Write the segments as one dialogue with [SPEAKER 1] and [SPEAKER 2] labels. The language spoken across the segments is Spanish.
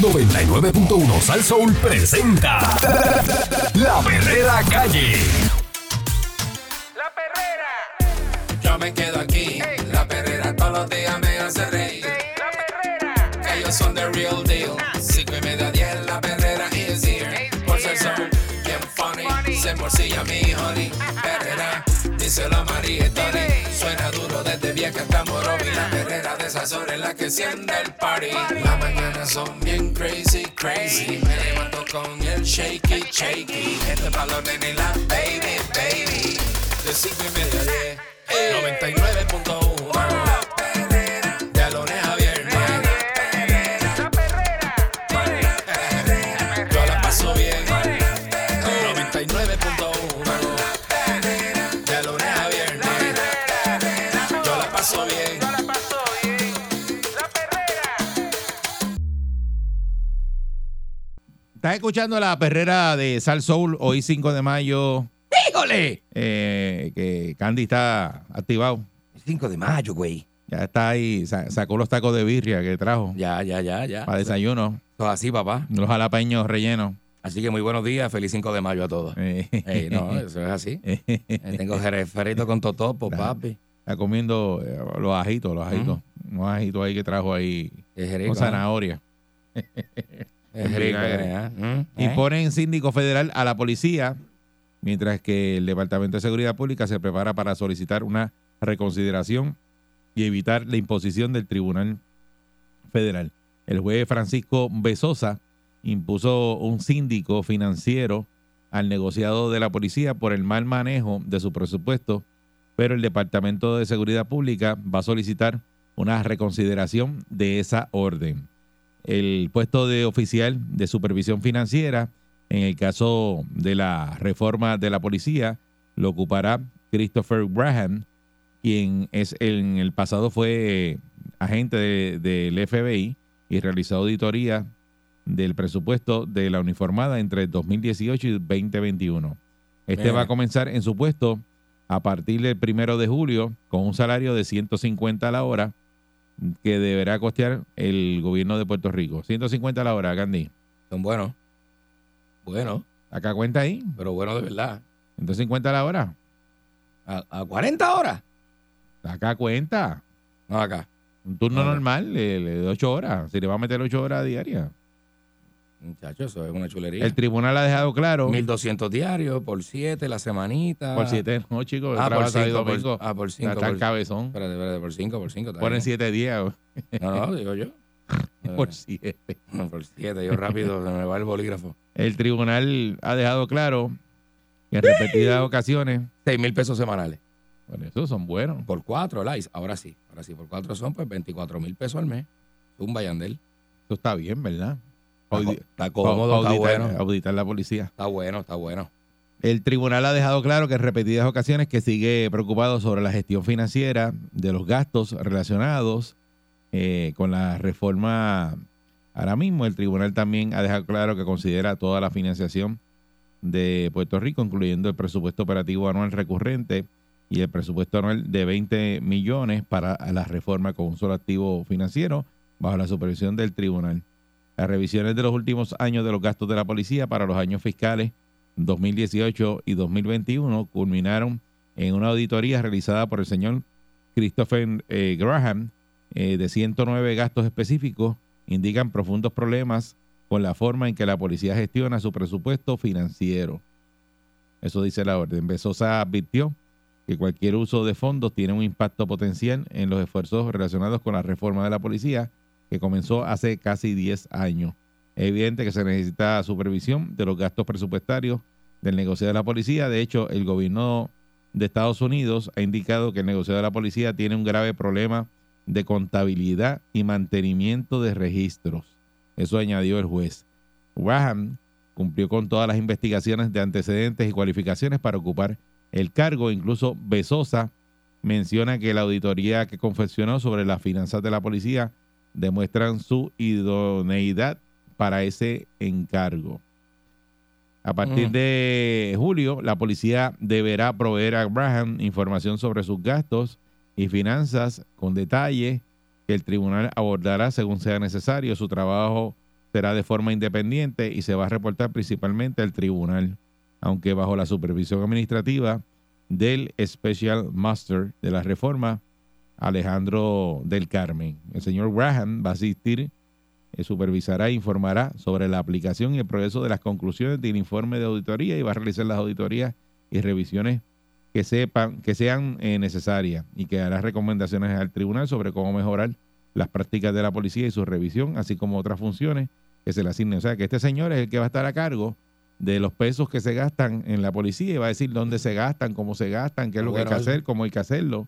[SPEAKER 1] 99.1 Sal Soul presenta La Perrera Calle.
[SPEAKER 2] La perrera,
[SPEAKER 3] Yo me quedo aquí, la perrera todos los días me hace reír.
[SPEAKER 2] la perrera,
[SPEAKER 3] Que ellos son the real deal. Cinco y media diez, la perrera Ah. is here. Por ser son bien funny, Ah, se morcilla mi honey. Perrera, díselo a María y Tony. Suena duro desde vieja hasta morobi. La perrera de esas horas es la que enciende el party. Las mañanas son bien crazy, crazy. Me levanto con el shaky, shaky. Este es pa' los nenes y la baby, baby. De cinco y media a diez. 99.1 La perrera De Alones Javier
[SPEAKER 2] la perrera,
[SPEAKER 3] yo la paso bien. 99.1 De lunes a viernes. Yo la paso bien.
[SPEAKER 2] no la pasó bien. La perrera,
[SPEAKER 4] Estás escuchando la perrera de Sal Soul hoy 5 de mayo. ¡Dígole! que Candy está activado.
[SPEAKER 5] 5 de mayo, güey.
[SPEAKER 4] Ya está ahí, sa- sacó los tacos de birria que trajo
[SPEAKER 5] Ya, ya, ya, ya.
[SPEAKER 4] para desayuno,
[SPEAKER 5] Todo Pues así, papá.
[SPEAKER 4] los jalapeños rellenos.
[SPEAKER 5] Así que muy buenos días. Feliz 5 de mayo a todos.
[SPEAKER 4] Eh,
[SPEAKER 5] Ey, no, eso es así. Eh, Tengo refrito con totopo, papi.
[SPEAKER 4] está comiendo eh, los ajitos, los ajitos. Unos ajitos ahí que trajo ahí
[SPEAKER 5] Es
[SPEAKER 4] con
[SPEAKER 5] rico. ¿eh?
[SPEAKER 4] zanahoria.
[SPEAKER 6] Ε,
[SPEAKER 5] Es rico.
[SPEAKER 4] vinagre.
[SPEAKER 5] ¿eh? ¿Mm? ¿Eh?
[SPEAKER 4] Imponen síndico federal a la policía, mientras que el Departamento de Seguridad Pública se prepara para solicitar una reconsideración y evitar la imposición del Tribunal Federal. El juez Francisco Besosa impuso un síndico financiero al negociado de la policía por el mal manejo de su presupuesto, pero el Departamento de Seguridad Pública va a solicitar una reconsideración de esa orden el puesto de oficial de supervisión financiera en el caso de la reforma de la policía lo ocupará Christopher Graham, quien es en el pasado fue agente de- del FBI y realizó auditoría del presupuesto de la uniformada entre 2018 y 2021. Este
[SPEAKER 5] Mira.
[SPEAKER 4] va a comenzar en su puesto a partir del primero de julio con un salario de 150 a la hora que deberá costear el gobierno de Puerto Rico. 150 a la hora, Candy.
[SPEAKER 5] Son buenos. Bueno,
[SPEAKER 4] Acá cuenta ahí.
[SPEAKER 5] pero bueno de verdad.
[SPEAKER 4] 150 a la hora.
[SPEAKER 5] ¿A, a 40 horas?
[SPEAKER 4] Acá cuenta.
[SPEAKER 5] No, acá.
[SPEAKER 4] Un turno
[SPEAKER 5] Ah.
[SPEAKER 4] normal le, le de 8 horas. Si le va a meter 8 horas diarias.
[SPEAKER 5] Muchachos, eso es una chulería.
[SPEAKER 4] El tribunal ha dejado claro.
[SPEAKER 5] 1200 diarios por 7 la semanita.
[SPEAKER 4] Por 7, no, chicos.
[SPEAKER 5] Ah, por
[SPEAKER 4] trabaja sábado y
[SPEAKER 5] 5.
[SPEAKER 4] domingo.
[SPEAKER 5] Ah, por 5.
[SPEAKER 4] Está tan cabezón.
[SPEAKER 5] Espérate, espérate, por 5, por 5.
[SPEAKER 4] Ponen 7 días.
[SPEAKER 5] No, no, digo yo.
[SPEAKER 4] Por 7.
[SPEAKER 5] Eh, por 7, yo rápido, se me va el bolígrafo.
[SPEAKER 4] El tribunal ha dejado claro que en repetidas ocasiones.
[SPEAKER 5] 6 mil pesos semanales.
[SPEAKER 4] Bueno, esos son buenos.
[SPEAKER 5] Por 4, Lais. Ahora sí, ahora sí, por 4 son pues 24 mil pesos al mes. Un bayandel.
[SPEAKER 4] Eso está bien, ¿verdad?
[SPEAKER 5] Está, co-
[SPEAKER 4] Audi-
[SPEAKER 5] está cómodo, está
[SPEAKER 4] auditar-
[SPEAKER 5] bueno.
[SPEAKER 4] auditar la policía.
[SPEAKER 5] Está bueno, está bueno.
[SPEAKER 4] El tribunal ha dejado claro que en repetidas ocasiones que sigue preocupado sobre la gestión financiera de los gastos relacionados eh, con la reforma. Ahora mismo el tribunal también ha dejado claro que considera toda la financiación de Puerto Rico, incluyendo el presupuesto operativo anual recurrente y el presupuesto anual de 20 millones para la reforma con un solo activo financiero bajo la supervisión del tribunal. Las revisiones de los últimos años de los gastos de la policía para los años fiscales 2018 y 2021 culminaron en una auditoría realizada por el señor Christopher eh, Graham eh, de 109 gastos específicos, indican profundos problemas con la forma en que la policía gestiona su presupuesto financiero. Eso dice la orden. Besosa advirtió que cualquier uso de fondos tiene un impacto potencial en los esfuerzos relacionados con la reforma de la policía que comenzó hace casi 10 años. Es evidente que se necesita supervisión de los gastos presupuestarios del negocio de la policía. De hecho, el gobierno de Estados Unidos ha indicado que el negocio de la policía tiene un grave problema de contabilidad y mantenimiento de registros. Eso añadió el juez. Graham cumplió con todas las investigaciones de antecedentes y cualificaciones para ocupar el cargo. Incluso Besosa menciona que la auditoría que confeccionó sobre las finanzas de la policía demuestran su idoneidad para ese encargo. A partir
[SPEAKER 5] Mm.
[SPEAKER 4] de julio, la policía deberá proveer a Graham información sobre sus gastos y finanzas con detalle que el tribunal abordará según sea necesario. Su trabajo será de forma independiente y se va a reportar principalmente al tribunal, aunque bajo la supervisión administrativa del Special Master de la Reforma, Alejandro del Carmen. El señor Graham va a asistir, eh, supervisará e informará sobre la aplicación y el progreso de las conclusiones del informe de auditoría y va a realizar las auditorías y revisiones que, sepan, que sean eh, necesarias y que hará recomendaciones al tribunal sobre cómo mejorar las prácticas de la policía y su revisión, así como otras funciones que se le asignen. O sea, que este señor es el que va a estar a cargo de los pesos que se gastan en la policía y va a decir dónde se gastan, cómo se gastan, qué es lo que hay que
[SPEAKER 5] Bueno,
[SPEAKER 4] hacer, cómo hay que hacerlo.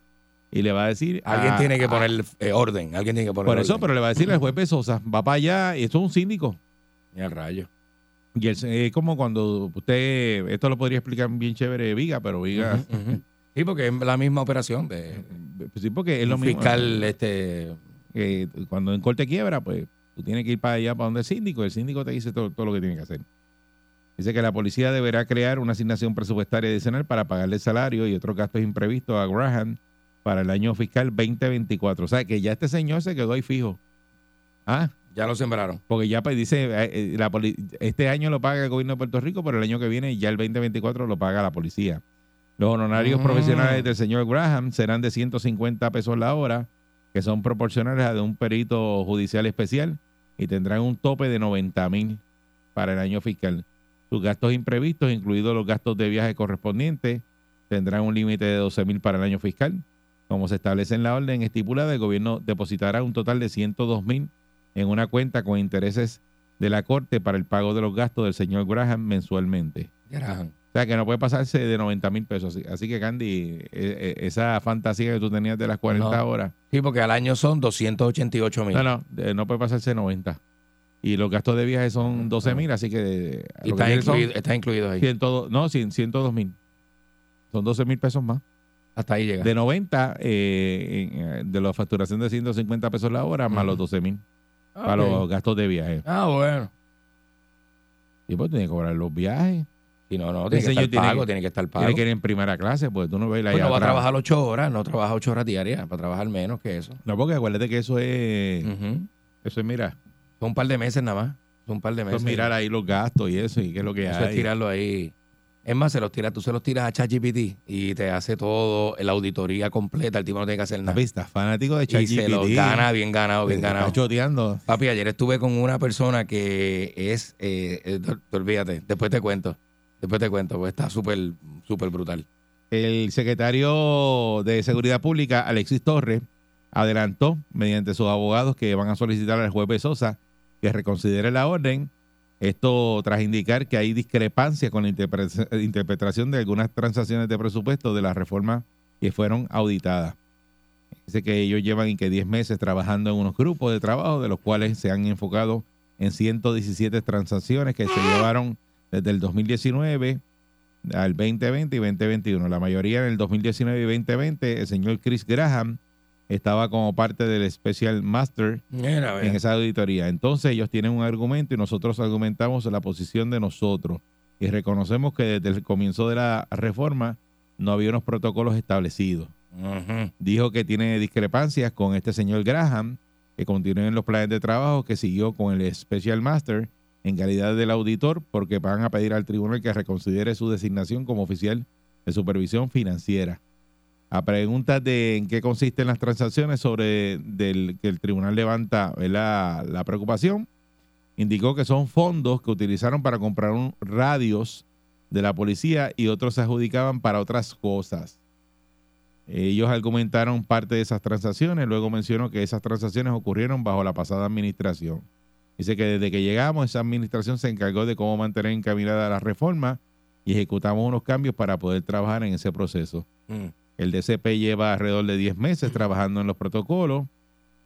[SPEAKER 4] Y le va a decir...
[SPEAKER 5] Alguien
[SPEAKER 4] a-
[SPEAKER 5] tiene que
[SPEAKER 4] a-
[SPEAKER 5] poner eh, orden. Alguien tiene que poner
[SPEAKER 4] Por eso,
[SPEAKER 5] orden.
[SPEAKER 4] pero le va a decir al juez Pesosa, va para allá, y esto es un síndico.
[SPEAKER 5] Ni al rayo.
[SPEAKER 4] Y el- es como cuando usted, esto lo podría explicar bien chévere Viga, pero Viga,
[SPEAKER 5] Ujú, ujú. Sí, porque es la misma operación de
[SPEAKER 4] sí, porque es lo
[SPEAKER 5] un
[SPEAKER 4] mismo.
[SPEAKER 5] fiscal este,
[SPEAKER 4] que cuando en corte quiebra, pues tú tienes que ir para allá, para donde el síndico. El síndico te dice todo, todo lo que tiene que hacer. Dice que la policía deberá crear una asignación presupuestaria adicional para pagarle el salario y otros gastos imprevistos a Graham para el año fiscal 2024. O sea, que ya este señor se quedó ahí fijo. Ah,
[SPEAKER 5] ya lo sembraron.
[SPEAKER 4] porque ya pues, dice, eh, eh, la poli- este año lo paga el gobierno de Puerto Rico, pero el año que viene, ya el 2024, lo paga la policía. Los honorarios
[SPEAKER 5] Mm.
[SPEAKER 4] profesionales del señor Graham serán de 150 pesos la hora, que son proporcionales a de un perito judicial especial, y tendrán un tope de 90 mil para el año fiscal. Sus gastos imprevistos, incluidos los gastos de viaje correspondientes, tendrán un límite de 12 mil para el año fiscal. Como se establece en la orden estipulada, el gobierno depositará un total de 102 mil en una cuenta con intereses de la Corte para el pago de los gastos del señor Graham mensualmente.
[SPEAKER 5] Graham.
[SPEAKER 4] O sea, que no puede pasarse de 90 mil pesos. Así, así que, Candy, eh, eh, esa fantasía que tú tenías de las 40
[SPEAKER 5] No.
[SPEAKER 4] horas,
[SPEAKER 5] Sí, porque al año son 288 mil.
[SPEAKER 4] no, no, eh, no puede pasarse de 90. Y los gastos de viaje son 12 mil, así que... eh,
[SPEAKER 5] Ah, y
[SPEAKER 4] lo que
[SPEAKER 5] está
[SPEAKER 4] tiene son
[SPEAKER 5] incluido, está incluido ahí.
[SPEAKER 4] 102 no, 100, 102 mil. Son 12 mil pesos más.
[SPEAKER 5] Hasta ahí llega.
[SPEAKER 4] De 90, eh, en, eh, de la facturación de 150 pesos la hora, más
[SPEAKER 5] Ujú.
[SPEAKER 4] los 12 mil
[SPEAKER 5] Ah,
[SPEAKER 4] para
[SPEAKER 5] ok.
[SPEAKER 4] los gastos de viaje.
[SPEAKER 5] Ah, bueno.
[SPEAKER 4] Y pues tiene que cobrar los viajes.
[SPEAKER 5] Si no, no, tiene
[SPEAKER 4] Ese
[SPEAKER 5] que estar
[SPEAKER 4] señor tiene
[SPEAKER 5] pago,
[SPEAKER 4] que-
[SPEAKER 5] tiene que estar pago.
[SPEAKER 4] Tiene que ir en primera clase, pues tú no ves la
[SPEAKER 5] Pues no va a trabajar ocho horas, no trabaja ocho horas diarias, va a trabajar menos que eso.
[SPEAKER 4] No, porque acuérdate que eso es,
[SPEAKER 5] Ujú.
[SPEAKER 4] eso es mirar,
[SPEAKER 5] Son un par de meses nada más. Son un par de
[SPEAKER 4] eso
[SPEAKER 5] meses.
[SPEAKER 4] es Pues mirar ahí los gastos y eso y qué es lo que
[SPEAKER 5] Eso es
[SPEAKER 4] hay.
[SPEAKER 5] tirarlo ahí. Es más, se los tira, tú se los tiras a ChatGPT y te hace todo, la auditoría completa, el tipo no tiene que hacer nada.
[SPEAKER 4] Papi, estás fanático de
[SPEAKER 5] Y se los
[SPEAKER 4] ChatGPT.
[SPEAKER 5] gana bien ganado, bien
[SPEAKER 4] Te está
[SPEAKER 5] ganado.
[SPEAKER 4] choteando.
[SPEAKER 5] Papi, ayer estuve con una persona que es, eh, eh, tú- tú olvídate, después te cuento, después te cuento, pues está súper, súper brutal.
[SPEAKER 4] El secretario de Seguridad Pública, Alexis Torres, adelantó mediante sus abogados que van a solicitar al juez Sosa que reconsidere la orden. Esto tras indicar que hay discrepancias con la interpre- interpretación de algunas transacciones de presupuesto de la reforma que fueron auditadas. Dice que ellos llevan y que 10 meses trabajando en unos grupos de trabajo, de los cuales se han enfocado en 117 transacciones que se llevaron desde el 2019 al 2020 y 2021. La mayoría en el 2019 y 2020, el señor Chris Graham estaba como parte del Special Master
[SPEAKER 5] Mira,
[SPEAKER 4] en esa auditoría. Entonces ellos tienen un argumento y nosotros argumentamos la posición de nosotros. Y reconocemos que desde el comienzo de la reforma no había unos protocolos establecidos. Dijo que tiene discrepancias con este señor Graham, que continúen los planes de trabajo que siguió con el Special Master en calidad del auditor, porque van a pedir al tribunal que reconsidere su designación como oficial de supervisión financiera. A preguntas de en qué consisten las transacciones sobre del, que el tribunal levanta ¿verdad? la preocupación, indicó que son fondos que utilizaron para comprar un- radios de la policía y otros se adjudicaban para otras cosas. Ellos argumentaron parte de esas transacciones, luego mencionó que esas transacciones ocurrieron bajo la pasada administración. Dice que desde que llegamos, esa administración se encargó de cómo mantener encaminada la reforma y ejecutamos unos cambios para poder trabajar en ese proceso.
[SPEAKER 5] Mm,
[SPEAKER 4] El DCP lleva alrededor de 10 meses trabajando en los protocolos.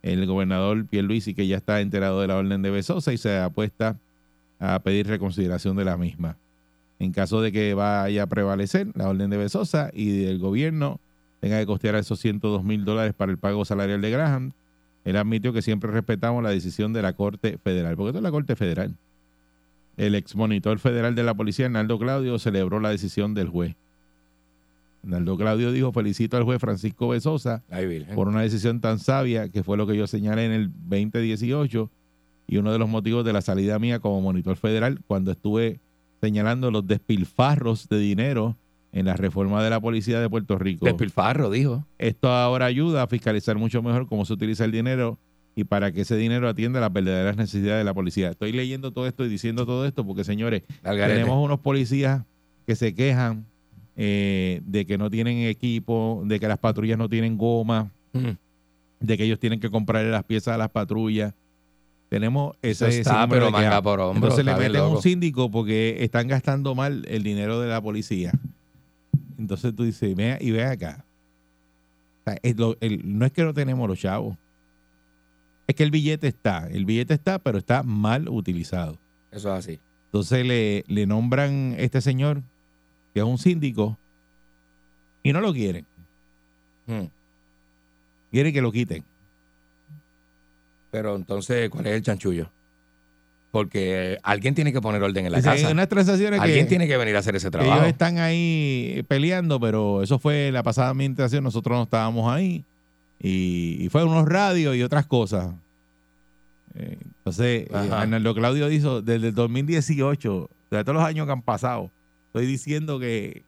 [SPEAKER 4] El gobernador Pierluisi, que ya está enterado de la orden de Besosa y se apuesta a pedir reconsideración de la misma. En caso de que vaya a prevalecer la orden de Besosa y el gobierno tenga que costear esos 102 mil dólares para el pago salarial de Graham, él admitió que siempre respetamos la decisión de la Corte Federal, porque esto es la Corte Federal. El ex monitor federal de la policía, Hernaldo Claudio, celebró la decisión del juez. Hernaldo Claudio dijo, felicito al juez Francisco Besosa
[SPEAKER 5] Ahí, Virgen.
[SPEAKER 4] por una decisión tan sabia que fue lo que yo señalé en el 2018 y uno de los motivos de la salida mía como monitor federal cuando estuve señalando los despilfarros de dinero en la reforma de la policía de Puerto Rico.
[SPEAKER 5] Despilfarro, dijo.
[SPEAKER 4] Esto ahora ayuda a fiscalizar mucho mejor cómo se utiliza el dinero y para que ese dinero atienda las verdaderas necesidades de la policía. Estoy leyendo todo esto y diciendo todo esto porque, señores,
[SPEAKER 5] Al garete.
[SPEAKER 4] tenemos unos policías que se quejan eh, de que no tienen equipo, de que las patrullas no tienen goma,
[SPEAKER 5] Mm.
[SPEAKER 4] de que ellos tienen que comprarle las piezas a las patrullas. Tenemos
[SPEAKER 5] Eso
[SPEAKER 4] ese
[SPEAKER 5] está,
[SPEAKER 4] sinnúmero
[SPEAKER 5] pero
[SPEAKER 4] de quejas.
[SPEAKER 5] manga por hombro.
[SPEAKER 4] Entonces le
[SPEAKER 5] está bien
[SPEAKER 4] meten un
[SPEAKER 5] loco.
[SPEAKER 4] síndico porque están gastando mal el dinero de la policía. Entonces tú dices, "Ve- y ve acá. O sea, es lo- el- no es que no tenemos los chavos. Es que el billete está. El billete está, pero está mal utilizado.
[SPEAKER 5] Eso es así.
[SPEAKER 4] Entonces le, le nombran este señor, que es un síndico, y no lo quieren.
[SPEAKER 5] Mm.
[SPEAKER 4] Quieren que lo quiten.
[SPEAKER 5] Pero entonces, ¿cuál es el chanchullo? Porque alguien tiene que poner orden en la
[SPEAKER 4] O sea,
[SPEAKER 5] casa.
[SPEAKER 4] hay unas transacciones que,
[SPEAKER 5] Alguien tiene que venir a hacer ese
[SPEAKER 4] que
[SPEAKER 5] trabajo.
[SPEAKER 4] ellos están ahí peleando, pero eso fue la pasada administración, nosotros no estábamos ahí. Y, y fue unos radios y otras cosas. Eh, entonces, eh,
[SPEAKER 5] Ajá.
[SPEAKER 4] Arnaldo Claudio dijo, desde el 2018, de todos los años que han pasado, estoy diciendo que...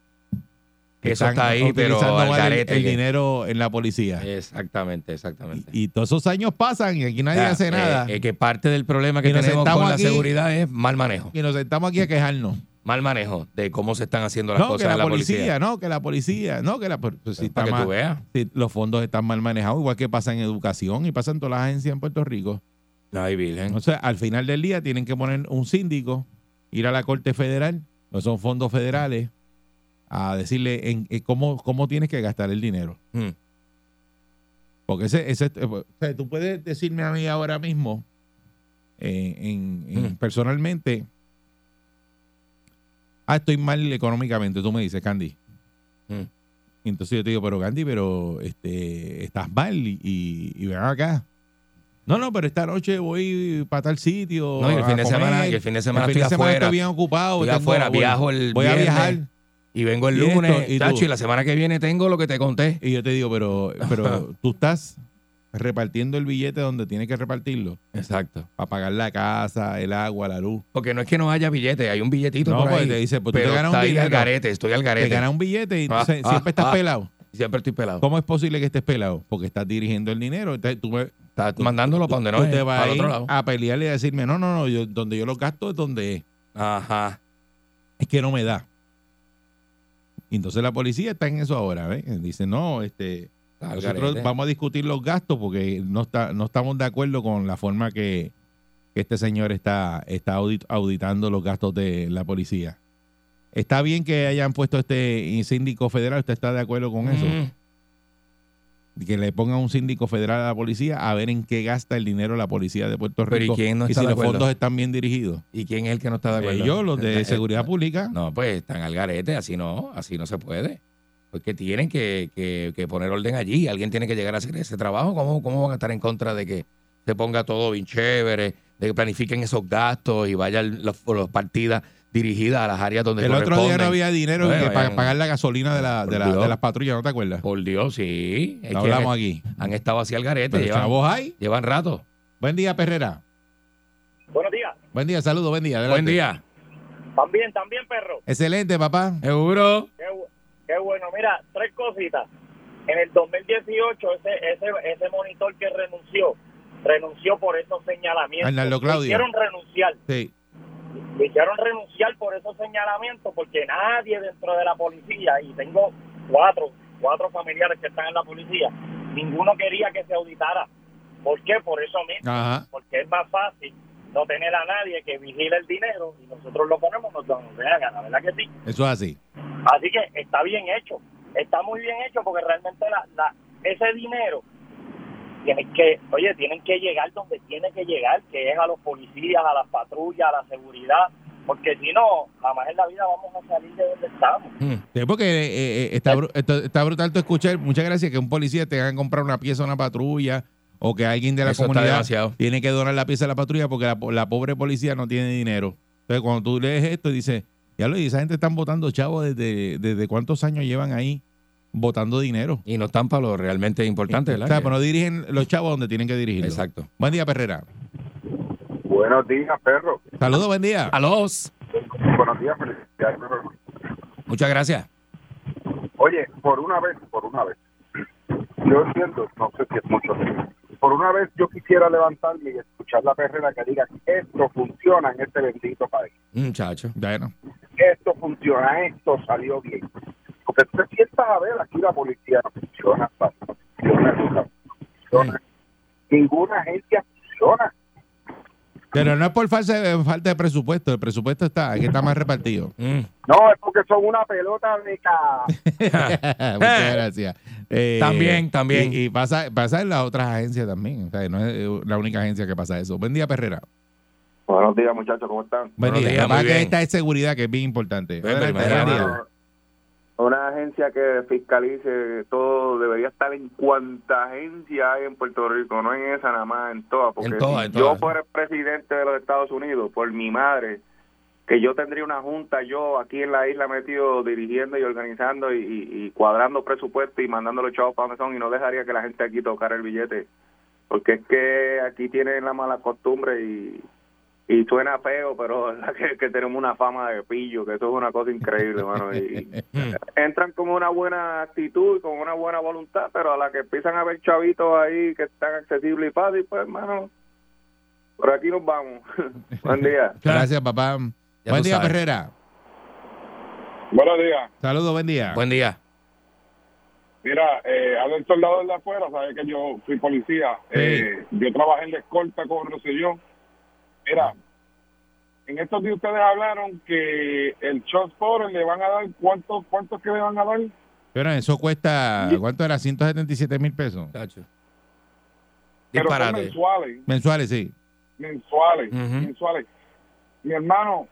[SPEAKER 4] que
[SPEAKER 5] Eso está ahí, pero
[SPEAKER 4] utilizando
[SPEAKER 5] al
[SPEAKER 4] mal el-
[SPEAKER 5] garete
[SPEAKER 4] el,
[SPEAKER 5] que-
[SPEAKER 4] dinero en la policía.
[SPEAKER 5] Exactamente, exactamente.
[SPEAKER 4] Y, y todos esos años pasan y aquí nadie
[SPEAKER 5] O sea,
[SPEAKER 4] hace
[SPEAKER 5] eh,
[SPEAKER 4] nada.
[SPEAKER 5] eh, que parte del problema que
[SPEAKER 4] Y nos
[SPEAKER 5] tenemos con
[SPEAKER 4] sentamos
[SPEAKER 5] la
[SPEAKER 4] aquí-
[SPEAKER 5] seguridad es mal manejo.
[SPEAKER 4] y nos sentamos aquí a quejarnos.
[SPEAKER 5] Mal manejo de cómo se están haciendo las
[SPEAKER 4] No,
[SPEAKER 5] cosas
[SPEAKER 4] que la,
[SPEAKER 5] en la
[SPEAKER 4] policía,
[SPEAKER 5] policía.
[SPEAKER 4] no, que la policía, no, que la... pues, si está
[SPEAKER 5] para que
[SPEAKER 4] mal-
[SPEAKER 5] tú veas.
[SPEAKER 4] Sí, los fondos están mal manejados, igual que pasa en educación y pasa en todas las agencias en Puerto Rico.
[SPEAKER 5] Ay, virgen.
[SPEAKER 4] O sea, al final del día tienen que poner un síndico, ir a la Corte Federal, no son fondos federales, a decirle en, en cómo, cómo tienes que gastar el dinero.
[SPEAKER 5] Mm.
[SPEAKER 4] Porque ese, ese- o sea, tú puedes decirme a mí ahora mismo, eh, en, en-
[SPEAKER 5] Mm.
[SPEAKER 4] personalmente, ah, estoy mal económicamente, tú me dices, Candy.
[SPEAKER 5] Mm.
[SPEAKER 4] Y entonces yo te digo, pero Candy, pero este, estás mal y, y, y ven acá. No, no, pero esta noche voy para tal sitio.
[SPEAKER 5] No, y el
[SPEAKER 4] a
[SPEAKER 5] fin de
[SPEAKER 4] comer.
[SPEAKER 5] semana- y el fin de semana
[SPEAKER 4] El fin de
[SPEAKER 5] estoy
[SPEAKER 4] semana
[SPEAKER 5] afuera.
[SPEAKER 4] estoy bien ocupado.
[SPEAKER 5] Estoy
[SPEAKER 4] tengo-
[SPEAKER 5] afuera,
[SPEAKER 4] voy-
[SPEAKER 5] viajo el
[SPEAKER 4] Voy a
[SPEAKER 5] viernes.
[SPEAKER 4] viajar.
[SPEAKER 5] Y vengo el
[SPEAKER 4] Y esto,
[SPEAKER 5] lunes,
[SPEAKER 4] y tú.
[SPEAKER 5] tacho, y la semana que viene tengo lo que te conté.
[SPEAKER 4] Y yo te digo, pero, pero tú estás repartiendo el billete donde tienes que repartirlo.
[SPEAKER 5] Exacto.
[SPEAKER 4] para pagar la casa, el agua, la luz.
[SPEAKER 5] Porque no es que no haya billete, hay un billetito
[SPEAKER 4] No,
[SPEAKER 5] por
[SPEAKER 4] pues,
[SPEAKER 5] ahí.
[SPEAKER 4] te dice, pues, tú te
[SPEAKER 5] pero
[SPEAKER 4] ganas
[SPEAKER 5] está
[SPEAKER 4] un
[SPEAKER 5] ahí al
[SPEAKER 4] dinero.
[SPEAKER 5] garete, estoy al
[SPEAKER 4] Te
[SPEAKER 5] garete.
[SPEAKER 4] ganas un billete y
[SPEAKER 5] Ah,
[SPEAKER 4] entonces
[SPEAKER 5] ah,
[SPEAKER 4] siempre estás
[SPEAKER 5] ah.
[SPEAKER 4] pelado.
[SPEAKER 5] Siempre estoy pelado.
[SPEAKER 4] ¿Cómo es posible que estés pelado? Porque estás dirigiendo el dinero. Entonces, tú, me-
[SPEAKER 5] Estás mandándolo para donde no
[SPEAKER 4] tú
[SPEAKER 5] es,
[SPEAKER 4] te vas
[SPEAKER 5] para
[SPEAKER 4] a,
[SPEAKER 5] el
[SPEAKER 4] ir
[SPEAKER 5] otro lado.
[SPEAKER 4] a pelearle y a decirme, no, no, no, yo, donde yo lo gasto es donde es.
[SPEAKER 5] Ajá.
[SPEAKER 4] Es que no me da. Y entonces la policía está en eso ahora, ¿ves? Dice, no, este,
[SPEAKER 5] Está al
[SPEAKER 4] nosotros
[SPEAKER 5] garete.
[SPEAKER 4] vamos a discutir los gastos porque no, está, no estamos de acuerdo con la forma que, que este señor está, está audit- auditando los gastos de la policía. Está bien que hayan puesto este síndico federal, usted está de acuerdo con eso.
[SPEAKER 5] Mm.
[SPEAKER 4] Que le pongan un síndico federal a la policía a ver en qué gasta el dinero la policía de Puerto
[SPEAKER 5] Pero ¿y
[SPEAKER 4] Rico.
[SPEAKER 5] quién no está
[SPEAKER 4] si
[SPEAKER 5] de
[SPEAKER 4] los
[SPEAKER 5] acuerdo?
[SPEAKER 4] fondos están bien dirigidos.
[SPEAKER 5] ¿Y quién es el que no está de acuerdo?
[SPEAKER 4] Ellos, los
[SPEAKER 5] Eh,
[SPEAKER 4] de
[SPEAKER 5] eh,
[SPEAKER 4] seguridad pública,
[SPEAKER 5] No, pues están al garete, así no, así no se puede. Porque tienen que, que- que poner orden allí, alguien tiene que llegar a hacer ese trabajo. ¿Cómo, ¿Cómo van a estar en contra de que se ponga todo bien chévere, de que planifiquen esos gastos y vayan las las partidas dirigidas a las áreas donde
[SPEAKER 4] el otro día no
[SPEAKER 5] corresponden?
[SPEAKER 4] había dinero
[SPEAKER 5] Bueno,
[SPEAKER 4] que para
[SPEAKER 5] hayan-
[SPEAKER 4] pagar la gasolina de, la, de, la-
[SPEAKER 5] Olvidó.
[SPEAKER 4] de las patrullas, ¿no te acuerdas?
[SPEAKER 5] Por Dios, sí. Es
[SPEAKER 4] Lo
[SPEAKER 5] que
[SPEAKER 4] hablamos
[SPEAKER 5] han,
[SPEAKER 4] aquí.
[SPEAKER 5] han estado así al garete,
[SPEAKER 4] Pero
[SPEAKER 5] llevan,
[SPEAKER 4] chavos hay.
[SPEAKER 5] llevan rato.
[SPEAKER 4] Buen día, Perrera.
[SPEAKER 7] Buenos días.
[SPEAKER 4] Buen día, saludos, buen día. adelante.
[SPEAKER 5] Buen día.
[SPEAKER 7] También, también, perro.
[SPEAKER 4] Excelente, papá.
[SPEAKER 5] Seguro.
[SPEAKER 7] Qué, bu- qué bueno. Mira, tres cositas. En el 2018, ese, ese, ese monitor que renunció, renunció por esos señalamientos.
[SPEAKER 4] Arnaldo Claudio.
[SPEAKER 7] Lo hicieron renunciar.
[SPEAKER 4] Sí.
[SPEAKER 7] Lo hicieron renunciar por esos señalamientos porque nadie dentro de la policía, y tengo cuatro, cuatro familiares que están en la policía, ninguno quería que se auditara. ¿Por qué? Por eso mismo.
[SPEAKER 4] Ajá.
[SPEAKER 7] porque es más fácil no tener a nadie que vigile el dinero y nosotros lo ponemos nos nos dé la gana, ¿verdad que sí?
[SPEAKER 4] Eso es así.
[SPEAKER 7] Así que está bien hecho, está muy bien hecho porque realmente la, la- ese dinero tiene que, oye, tienen que llegar donde tiene que llegar, que es a los policías, a las patrullas, a la seguridad, porque si no, jamás en la vida vamos a salir de donde estamos.
[SPEAKER 5] Mm.
[SPEAKER 4] Sí, porque eh, eh, está, bru- esto- está brutal tú escuchar. Muchas gracias que un policía te haga comprar una pieza a una patrulla o que alguien de la
[SPEAKER 5] Eso está
[SPEAKER 4] comunidad
[SPEAKER 5] demasiado.
[SPEAKER 4] tiene que donar la pieza a la patrulla porque la, po- la pobre policía no tiene dinero. Entonces, cuando tú lees esto y dices, ya lo y esa gente están votando chavos desde, desde cuántos años llevan ahí votando dinero. Eh,
[SPEAKER 5] Y no están para lo realmente importante,
[SPEAKER 4] O
[SPEAKER 5] ¿verdad?
[SPEAKER 4] sea,
[SPEAKER 5] Que-
[SPEAKER 4] pero no dirigen los chavos donde tienen que dirigirlos.
[SPEAKER 5] Exacto.
[SPEAKER 4] Buen día, Perrera.
[SPEAKER 8] Buenos días, perro.
[SPEAKER 4] Saludos, buen día.
[SPEAKER 5] A los.
[SPEAKER 8] Buenos días, felicidades, perro.
[SPEAKER 5] Muchas gracias.
[SPEAKER 8] Oye, por una vez, por una vez. Yo entiendo, no sé si es mucho. Por una vez yo quisiera levantarme y escuchar la perrera que diga, esto funciona en este bendito país.
[SPEAKER 5] Muchacho.
[SPEAKER 4] Bueno,
[SPEAKER 8] Esto funciona, esto salió bien. Porque tú te sientas a ver, aquí la policía no funciona, pa- no funciona, no funciona. Ninguna agencia funciona.
[SPEAKER 4] pero no es por falsa- eh, falta de presupuesto, el presupuesto está, es que está más repartido.
[SPEAKER 5] Mm.
[SPEAKER 8] No, es porque son una pelota de ca...
[SPEAKER 4] Muchas gracias. Eh,
[SPEAKER 5] También, también.
[SPEAKER 4] Y, y pasa, pasa en las otras agencias también, o sea, no es eh, la única agencia que pasa eso. Buen día, Perrera.
[SPEAKER 8] Buenos días, muchachos, ¿cómo están?
[SPEAKER 4] Buen
[SPEAKER 5] Buenos
[SPEAKER 4] día.
[SPEAKER 5] días,
[SPEAKER 4] Lo que pasa
[SPEAKER 5] muy
[SPEAKER 4] es que
[SPEAKER 5] bien.
[SPEAKER 4] esta es seguridad que es bien importante.
[SPEAKER 5] Buen
[SPEAKER 4] Adelante,
[SPEAKER 5] día,
[SPEAKER 4] buen día.
[SPEAKER 5] hermano.
[SPEAKER 8] una agencia que fiscalice todo debería estar en cuanta agencia hay en Puerto Rico, no en esa nada más, en todas. Porque
[SPEAKER 5] En todas,
[SPEAKER 8] si
[SPEAKER 5] en
[SPEAKER 8] yo
[SPEAKER 5] todas.
[SPEAKER 8] fuera el presidente de los Estados Unidos, por mi madre, que yo tendría una junta, yo aquí en la isla metido dirigiendo y organizando y, y- y cuadrando presupuesto y mandando los chavos para donde son y no dejaría que la gente aquí tocara el billete. Porque es que aquí tienen la mala costumbre y, y suena feo, pero es verdad que, que tenemos una fama de pillo, que eso es una cosa increíble, mano. Y, y entran con una buena actitud, con una buena voluntad, pero a la que empiezan a ver chavitos ahí que están accesibles y fácil, pues, hermano, por aquí nos vamos. Buen día.
[SPEAKER 4] Gracias, papá.
[SPEAKER 5] Ya
[SPEAKER 4] buen
[SPEAKER 5] tú
[SPEAKER 4] día,
[SPEAKER 5] sabes.
[SPEAKER 4] Perrera.
[SPEAKER 8] Buenos días.
[SPEAKER 4] Saludos, buen día.
[SPEAKER 5] Buen día.
[SPEAKER 8] Mira, eh, habla el soldado de afuera, sabe que yo fui policía.
[SPEAKER 4] Sí.
[SPEAKER 8] Eh, yo trabajé en la escolta con Rosellón. Mira, en estos días ustedes hablaron que el Charles Porter le van a dar, ¿cuántos cuántos que le van a dar?
[SPEAKER 4] Pero eso cuesta, ¿cuánto era? 177 mil pesos.
[SPEAKER 5] Muchacho.
[SPEAKER 8] Pero son
[SPEAKER 5] Disparate.
[SPEAKER 8] mensuales,
[SPEAKER 4] Mensuales, sí.
[SPEAKER 8] mensuales,
[SPEAKER 5] Ujú.
[SPEAKER 8] mensuales. Mi hermano,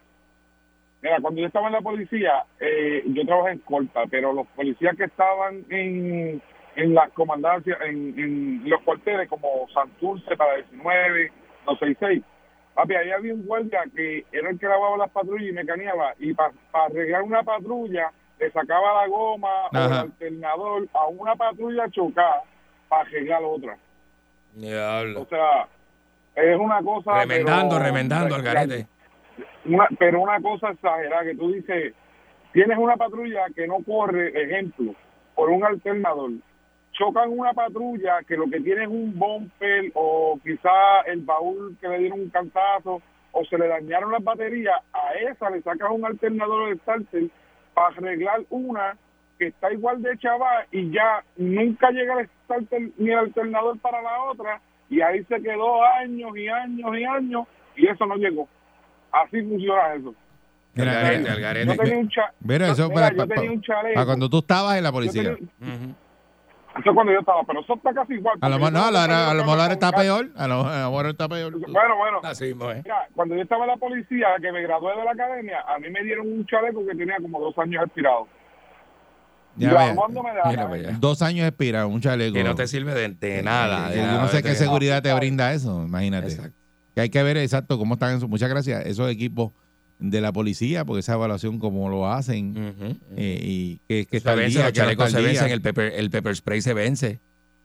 [SPEAKER 8] mira, cuando yo estaba en la policía, eh, yo trabajé en escolta, pero los policías que estaban en, en las comandancias, en, en los cuarteles como Santurce para 19, 266. Papi, ahí había un guardia que era el que lavaba las patrullas y mecaneaba. Y para arreglar una patrulla, le sacaba la goma o el
[SPEAKER 4] Ajá.
[SPEAKER 8] alternador a una patrulla chocada para arreglar otra.
[SPEAKER 5] Diablo.
[SPEAKER 8] O sea, es una cosa...
[SPEAKER 5] Remendando,
[SPEAKER 8] pero-
[SPEAKER 5] remendando al garete.
[SPEAKER 8] una- pero una cosa exagerada que tú dices, tienes una patrulla que no corre, ejemplo, por un alternador, chocan una patrulla que lo que tiene es un bumper o quizá el baúl que le dieron un cantazo o se le dañaron las baterías, a esa le sacas un alternador de starter para arreglar una que está igual de chaval y ya nunca llega el starter ni el alternador para la otra y ahí se quedó años y años y años y eso no llegó. Así funciona eso.
[SPEAKER 5] Al
[SPEAKER 4] Mira,
[SPEAKER 5] garete,
[SPEAKER 4] mira.
[SPEAKER 5] al
[SPEAKER 8] Yo
[SPEAKER 5] garete.
[SPEAKER 8] tenía un, cha-
[SPEAKER 4] Mira, eso
[SPEAKER 8] Mira,
[SPEAKER 4] para,
[SPEAKER 8] yo
[SPEAKER 4] pa-
[SPEAKER 8] tenía un chaleco.
[SPEAKER 4] para cuando tú estabas en la
[SPEAKER 8] yo
[SPEAKER 4] policía.
[SPEAKER 8] tenía-
[SPEAKER 5] Ujú.
[SPEAKER 8] eso es cuando yo estaba, pero eso está casi igual.
[SPEAKER 4] A lo mejor
[SPEAKER 8] porque
[SPEAKER 4] no, a
[SPEAKER 8] yo
[SPEAKER 4] lo, a lo mejor ahora está
[SPEAKER 8] con-
[SPEAKER 4] peor. A lo a lo mejor está peor.
[SPEAKER 8] Bueno, bueno,
[SPEAKER 5] Así mismo, ¿eh?
[SPEAKER 8] mira, cuando yo estaba en la policía, que me gradué de la academia, a mí me dieron un chaleco que tenía como dos años expirado.
[SPEAKER 4] Ya ves,
[SPEAKER 8] Graduándome de la
[SPEAKER 5] Mira,
[SPEAKER 8] academia.
[SPEAKER 5] vaya.
[SPEAKER 4] dos años expira, un chaleco.
[SPEAKER 5] Que no te sirve de, de nada.
[SPEAKER 4] Eh,
[SPEAKER 5] de
[SPEAKER 4] yo no
[SPEAKER 5] nada,
[SPEAKER 4] sé qué
[SPEAKER 5] vete.
[SPEAKER 4] seguridad te brinda eso, imagínate.
[SPEAKER 5] Exacto.
[SPEAKER 4] Que hay que ver exacto cómo están esos. Muchas gracias. Esos equipos de la policía, porque esa evaluación, cómo lo hacen.
[SPEAKER 5] Ujú.
[SPEAKER 4] eh, y que, que está
[SPEAKER 5] Se
[SPEAKER 4] al
[SPEAKER 5] vence,
[SPEAKER 4] día,
[SPEAKER 5] los
[SPEAKER 4] que no
[SPEAKER 5] chalecos
[SPEAKER 4] está
[SPEAKER 5] se
[SPEAKER 4] al día. ¿Eh?
[SPEAKER 5] vencen, el pepper, el pepper spray se vence.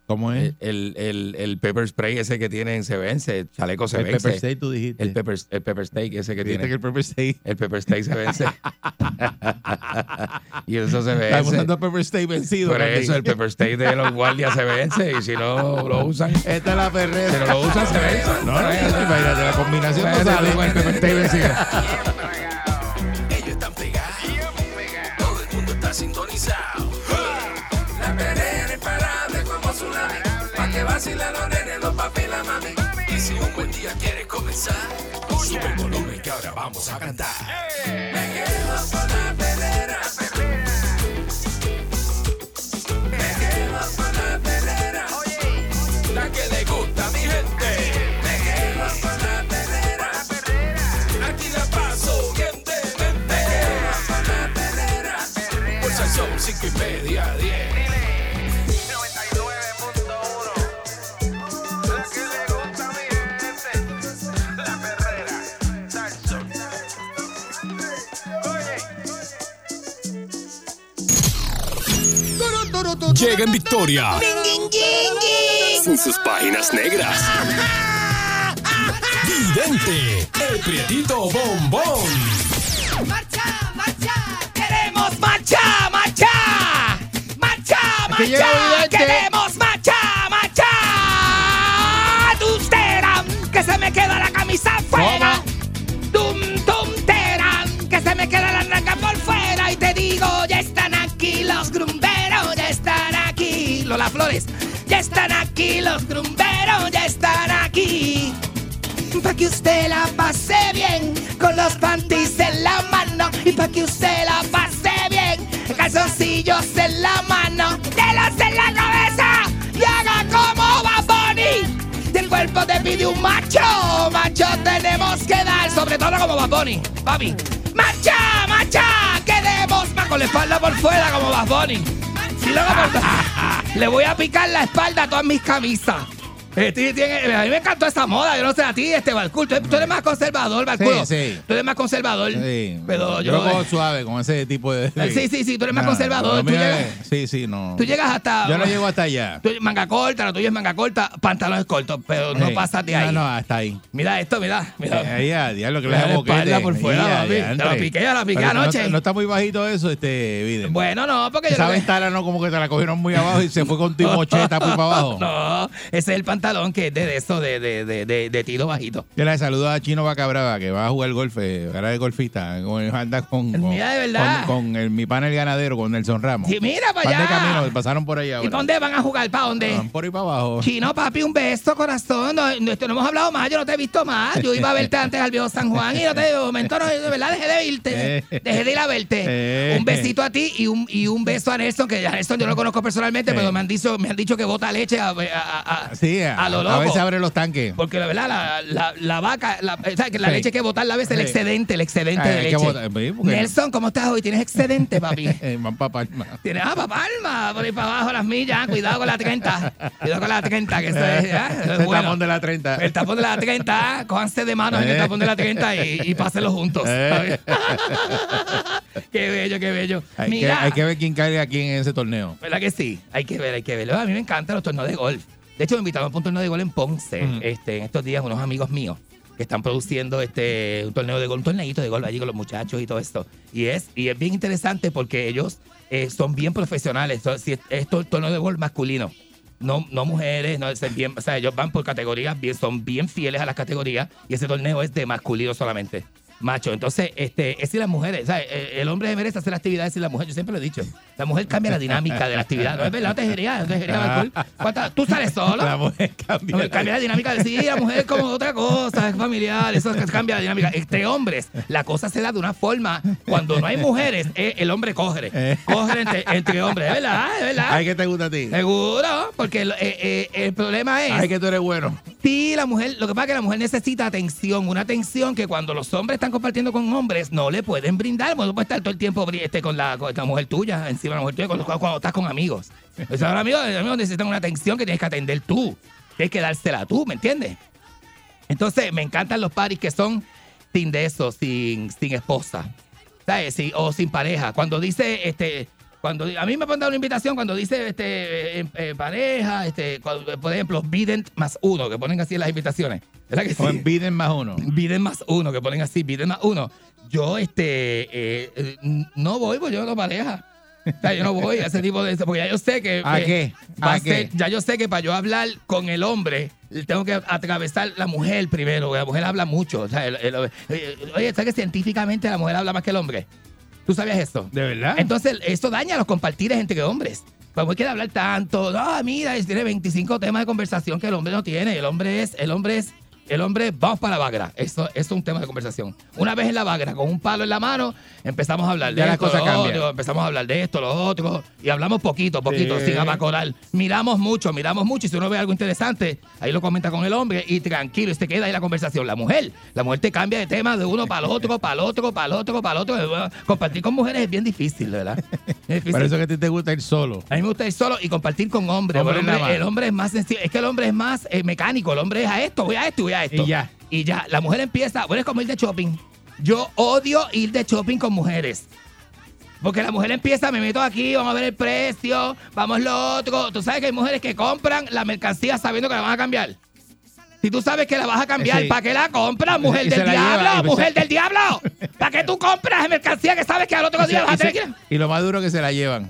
[SPEAKER 4] ¿Cómo es?
[SPEAKER 5] El, el, el, el pepper spray ese que tienen se vence, el chaleco se
[SPEAKER 4] el
[SPEAKER 5] vence.
[SPEAKER 4] Pepper Steak, tú dijiste.
[SPEAKER 5] el, pepper, el pepper steak ese que
[SPEAKER 4] Dijiste
[SPEAKER 5] tiene.
[SPEAKER 4] que el Pepper Steak.
[SPEAKER 5] El pepper steak se vence. y eso se
[SPEAKER 4] Estamos
[SPEAKER 5] vence.
[SPEAKER 4] usando Pepper Steak vencido.
[SPEAKER 5] Por
[SPEAKER 4] Candy.
[SPEAKER 5] eso el pepper steak de los guardias se vence. Y si no lo usan, si
[SPEAKER 4] Esta es la perrera.
[SPEAKER 5] no lo usan, se vence.
[SPEAKER 4] No, no, imagínate, la combinación no
[SPEAKER 5] Vence
[SPEAKER 4] sale.
[SPEAKER 5] con el pepper steak vencido.
[SPEAKER 3] Ellos están pegados. Todo el mundo está sintonizado. La perrera imparable como tsunami. Pa' que vacilen los nenes, los papi y la mami. Y si un buen día quieres comenzar, sube el volumen que ahora vamos a cantar. Me quedo con la perrera. Me quedo con la perrera. La que le gusta a mi gente. Me quedo con la perrera. Aquí la paso bien demente. Pues el son cinco y media a diez.
[SPEAKER 2] 99.1 La que le gusta a mi gente La perrera Salsón Oye
[SPEAKER 1] Llega en victoria. Sin sus páginas negras. presidente, el prietito bombón.
[SPEAKER 5] ¡Marcha, marcha! ¡Queremos marcha, marcha! ¡Marcha, marcha! ¡Queremos marcha, marcha! ¡Dustera! ¡Que se me queda la camisa fuera! ¡Dum, dum, terán! ¡Que se me queda la naranja por fuera! Y te digo, ya están aquí los grumberos, ya están aquí. Lola Flores, ya están aquí los grumberos, ya están aquí pa' que usted la pase bien con los panties en la mano y pa' que usted la pase bien calzoncillos en la mano telos en la cabeza y haga como va Bunny del cuerpo te pide un macho macho tenemos que dar sobre todo como va Bunny papi marcha marcha quedemos más con la espalda por fuera como va Bunny y luego por- le voy a picar la espalda a todas mis camisas eh, ti- tiene- a mí me encantó esa moda, yo no sé a ti, este Balcul. Tú, tú eres más conservador, Balcul.
[SPEAKER 4] sí.
[SPEAKER 5] Tú eres más conservador.
[SPEAKER 4] Sí,
[SPEAKER 5] Pero yo.
[SPEAKER 4] yo lo cojo suave con ese tipo de.
[SPEAKER 5] Sí, sí, sí, tú eres más
[SPEAKER 4] Nah,
[SPEAKER 5] conservador.
[SPEAKER 4] lo
[SPEAKER 5] Tú
[SPEAKER 4] mío
[SPEAKER 5] llegas,
[SPEAKER 4] es- Sí, sí, no.
[SPEAKER 5] tú llegas hasta.
[SPEAKER 4] Yo no llego hasta allá.
[SPEAKER 5] tú- manga corta, lo tuyo es manga corta, pantalones cortos, pero no
[SPEAKER 4] Sí.
[SPEAKER 5] pasas de ahí.
[SPEAKER 4] No, no, hasta ahí.
[SPEAKER 5] Mira esto, mira, mira.
[SPEAKER 4] Eh, Ahí, ah, ya, diablo, que le
[SPEAKER 5] Mira la
[SPEAKER 4] hago
[SPEAKER 5] espalda por fuera,
[SPEAKER 4] Ya,
[SPEAKER 5] papi. Te
[SPEAKER 4] diantre.
[SPEAKER 5] la piqué, ya la piqué
[SPEAKER 4] Pero no-
[SPEAKER 5] anoche.
[SPEAKER 4] No, está muy bajito eso, este, Biden.
[SPEAKER 5] Bueno, no, porque yo
[SPEAKER 4] Esa
[SPEAKER 5] creo que-
[SPEAKER 4] ventana no como que te la cogieron muy abajo y se fue con timocheta muy para abajo.
[SPEAKER 5] No, ese es el pantalón que es de, de eso, de, de, de, de, de tiro bajito.
[SPEAKER 4] Que la saludo a Chino Bacabrava, que va a jugar golf, eh, ahora de golfista, con, anda con, con,
[SPEAKER 5] Mira, de verdad.
[SPEAKER 4] con, con el, mi pan el ganadero, con Nelson Ramos.
[SPEAKER 5] Sí, mira para
[SPEAKER 4] Van de
[SPEAKER 5] allá.
[SPEAKER 4] camino, pasaron por ahí ahora.
[SPEAKER 5] ¿Y pa' dónde van a jugar? ¿Para dónde?
[SPEAKER 4] Van por ahí para abajo.
[SPEAKER 5] Chino, papi, un beso, corazón. No, no, esto no hemos hablado más, yo no te he visto más. Yo iba a verte antes al viejo San Juan y no te de momento, no, de verdad, dejé de irte.
[SPEAKER 4] Eh.
[SPEAKER 5] Dejé de ir a verte.
[SPEAKER 4] Eh.
[SPEAKER 5] Un besito a ti y un, y un beso a Nelson, que a Nelson yo no lo conozco personalmente,
[SPEAKER 4] Eh.
[SPEAKER 5] pero me han dicho, me han dicho que bota leche a, a, a- a-
[SPEAKER 4] Sí,
[SPEAKER 5] a
[SPEAKER 4] a,
[SPEAKER 5] lo
[SPEAKER 4] a veces
[SPEAKER 5] loco.
[SPEAKER 4] abre los tanques.
[SPEAKER 5] porque la verdad, la, la- la vaca, la, o sea, que la
[SPEAKER 4] Sí.
[SPEAKER 5] leche hay que botarla a veces, el
[SPEAKER 4] Sí.
[SPEAKER 5] excedente, el excedente
[SPEAKER 4] Ah,
[SPEAKER 5] de
[SPEAKER 4] hay que
[SPEAKER 5] leche.
[SPEAKER 4] botar, sí, porque-
[SPEAKER 5] Nelson, ¿cómo estás hoy? ¿Tienes excedente, papi?
[SPEAKER 4] Eh, Van para Palma.
[SPEAKER 5] Tienes ah, pa' palma, por ahí para abajo las millas, cuidado con la 30. Cuidado con la 30, que eso es, ah, eso es
[SPEAKER 4] el
[SPEAKER 5] bueno.
[SPEAKER 4] tapón de la 30.
[SPEAKER 5] El tapón de la 30, ah, cójanse de manos en el
[SPEAKER 4] Eh.
[SPEAKER 5] tapón de la 30 y, y pásenlo juntos.
[SPEAKER 4] Eh.
[SPEAKER 5] ¿sabes? qué bello, qué bello.
[SPEAKER 4] Hay que,
[SPEAKER 5] Mira,
[SPEAKER 4] hay que ver quién cae aquí en ese torneo.
[SPEAKER 5] ¿verdad que sí? Hay que ver, hay que verlo. A mí me encantan los torneos de golf. De hecho, me invitaron a un torneo de golf en Ponce
[SPEAKER 4] Mm.
[SPEAKER 5] este, en estos días unos amigos míos que están produciendo este un torneo de golf, un torneito de golf allí con los muchachos y todo esto. Y es, y es bien interesante porque ellos eh, son bien profesionales. So, si es, es tor- torneo de golf masculino. No, no mujeres, no, es bien, o sea, ellos van por categorías, bien, son bien fieles a las categorías y ese torneo es de masculino solamente, macho. Entonces, este, es si las mujeres, o sea, eh, el hombre merece hacer actividades sin la mujer, yo siempre lo he dicho. La mujer cambia la dinámica de la actividad, ¿no es verdad? No te diría, no te diría, Michael. ¿Cuántas- ¿Tú sales solo?
[SPEAKER 4] Ah. La mujer cambia.
[SPEAKER 5] No, cambia la dinámica de sí, la mujer es como otra cosa, es familiar, eso cambia la dinámica. Entre hombres, la cosa se da de una forma. Cuando no hay mujeres, eh, el hombre coge.
[SPEAKER 4] Eh.
[SPEAKER 5] Coge entre, entre hombres, es verdad, es verdad.
[SPEAKER 4] Ay, que te gusta a ti.
[SPEAKER 5] Seguro, porque lo- eh, eh, el problema es.
[SPEAKER 4] Ay, que tú eres bueno.
[SPEAKER 5] Sí, la mujer, lo que pasa es que la mujer necesita atención, una atención que cuando los hombres están compartiendo con hombres no le pueden brindar, porque no puede estar todo el tiempo bri- este, con, la, con la mujer tuya, encima de la mujer tuya, cuando, cuando estás con amigos. O sea, los amigos, los amigos necesitan una atención que tienes que atender tú, tienes que dársela tú, ¿me entiendes? Entonces, me encantan los paris que son sin de eso, sin, sin esposa. ¿Sabes? Sí, o sin pareja. Cuando dice, este, cuando a mí me han dado una invitación cuando dice este eh, eh, pareja, este, cuando, por ejemplo, Biden más uno, que ponen así en las invitaciones. ¿Verdad que
[SPEAKER 4] O
[SPEAKER 5] sí?
[SPEAKER 4] en Biden más uno.
[SPEAKER 5] Biden más uno, que ponen así, Biden más uno. Yo, este, eh, eh, no voy, porque yo no pareja. O sea, yo no voy a ese tipo de... Porque ya yo sé que...
[SPEAKER 4] ¿A
[SPEAKER 5] que
[SPEAKER 4] qué?
[SPEAKER 5] va
[SPEAKER 4] ¿A
[SPEAKER 5] a ser-
[SPEAKER 4] qué?
[SPEAKER 5] ya yo sé que para yo hablar con el hombre, tengo que atravesar la mujer primero, porque la mujer habla mucho. O sea, el- el- el- oye, ¿sabes que científicamente la mujer habla más que el hombre? ¿Tú sabías esto?
[SPEAKER 4] ¿De verdad?
[SPEAKER 5] Entonces, esto daña los compartires entre hombres. Vamos, quiere hablar tanto. Ah, mira, él tiene 25 temas de conversación que el hombre no tiene. El hombre es, el hombre es, el hombre es, vamos para la bagra. Eso, eso es un tema de conversación. Una vez en la bagra, con un palo en la mano, empezamos a hablar de
[SPEAKER 4] Ya las
[SPEAKER 5] esto,
[SPEAKER 4] cosas
[SPEAKER 5] lo
[SPEAKER 4] cambian.
[SPEAKER 5] otro, empezamos a hablar de esto, lo otro, y hablamos poquito, poquito,
[SPEAKER 4] Sí.
[SPEAKER 5] sin abacorar. Miramos mucho, miramos mucho, y si uno ve algo interesante, ahí lo comenta con el hombre, y tranquilo, y se queda ahí la conversación. La mujer, la mujer te cambia de tema de uno para el otro, para el otro, para el otro, para el otro. Compartir con mujeres es bien difícil, ¿verdad? Es difícil.
[SPEAKER 4] Por eso que a ti te gusta ir solo.
[SPEAKER 5] A mí me gusta ir solo y compartir con hombres.
[SPEAKER 4] Hombre
[SPEAKER 5] el,
[SPEAKER 4] nada más.
[SPEAKER 5] hombre, el hombre es más sencillo. Es que el hombre es más eh, mecánico. El hombre es a esto, voy a esto y voy a esto.
[SPEAKER 4] Y ya.
[SPEAKER 5] Y ya. La mujer empieza. Bueno, es como ir de shopping. Yo odio ir de shopping con mujeres. Porque la mujer empieza, me meto aquí, vamos a ver el precio, vamos lo otro. Tú sabes que hay mujeres que compran la mercancía sabiendo que la van a cambiar. Si tú sabes que la vas a cambiar,
[SPEAKER 4] Eh, Sí.
[SPEAKER 5] ¿para qué la compras, mujer
[SPEAKER 4] Y se
[SPEAKER 5] del
[SPEAKER 4] la lleva,
[SPEAKER 5] diablo?
[SPEAKER 4] y pues-
[SPEAKER 5] ¡Mujer del diablo! ¿Para qué tú compras mercancía que sabes que al otro
[SPEAKER 4] Y, se-
[SPEAKER 5] día vas a
[SPEAKER 4] y se-
[SPEAKER 5] tener que...
[SPEAKER 4] y lo más duro que se la llevan.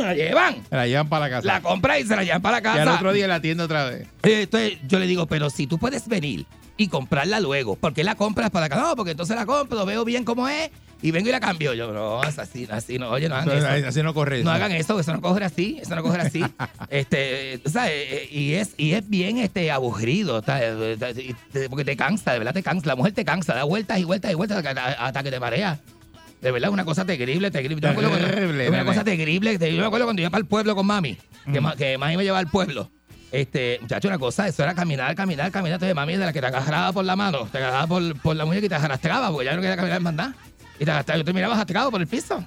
[SPEAKER 5] La llevan,
[SPEAKER 4] Se la llevan para la casa.
[SPEAKER 5] la compras y se la llevan para la
[SPEAKER 4] y al
[SPEAKER 5] casa.
[SPEAKER 4] otro día en la tienda otra vez.
[SPEAKER 5] Eh, Entonces yo le digo, pero si tú puedes venir y comprarla luego, ¿por qué la compras para acá? No, porque entonces la compro, veo bien cómo es y vengo y la cambio. Yo, no, es así, así no, oye, no hagan
[SPEAKER 4] Entonces,
[SPEAKER 5] eso.
[SPEAKER 4] así no corre.
[SPEAKER 5] No hagan eso, eso no coger así, eso no coger así. este, eh, tú sabes, eh, y es, y es bien este aburrido, ¿sabes? Y te- porque te cansa, de verdad te cansa, la mujer te cansa, da vueltas y vueltas y vueltas hasta que- hasta que te marea. De verdad, una cosa terrible, terrible. Yo me acuerdo cuando-
[SPEAKER 4] Terrible,
[SPEAKER 5] una
[SPEAKER 4] nene.
[SPEAKER 5] cosa terrible. te- Yo me acuerdo cuando iba para el pueblo con mami, que, ma- que mami me llevaba al pueblo. Este, muchacho, una cosa, eso era caminar, caminar, caminar. Entonces, mami de la que te agarraba por la mano, te agarraba por, por la muñeca y te arrastraba, porque ya no quería caminar más nada. Y te arrastraba, yo te miraba arrastrado por el piso.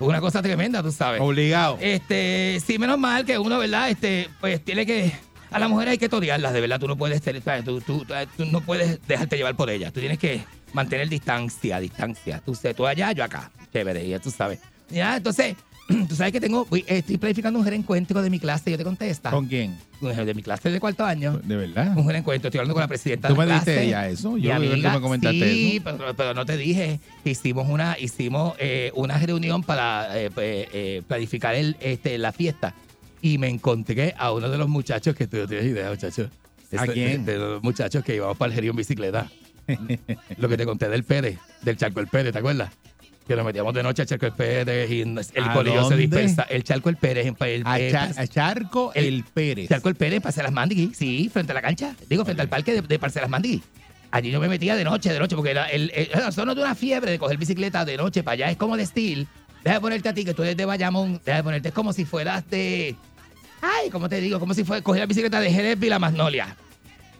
[SPEAKER 5] Una cosa tremenda, tú sabes.
[SPEAKER 4] Obligado.
[SPEAKER 5] Este, sí, menos mal que uno, ¿verdad? Este, pues tiene que. A la mujer hay que torearlas, de verdad. Tú no puedes ser- sabes, tú, tú- tú no puedes dejarte llevar por ellas. Tú tienes que mantener distancia, distancia. Tú, sé, tú allá, yo acá. Chévere, ya tú sabes. Ya, entonces, tú sabes que tengo. uy, Estoy planificando un reencuentro de mi clase, yo te contesta.
[SPEAKER 4] ¿Con quién?
[SPEAKER 5] De mi clase de cuarto año.
[SPEAKER 4] De verdad.
[SPEAKER 5] Un reencuentro, estoy hablando con la presidenta
[SPEAKER 4] ¿Tú
[SPEAKER 5] de
[SPEAKER 4] me
[SPEAKER 5] la
[SPEAKER 4] diste
[SPEAKER 5] clase.
[SPEAKER 4] ya eso?
[SPEAKER 5] Mi
[SPEAKER 4] Yo creo que tú
[SPEAKER 5] amiga,
[SPEAKER 4] me comentaste
[SPEAKER 5] sí,
[SPEAKER 4] eso.
[SPEAKER 5] Pero, pero no te dije. Hicimos una, hicimos eh, una reunión para eh, pues, eh, planificar el, este, la fiesta. Y me encontré a uno de los muchachos que tú no tienes idea, muchachos.
[SPEAKER 4] ¿A quién?
[SPEAKER 5] De, de los muchachos que íbamos para el Jerry en bicicleta. Lo que te conté del Pérez, del Charco El Pérez, ¿te acuerdas? Que nos metíamos de noche al Charco El Pérez y el
[SPEAKER 4] ¿A
[SPEAKER 5] corillo se
[SPEAKER 4] dónde?
[SPEAKER 5] dispersa. El Charco El Pérez en el,
[SPEAKER 4] A,
[SPEAKER 5] eh,
[SPEAKER 4] Char- a Charco el,
[SPEAKER 5] el-
[SPEAKER 4] Pérez.
[SPEAKER 5] Charco el Pérez, Parcelas Mandiguí, sí, frente a la cancha. Digo, frente al parque de, de Parcelas Mandiguí. Allí yo me metía de noche, de noche, porque era el, el, era- eso no es de una fiebre de coger bicicleta de noche para allá, es como de steel. Deja de ponerte a ti, que tú eres de Bayamón, deja de ponerte, es como si fueras de... Ay, ¿cómo te digo? Como si fueras coger la bicicleta de Jerez y la Magnolia.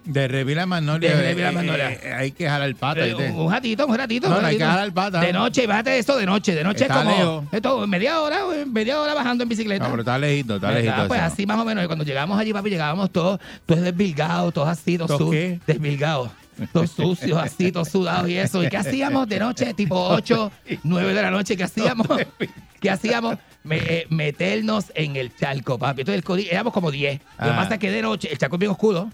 [SPEAKER 4] De Revila Manolia.
[SPEAKER 5] De Revila Manolia.
[SPEAKER 4] eh, hay que jalar el pata.
[SPEAKER 5] Eh,
[SPEAKER 4] ¿viste?
[SPEAKER 5] un, un ratito, un ratito.
[SPEAKER 4] No,
[SPEAKER 5] un
[SPEAKER 4] no, hay
[SPEAKER 5] ratito.
[SPEAKER 4] que jalar pata.
[SPEAKER 5] De noche, y bájate esto de noche, de noche es
[SPEAKER 4] Está
[SPEAKER 5] como...
[SPEAKER 4] lejos.
[SPEAKER 5] Esto, media hora, media hora bajando en bicicleta.
[SPEAKER 4] No, pero está lejito, está lejito.
[SPEAKER 5] ¿Verdad? Pues
[SPEAKER 4] eso.
[SPEAKER 5] así más o menos. Y cuando llegamos allí, papi, llegábamos todos, todos desvilgados, todos así, todos
[SPEAKER 4] ¿Todos
[SPEAKER 5] su-
[SPEAKER 4] qué?
[SPEAKER 5] desvilgados. Todos sucios, así, todos sudados y eso. ¿Y qué hacíamos de noche? Tipo 8, 9 de la noche, ¿qué hacíamos? ¿Qué hacíamos? Me- eh, meternos en el charco, papi. Entonces, el codi- éramos como 10. Lo que
[SPEAKER 4] Ah.
[SPEAKER 5] pasa es que de noche, el charco es bien oscuro.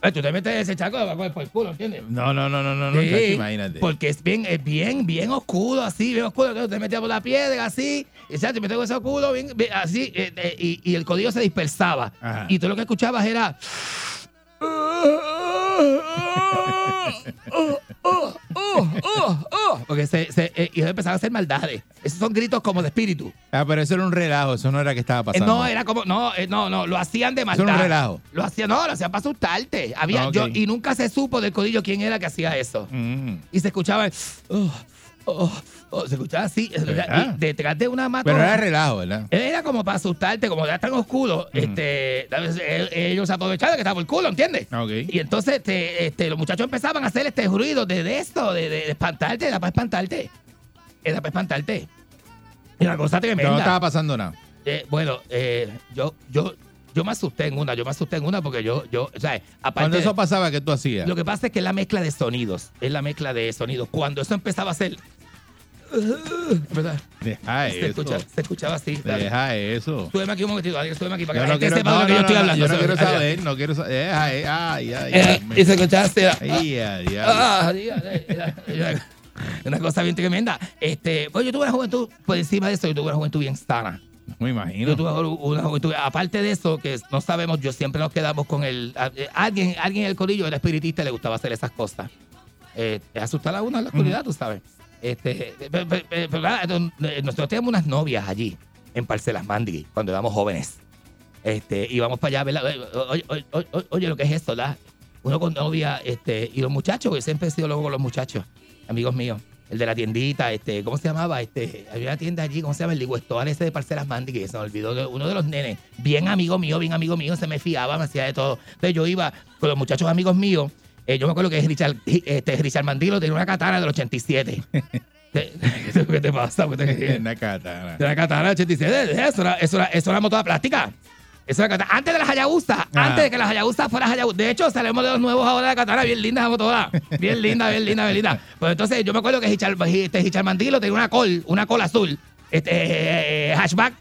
[SPEAKER 5] Eh, tú te metes en ese charco por el culo, ¿entiendes?
[SPEAKER 4] No, no, no, no, no, no,
[SPEAKER 5] Sí,
[SPEAKER 4] chacho, imagínate.
[SPEAKER 5] Porque es bien, es bien, bien oscuro, así, bien oscuro. Entonces te metías por la piedra, así, y ¿sabes? te metías con ese culo, bien, bien, así, eh, eh, y, y el codillo se dispersaba.
[SPEAKER 4] Ajá.
[SPEAKER 5] Y tú lo que escuchabas era. Porque se, se- eh, y ellos empezaban a hacer maldades. Esos son gritos como de espíritu.
[SPEAKER 4] Ah, pero eso era un relajo, eso no era que estaba
[SPEAKER 5] Eh,
[SPEAKER 4] pasando.
[SPEAKER 5] No, era como, no, eh, no, no, lo hacían de
[SPEAKER 4] Eso
[SPEAKER 5] maldad.
[SPEAKER 4] era un relajo.
[SPEAKER 5] Lo hacían, no, lo hacían para asustarte. Había,
[SPEAKER 4] Ah, ok.
[SPEAKER 5] yo, y nunca se supo del codillo quién era que hacía eso
[SPEAKER 4] Mm.
[SPEAKER 5] y se escuchaba el, oh, oh, oh, se escuchaba así se escuchaba-
[SPEAKER 4] ¿Verdad?
[SPEAKER 5] y detrás de una mata
[SPEAKER 4] Pero era relajo, Mm. ¿verdad?
[SPEAKER 5] era como para asustarte como ya tan oscuro este tal vez, eh, ellos aprovecharon que estaba por el culo ¿entiendes?
[SPEAKER 4] Ah, ok.
[SPEAKER 5] y entonces este, este, los muchachos empezaban a hacer este ruido de, de esto de, de- de espantarte era para espantarte era para espantarte era una cosa
[SPEAKER 4] Pero
[SPEAKER 5] tremenda
[SPEAKER 4] no estaba pasando nada.
[SPEAKER 5] eh, bueno, eh, yo, yo, yo me asusté en una, yo me asusté en una porque yo, yo, o sea, aparte.
[SPEAKER 4] Cuando
[SPEAKER 5] de-
[SPEAKER 4] eso pasaba, ¿qué tú hacías?
[SPEAKER 5] lo que pasa es que es la mezcla de sonidos. Es la mezcla de sonidos. Cuando eso empezaba a ser. ¿Verdad?
[SPEAKER 4] Deja
[SPEAKER 5] Se,
[SPEAKER 4] eso.
[SPEAKER 5] escucha- se escuchaba así. Dale.
[SPEAKER 4] Deja eso.
[SPEAKER 5] Súbeme aquí un momentito, Adrián, súbeme aquí para
[SPEAKER 4] Yo
[SPEAKER 5] que la
[SPEAKER 4] no
[SPEAKER 5] gente
[SPEAKER 4] quiero,
[SPEAKER 5] sepa
[SPEAKER 4] no,
[SPEAKER 5] de lo que
[SPEAKER 4] no,
[SPEAKER 5] yo estoy
[SPEAKER 4] no,
[SPEAKER 5] hablando.
[SPEAKER 4] yo no quiero
[SPEAKER 5] Adrián.
[SPEAKER 4] saber, no quiero saber. Deja, eh, ay, ay,
[SPEAKER 5] Eh,
[SPEAKER 4] ay.
[SPEAKER 5] y se escuchaba así. era, ah,
[SPEAKER 4] Ay, ay, ay.
[SPEAKER 5] ah, ay, ay, ay, ay. Una cosa bien tremenda. Este, pues yo tuve una juventud, por encima de eso, yo tuve una juventud bien sana. Yo
[SPEAKER 4] Me imagino.
[SPEAKER 5] tuve una juventud. Aparte de eso, que no sabemos, yo siempre nos quedamos con el. a- eh, Alguien, alguien en el corillo era espiritista y le gustaba hacer esas cosas. Eh, asustar a uno en la oscuridad, tú sabes. Este, eh, pe- pe- pe- pero nada, don- eh, nosotros teníamos unas novias allí, en Parcelas Mandi, cuando éramos jóvenes. Este, íbamos para allá, ¿verdad? Oye, oye, oye, oye, oye, lo que es esto, ¿verdad? Uno con novia, este, y los muchachos, yo siempre he sido loco con los muchachos, amigos míos. El de la tiendita, este, ¿cómo se llamaba? Este, había una tienda allí, ¿cómo se llama? El Liguestoal ese de Parcelas Mandi, que se me olvidó. de- Uno de los nenes, bien amigo mío, bien amigo mío, se me fiaba, me hacía de todo. Entonces yo iba con los muchachos amigos míos. eh, yo me acuerdo que Richard, este, Richard Mandilo tenía una katana del 87. ¿Qué qué te pasa? ¿Qué te-
[SPEAKER 4] Una katana.
[SPEAKER 5] de la katana 86. eh, Eso era, eso era, eso era moto de plástica. Eso era katana. Antes de las Hayabusa.
[SPEAKER 4] Ah.
[SPEAKER 5] Antes de que las Hayabusa fueran Hayabusa. De hecho, salimos de los nuevos ahora de katana. Bien linda esa motora. Bien linda, bien linda, bien linda. Pues entonces yo me acuerdo que Hichar, este, Hichar Mandilo tenía una col, una col azul. Este, eh, eh, hatchback.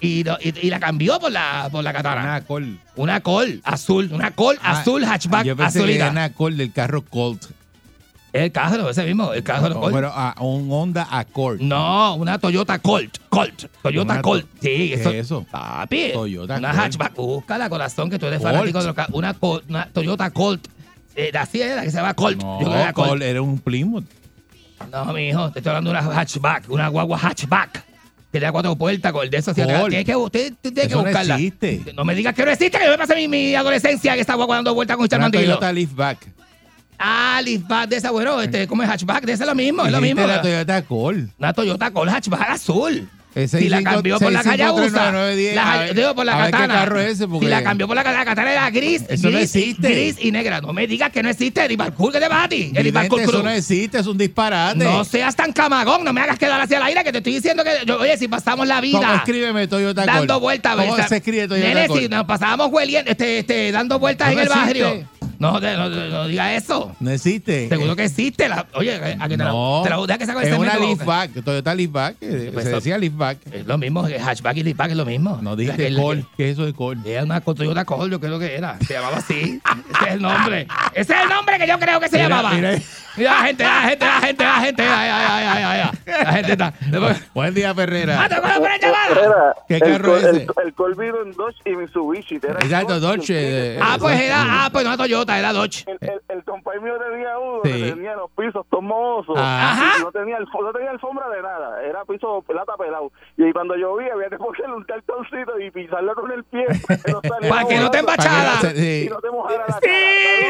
[SPEAKER 5] Y, no- y- y la cambió por la, por la katana.
[SPEAKER 4] Una Col.
[SPEAKER 5] Una Col azul, una Col
[SPEAKER 4] Ah,
[SPEAKER 5] azul hatchback
[SPEAKER 4] Yo pensé que era
[SPEAKER 5] azulita.
[SPEAKER 4] una Col del carro Colt.
[SPEAKER 5] El carro, ese mismo, el carro Col.
[SPEAKER 4] Bueno, a un Honda Accord.
[SPEAKER 5] No, una Toyota Colt, Colt, Toyota
[SPEAKER 4] Una to-
[SPEAKER 5] Colt. Sí,
[SPEAKER 4] ¿Qué es
[SPEAKER 5] eso.
[SPEAKER 4] eso?
[SPEAKER 5] Papi,
[SPEAKER 4] Toyota
[SPEAKER 5] una
[SPEAKER 4] Colt.
[SPEAKER 5] hatchback. Búscala, corazón, que tú eres
[SPEAKER 4] Colt.
[SPEAKER 5] fanático de los ca- una, Col- una Toyota Colt. Eh, así era, que se llama Colt.
[SPEAKER 4] No,
[SPEAKER 5] Yo creo que era Colt.
[SPEAKER 4] Colt era un Plymouth.
[SPEAKER 5] No, mi hijo, te estoy hablando de una hatchback, una guagua hatchback. Que tenía cuatro puertas con el de esos hacia atrás.
[SPEAKER 4] Colt.
[SPEAKER 5] Tienes que, usted, usted tiene que
[SPEAKER 4] Eso no
[SPEAKER 5] buscarla.
[SPEAKER 4] existe.
[SPEAKER 5] No me digas que no existe, que yo me pasé mi, mi adolescencia que esta guagua dando vueltas con un
[SPEAKER 4] Una
[SPEAKER 5] charmandilo.
[SPEAKER 4] Toyota Leafback.
[SPEAKER 5] Ah, liftback de esa, bueno, este, ¿cómo es hatchback? De esa es lo mismo, es lo
[SPEAKER 4] Dijiste
[SPEAKER 5] mismo.
[SPEAKER 4] La Toyota Colt.
[SPEAKER 5] Una Toyota con hatchback azul.
[SPEAKER 4] Es
[SPEAKER 5] Si la
[SPEAKER 4] 65-
[SPEAKER 5] cambió por la
[SPEAKER 4] 65-
[SPEAKER 5] calle USA,
[SPEAKER 4] 3910,
[SPEAKER 5] la,
[SPEAKER 4] a
[SPEAKER 5] ha-
[SPEAKER 4] ver-
[SPEAKER 5] digo, por la
[SPEAKER 4] a ver qué
[SPEAKER 5] katana.
[SPEAKER 4] carro es ese, porque-
[SPEAKER 5] Si la cambió por la katana, la katana era gris,
[SPEAKER 4] Eso no
[SPEAKER 5] gris,
[SPEAKER 4] existe.
[SPEAKER 5] gris y negra. No me digas que no existe, el Ibarcur, que te vas a ti. El
[SPEAKER 4] Vidente,
[SPEAKER 5] Ibarcur
[SPEAKER 4] eso
[SPEAKER 5] Cruz.
[SPEAKER 4] no existe, es un disparate.
[SPEAKER 5] No seas tan camagón, no me hagas quedar hacia el aire, que te estoy diciendo que, yo- oye, si pasamos la vida
[SPEAKER 4] ¿Cómo escríbeme Toyota Colt?
[SPEAKER 5] dando vueltas,
[SPEAKER 4] ¿Cómo
[SPEAKER 5] ¿verdad?
[SPEAKER 4] se escribe Toyota
[SPEAKER 5] Nene,
[SPEAKER 4] Colt?
[SPEAKER 5] si nos pasábamos hueliendo, este, este, dando vueltas
[SPEAKER 4] No
[SPEAKER 5] en el
[SPEAKER 4] existe.
[SPEAKER 5] barrio. No, de- no, no, no diga eso.
[SPEAKER 4] No existe.
[SPEAKER 5] Seguro que existe. La, oye, a que te
[SPEAKER 4] no,
[SPEAKER 5] la, te la deja que saco el
[SPEAKER 4] es una
[SPEAKER 5] cemento de la boca.
[SPEAKER 4] Leafback, Toyota Leafback, eh,
[SPEAKER 5] Pues
[SPEAKER 4] se
[SPEAKER 5] eso-
[SPEAKER 4] decía Leafback.
[SPEAKER 5] Es lo mismo, que hatchback y liftback es lo mismo.
[SPEAKER 4] No
[SPEAKER 5] La que-
[SPEAKER 4] dijiste
[SPEAKER 5] la que-
[SPEAKER 4] Colt, ¿qué es eso de Colt?
[SPEAKER 5] Era una co- Toyota Col, yo creo que era. Se llamaba así. Ese es el nombre. Ese es el nombre que yo creo que se
[SPEAKER 4] Mira,
[SPEAKER 5] llamaba. Mira,
[SPEAKER 4] mira.
[SPEAKER 5] la gente, la gente, la gente, la gente. Ay, ay, ay, ay, ay, ay. La gente está.
[SPEAKER 4] Buen día,
[SPEAKER 5] ¡Ah,
[SPEAKER 4] Ferrera.
[SPEAKER 5] te acuerdas por el llamado!
[SPEAKER 9] Era
[SPEAKER 4] ¿Qué
[SPEAKER 9] el
[SPEAKER 4] carro
[SPEAKER 9] Col-
[SPEAKER 4] es ese?
[SPEAKER 9] El, el Colvido en Dodge y Mitsubishi. Era el
[SPEAKER 4] Exacto,
[SPEAKER 9] Dodge,
[SPEAKER 4] Dolce. eh,
[SPEAKER 5] Ah, pues
[SPEAKER 4] Dolce.
[SPEAKER 5] era, ah, pues no Toyota, era Dodge.
[SPEAKER 9] El, el, el compañero tenía uno
[SPEAKER 4] Sí.
[SPEAKER 9] que tenía los pisos todos mohosos.
[SPEAKER 5] Ah.
[SPEAKER 4] Ajá.
[SPEAKER 9] Y No tenía, alf- no tenía alfombra de nada. Era piso plata pelado. Y cuando llovía había que ponerle un cartoncito y pisarlo con el pie.
[SPEAKER 5] Para que no te embachara.
[SPEAKER 4] Para que no se-
[SPEAKER 9] Ah, Y no te mojara la
[SPEAKER 5] Sí,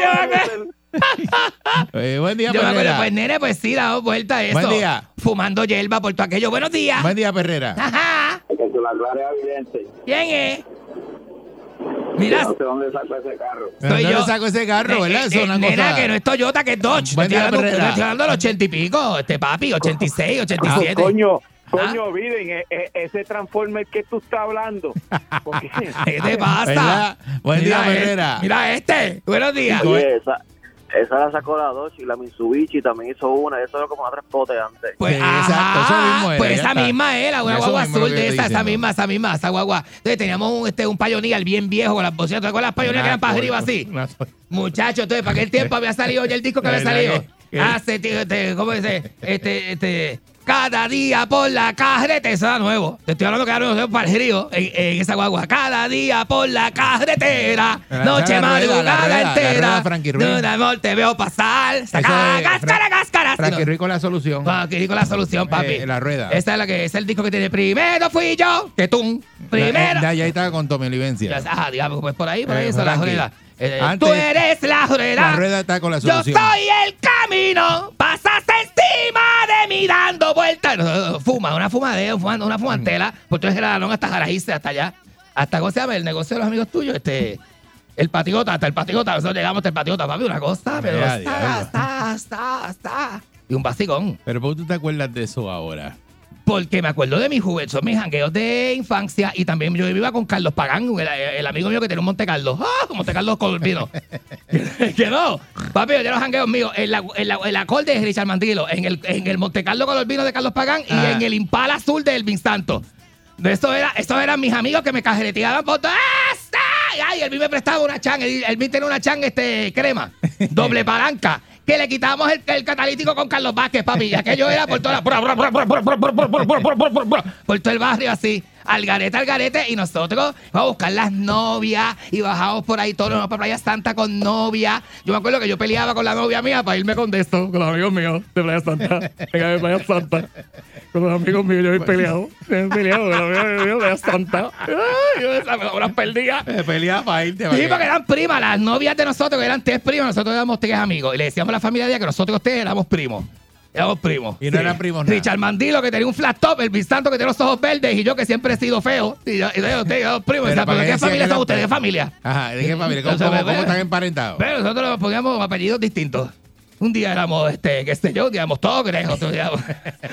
[SPEAKER 9] cara.
[SPEAKER 5] yo
[SPEAKER 9] Saludos,
[SPEAKER 4] Eh, buen día,
[SPEAKER 5] Yo me acuerdo,
[SPEAKER 4] Ferrera.
[SPEAKER 5] pues nene, pues sí, la dos vueltas eso.
[SPEAKER 4] Buen día.
[SPEAKER 5] Fumando hierba por todo aquello. Buenos días.
[SPEAKER 4] Buen día, Ferrera.
[SPEAKER 5] Ajá.
[SPEAKER 9] Miguel. Que su larvar es evidente.
[SPEAKER 5] ¿Quién es? Mira,
[SPEAKER 9] sé dónde sacó ese carro.
[SPEAKER 4] Pero
[SPEAKER 5] soy
[SPEAKER 4] no
[SPEAKER 5] yo.
[SPEAKER 4] le saco ese carro,
[SPEAKER 5] Eh,
[SPEAKER 4] ¿verdad?
[SPEAKER 5] eh,
[SPEAKER 4] Eso es una
[SPEAKER 5] eh, nena,
[SPEAKER 4] cosa-
[SPEAKER 5] que no es Toyota, que es Dodge.
[SPEAKER 4] Buen
[SPEAKER 5] Estoy
[SPEAKER 4] día,
[SPEAKER 5] hablando,
[SPEAKER 4] Herrera.
[SPEAKER 5] estoy hablando del ochenta y pico, este papi, 86,
[SPEAKER 4] Ah,
[SPEAKER 5] 87.
[SPEAKER 9] Coño,
[SPEAKER 5] coño,
[SPEAKER 9] Biden, e, ese transformer que tú estás hablando.
[SPEAKER 5] ¿Qué te pasa?
[SPEAKER 4] ¿Verdad? Buen día,
[SPEAKER 5] este-
[SPEAKER 4] Herrera.
[SPEAKER 5] mira este. Buenos días.
[SPEAKER 4] Oye,
[SPEAKER 9] esa, esa la sacó la Dodge y la Mitsubishi también hizo una. Eso era como a tres potes antes.
[SPEAKER 5] Pues,
[SPEAKER 4] Sí,
[SPEAKER 5] ajá,
[SPEAKER 4] exacto, eso mismo era,
[SPEAKER 5] pues
[SPEAKER 4] ya
[SPEAKER 5] esa
[SPEAKER 4] está.
[SPEAKER 5] misma era, una
[SPEAKER 4] Eso
[SPEAKER 5] guagua
[SPEAKER 4] mismo es lo
[SPEAKER 5] azul
[SPEAKER 4] que
[SPEAKER 5] de
[SPEAKER 4] estoy
[SPEAKER 5] esa, esa
[SPEAKER 4] diciendo.
[SPEAKER 5] misma, esa misma, esa guagua. Entonces teníamos un, este, un pioneer bien viejo con las bocinas, ¿te acuerdas las pioneer que eran para
[SPEAKER 4] Una
[SPEAKER 5] arriba
[SPEAKER 4] Colt,
[SPEAKER 5] así?
[SPEAKER 4] una Toyota.
[SPEAKER 5] Muchachos, entonces, ¿para qué el tiempo había salido ya el disco que
[SPEAKER 4] La
[SPEAKER 5] había
[SPEAKER 4] verdad
[SPEAKER 5] salido?
[SPEAKER 4] que- que-
[SPEAKER 5] Hace, tío, este, ¿cómo dice? Este, este, cada día por la carretera, eso era nuevo. Te estoy hablando que era nuevo para el río, en, en esa guagua. Cada día por la carretera,
[SPEAKER 4] Era-
[SPEAKER 5] noche
[SPEAKER 4] era la rueda,
[SPEAKER 5] madrugada
[SPEAKER 4] la rueda, la
[SPEAKER 5] entera.
[SPEAKER 4] rueda Frankie Ruiz.
[SPEAKER 5] de un amor te veo pasar, saca,
[SPEAKER 4] Ese-
[SPEAKER 5] cáscara,
[SPEAKER 4] Fra-
[SPEAKER 5] cáscara.
[SPEAKER 4] Frankie Ruiz con la solución.
[SPEAKER 5] Ah, aquí con la solución, papi.
[SPEAKER 4] Eh, la rueda.
[SPEAKER 5] Esa es la que es el disco que tiene. Primero fui yo, que tú. Primero.
[SPEAKER 4] Ya, ya estaba con Tommy
[SPEAKER 5] Ya,
[SPEAKER 4] Olivencia.
[SPEAKER 5] ajá, digamos, pues por ahí, por ahí,
[SPEAKER 4] Eh,
[SPEAKER 5] eso, la
[SPEAKER 4] Frankie.
[SPEAKER 5] rueda. Eh,
[SPEAKER 4] Antes-
[SPEAKER 5] tú eres la rueda.
[SPEAKER 4] La rueda está con la
[SPEAKER 5] Yo
[SPEAKER 4] solución.
[SPEAKER 5] soy el camino. Pasaste encima de mí dando vueltas. No, no, no, Fuma, una fumadera, fumando, una
[SPEAKER 4] Mm.
[SPEAKER 5] fumantela. Pues Por todo el Geralón hasta Jaraíce, hasta allá. Hasta, ¿cómo se llama? El negocio de los amigos tuyos, este... El patiota, hasta el patiota. Nosotros llegamos hasta el patiota, papi, una cosa, pero...
[SPEAKER 4] Ya,
[SPEAKER 5] Está,
[SPEAKER 4] ya,
[SPEAKER 5] está, está, está. Y un basicón.
[SPEAKER 4] Pero ¿por qué tú te acuerdas de eso ahora?
[SPEAKER 5] Porque me acuerdo de mi juventud, son mis jangueos de infancia y también yo vivía con Carlos Pagán, el, el amigo mío que tenía un Monte Carlo. ¡Ah! Monte Carlo Corvino. que no, papi, yo tenía los jangueos míos en la, en la- en la Col de Richard Mandilo, en el, en el Monte Carlo Corvino de Carlos Pagán y
[SPEAKER 4] Ah.
[SPEAKER 5] en el Impala Azul de Elvin Santos. Eso era, esos eran mis amigos que me cajereteaban por todo. ¡Ah! ¡Sí! Ay, Elvin me prestaba una chan, Elvin Elvin tenía una chan este, crema, doble palanca. Que le quitábamos el, el catalítico con Carlos Vázquez, papi. Y aquello era por toda la- por todo el barrio así, al garete, al garete, y nosotros vamos a buscar las novias y bajamos por ahí todos nos vamos para Playa Santa con novia. Yo me acuerdo que yo peleaba con la novia mía para irme con de esto, con los amigos míos de Playa Santa, de Playa Santa. Con los amigos míos yo he peleado, yo he peleado con los amigos míos de Playa Santa. Ay, yo esa me la perdía.
[SPEAKER 4] Te peleaba para irte.
[SPEAKER 5] Sí, porque eran primas, las novias de nosotros, que eran tres primas, nosotros éramos tres amigos. Y le decíamos a la familia de ella que nosotros tres éramos primos. Éramos primos.
[SPEAKER 4] Y no eran primos nada.
[SPEAKER 5] Richard Mandilo, que tenía un flat top, el Bisanto, que tenía los ojos verdes, y yo, que siempre he sido feo. Y yo, y yo, ustedes, éramos primos.
[SPEAKER 4] Pero
[SPEAKER 5] O sea,
[SPEAKER 4] ¿para
[SPEAKER 5] ¿pero
[SPEAKER 4] qué
[SPEAKER 5] ¿Qué
[SPEAKER 4] decían
[SPEAKER 5] familia son
[SPEAKER 4] que eran
[SPEAKER 5] ustedes? ¿Qué
[SPEAKER 4] primos?
[SPEAKER 5] familia?
[SPEAKER 4] Ajá, ¿de qué familia? ¿Cómo,
[SPEAKER 5] Entonces, pues, pero-
[SPEAKER 4] cómo- cómo están emparentados?
[SPEAKER 5] Pero nosotros nos poníamos apellidos distintos. Un día éramos, este, qué sé yo, un día éramos Togres, otro día,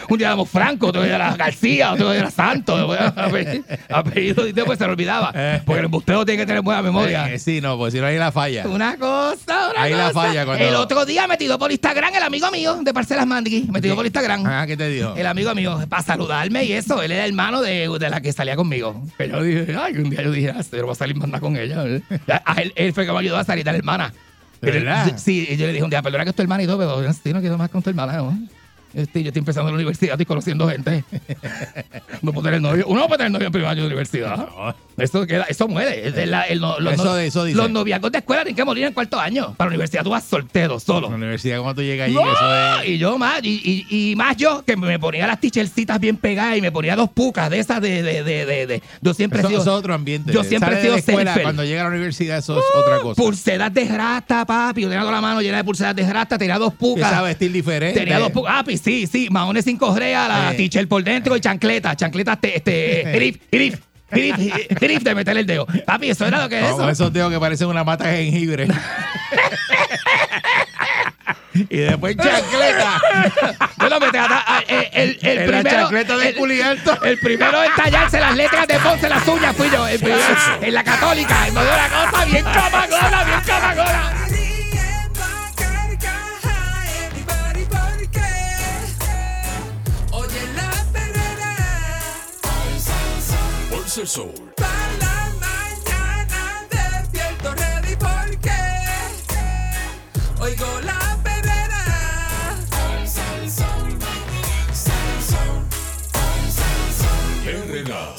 [SPEAKER 5] un día éramos Franco, otro día era García, otro día era Santos, después era apellido, apellido, y después se lo olvidaba, porque el embustero tiene que tener buena memoria.
[SPEAKER 4] Eh, sí, no, pues si no hay la falla.
[SPEAKER 5] Una cosa, una
[SPEAKER 4] Ahí la
[SPEAKER 5] cosa.
[SPEAKER 4] falla cuando-
[SPEAKER 5] El otro día me tiró por Instagram el amigo mío de Parcelas Mandri, me tiró por Instagram.
[SPEAKER 4] Ajá, Ah, ¿qué te dijo?
[SPEAKER 5] El amigo mío, para saludarme y eso, él era hermano de, de la que salía conmigo. Pero yo dije, ay, un día yo dije, ah, yo voy a salir más nada con ella. A- a él, él fue que me ayudó a salir de la hermana.
[SPEAKER 4] ¿De
[SPEAKER 5] Pero-
[SPEAKER 4] verdad?
[SPEAKER 5] Sí, y yo le dije un día, perdona que es tu hermana y todo, pero yo no quiero más con tu hermana, ¿no? Este, yo estoy empezando en la universidad, estoy conociendo gente. No puedo tener novio. Uno no puede tener novio en primer año de universidad. Eso, queda, eso muere. Es de la- el no- los,
[SPEAKER 4] Eso-
[SPEAKER 5] no-
[SPEAKER 4] eso dice.
[SPEAKER 5] los noviazgos de escuela tienen que morir en cuarto año. Para la universidad tú vas soltero, solo.
[SPEAKER 4] En la universidad, ¿cómo tú llegas allí?
[SPEAKER 5] ¡No!
[SPEAKER 4] Eso es.
[SPEAKER 5] Y yo más, y, y- y más yo, que me ponía las tichercitas bien pegadas y me ponía dos pucas de esas de, de, de, de, de- Yo siempre he
[SPEAKER 4] Eso,
[SPEAKER 5] sido-
[SPEAKER 4] eso es otro ambiente.
[SPEAKER 5] Yo siempre
[SPEAKER 4] Sale
[SPEAKER 5] he
[SPEAKER 4] de
[SPEAKER 5] sido
[SPEAKER 4] la escuela,
[SPEAKER 5] selfie.
[SPEAKER 4] cuando llega a la universidad, eso es otra cosa.
[SPEAKER 5] Pulseras de rasta, papi. Yo tenía toda la mano llena de pulseras de rasta, tenía dos pucas.
[SPEAKER 4] Empieza a vestir diferente.
[SPEAKER 5] Tenía dos pucas. Ah, pi- sí, sí. Mahones sin correa, la
[SPEAKER 4] Eh.
[SPEAKER 5] t-shirt por dentro y chancleta. Chancleta, este, este, grip, grip, grip, grip de meter el dedo. Papi, eso era lo que es
[SPEAKER 4] Como
[SPEAKER 5] eso.
[SPEAKER 4] esos dedos que parecen una mata de jengibre. y después chancleta.
[SPEAKER 5] Bueno, me trata- ah, eh, el, el,
[SPEAKER 4] En la
[SPEAKER 5] primero,
[SPEAKER 4] chancleta de
[SPEAKER 5] el-
[SPEAKER 4] culi alto.
[SPEAKER 5] El primero en tallarse las letras de Ponce, las uñas fui yo. El primero, en la católica. En donde una cosa bien camagona, bien camagona.
[SPEAKER 10] Riendo a carcaja, everybody, porque Oye la perrera
[SPEAKER 1] Por ser soul.
[SPEAKER 10] para la mañana despierto ready porque oigo la perrera
[SPEAKER 1] Herrera.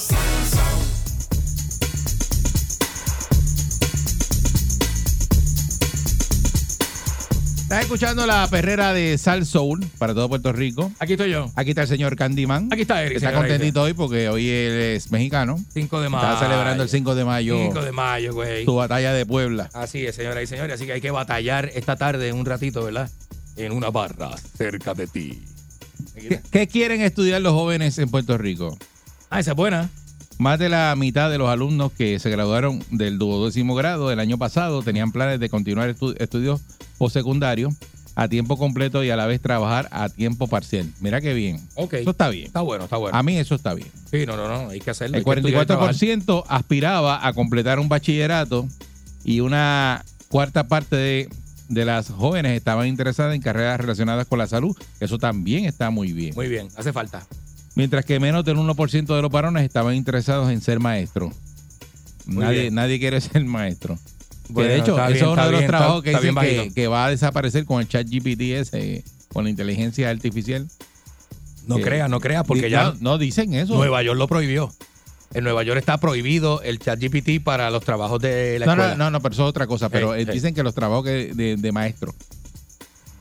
[SPEAKER 4] Estás escuchando la perrera de Sal Soul para todo Puerto Rico.
[SPEAKER 5] Aquí estoy yo.
[SPEAKER 4] Aquí está el señor Candyman.
[SPEAKER 5] Aquí está Eric,
[SPEAKER 4] que Está
[SPEAKER 5] señora
[SPEAKER 4] contentito hoy porque hoy él es mexicano.
[SPEAKER 5] 5 de
[SPEAKER 4] Está celebrando el 5 de mayo
[SPEAKER 5] 5 de mayo, güey.
[SPEAKER 4] su batalla de Puebla.
[SPEAKER 5] Así es, señoras y señores. Así que hay que batallar esta tarde un ratito, ¿verdad? En una barra cerca de ti.
[SPEAKER 4] ¿Qué, qué quieren estudiar los jóvenes en Puerto Rico?
[SPEAKER 5] Ah, esa es buena.
[SPEAKER 4] Más de la mitad de los alumnos que se graduaron del duodécimo grado del año pasado tenían planes de continuar estu- estudios postsecundarios a tiempo completo y a la vez trabajar a tiempo parcial. Mira qué bien.
[SPEAKER 5] Ok.
[SPEAKER 4] Eso está bien.
[SPEAKER 5] Está bueno, está bueno.
[SPEAKER 4] A mí eso está bien.
[SPEAKER 5] Sí, no, no, no. Hay que hacerlo.
[SPEAKER 4] El
[SPEAKER 5] hay que estudiar y trabajar.
[SPEAKER 4] 44% aspiraba a completar un bachillerato y una cuarta parte de, de las jóvenes estaban interesadas en carreras relacionadas con la salud. Eso también está muy bien.
[SPEAKER 5] Muy bien, hace falta.
[SPEAKER 4] Mientras que menos del 1% de los varones estaban interesados en ser maestros.
[SPEAKER 5] Muy
[SPEAKER 4] Nadie,
[SPEAKER 5] bien.
[SPEAKER 4] nadie quiere ser maestro. Que
[SPEAKER 5] Bueno,
[SPEAKER 4] de hecho,
[SPEAKER 5] está
[SPEAKER 4] eso
[SPEAKER 5] bien,
[SPEAKER 4] es uno
[SPEAKER 5] está
[SPEAKER 4] de los
[SPEAKER 5] bien,
[SPEAKER 4] trabajos
[SPEAKER 5] está-
[SPEAKER 4] que
[SPEAKER 5] está
[SPEAKER 4] dicen
[SPEAKER 5] bien
[SPEAKER 4] que,
[SPEAKER 5] bajito.
[SPEAKER 4] que va a desaparecer con el chat GPT ese, con la inteligencia artificial.
[SPEAKER 5] No
[SPEAKER 4] Eh,
[SPEAKER 5] creas, no creas, porque
[SPEAKER 4] Di-
[SPEAKER 5] ya
[SPEAKER 4] no, no dicen eso.
[SPEAKER 5] Nueva York lo prohibió. En Nueva York está prohibido el chat GPT para los trabajos de la
[SPEAKER 4] no,
[SPEAKER 5] escuela.
[SPEAKER 4] no, no, no, pero eso es otra cosa. Pero
[SPEAKER 5] Ey,
[SPEAKER 4] eh,
[SPEAKER 5] ey.
[SPEAKER 4] dicen que los trabajos que- de, de maestro.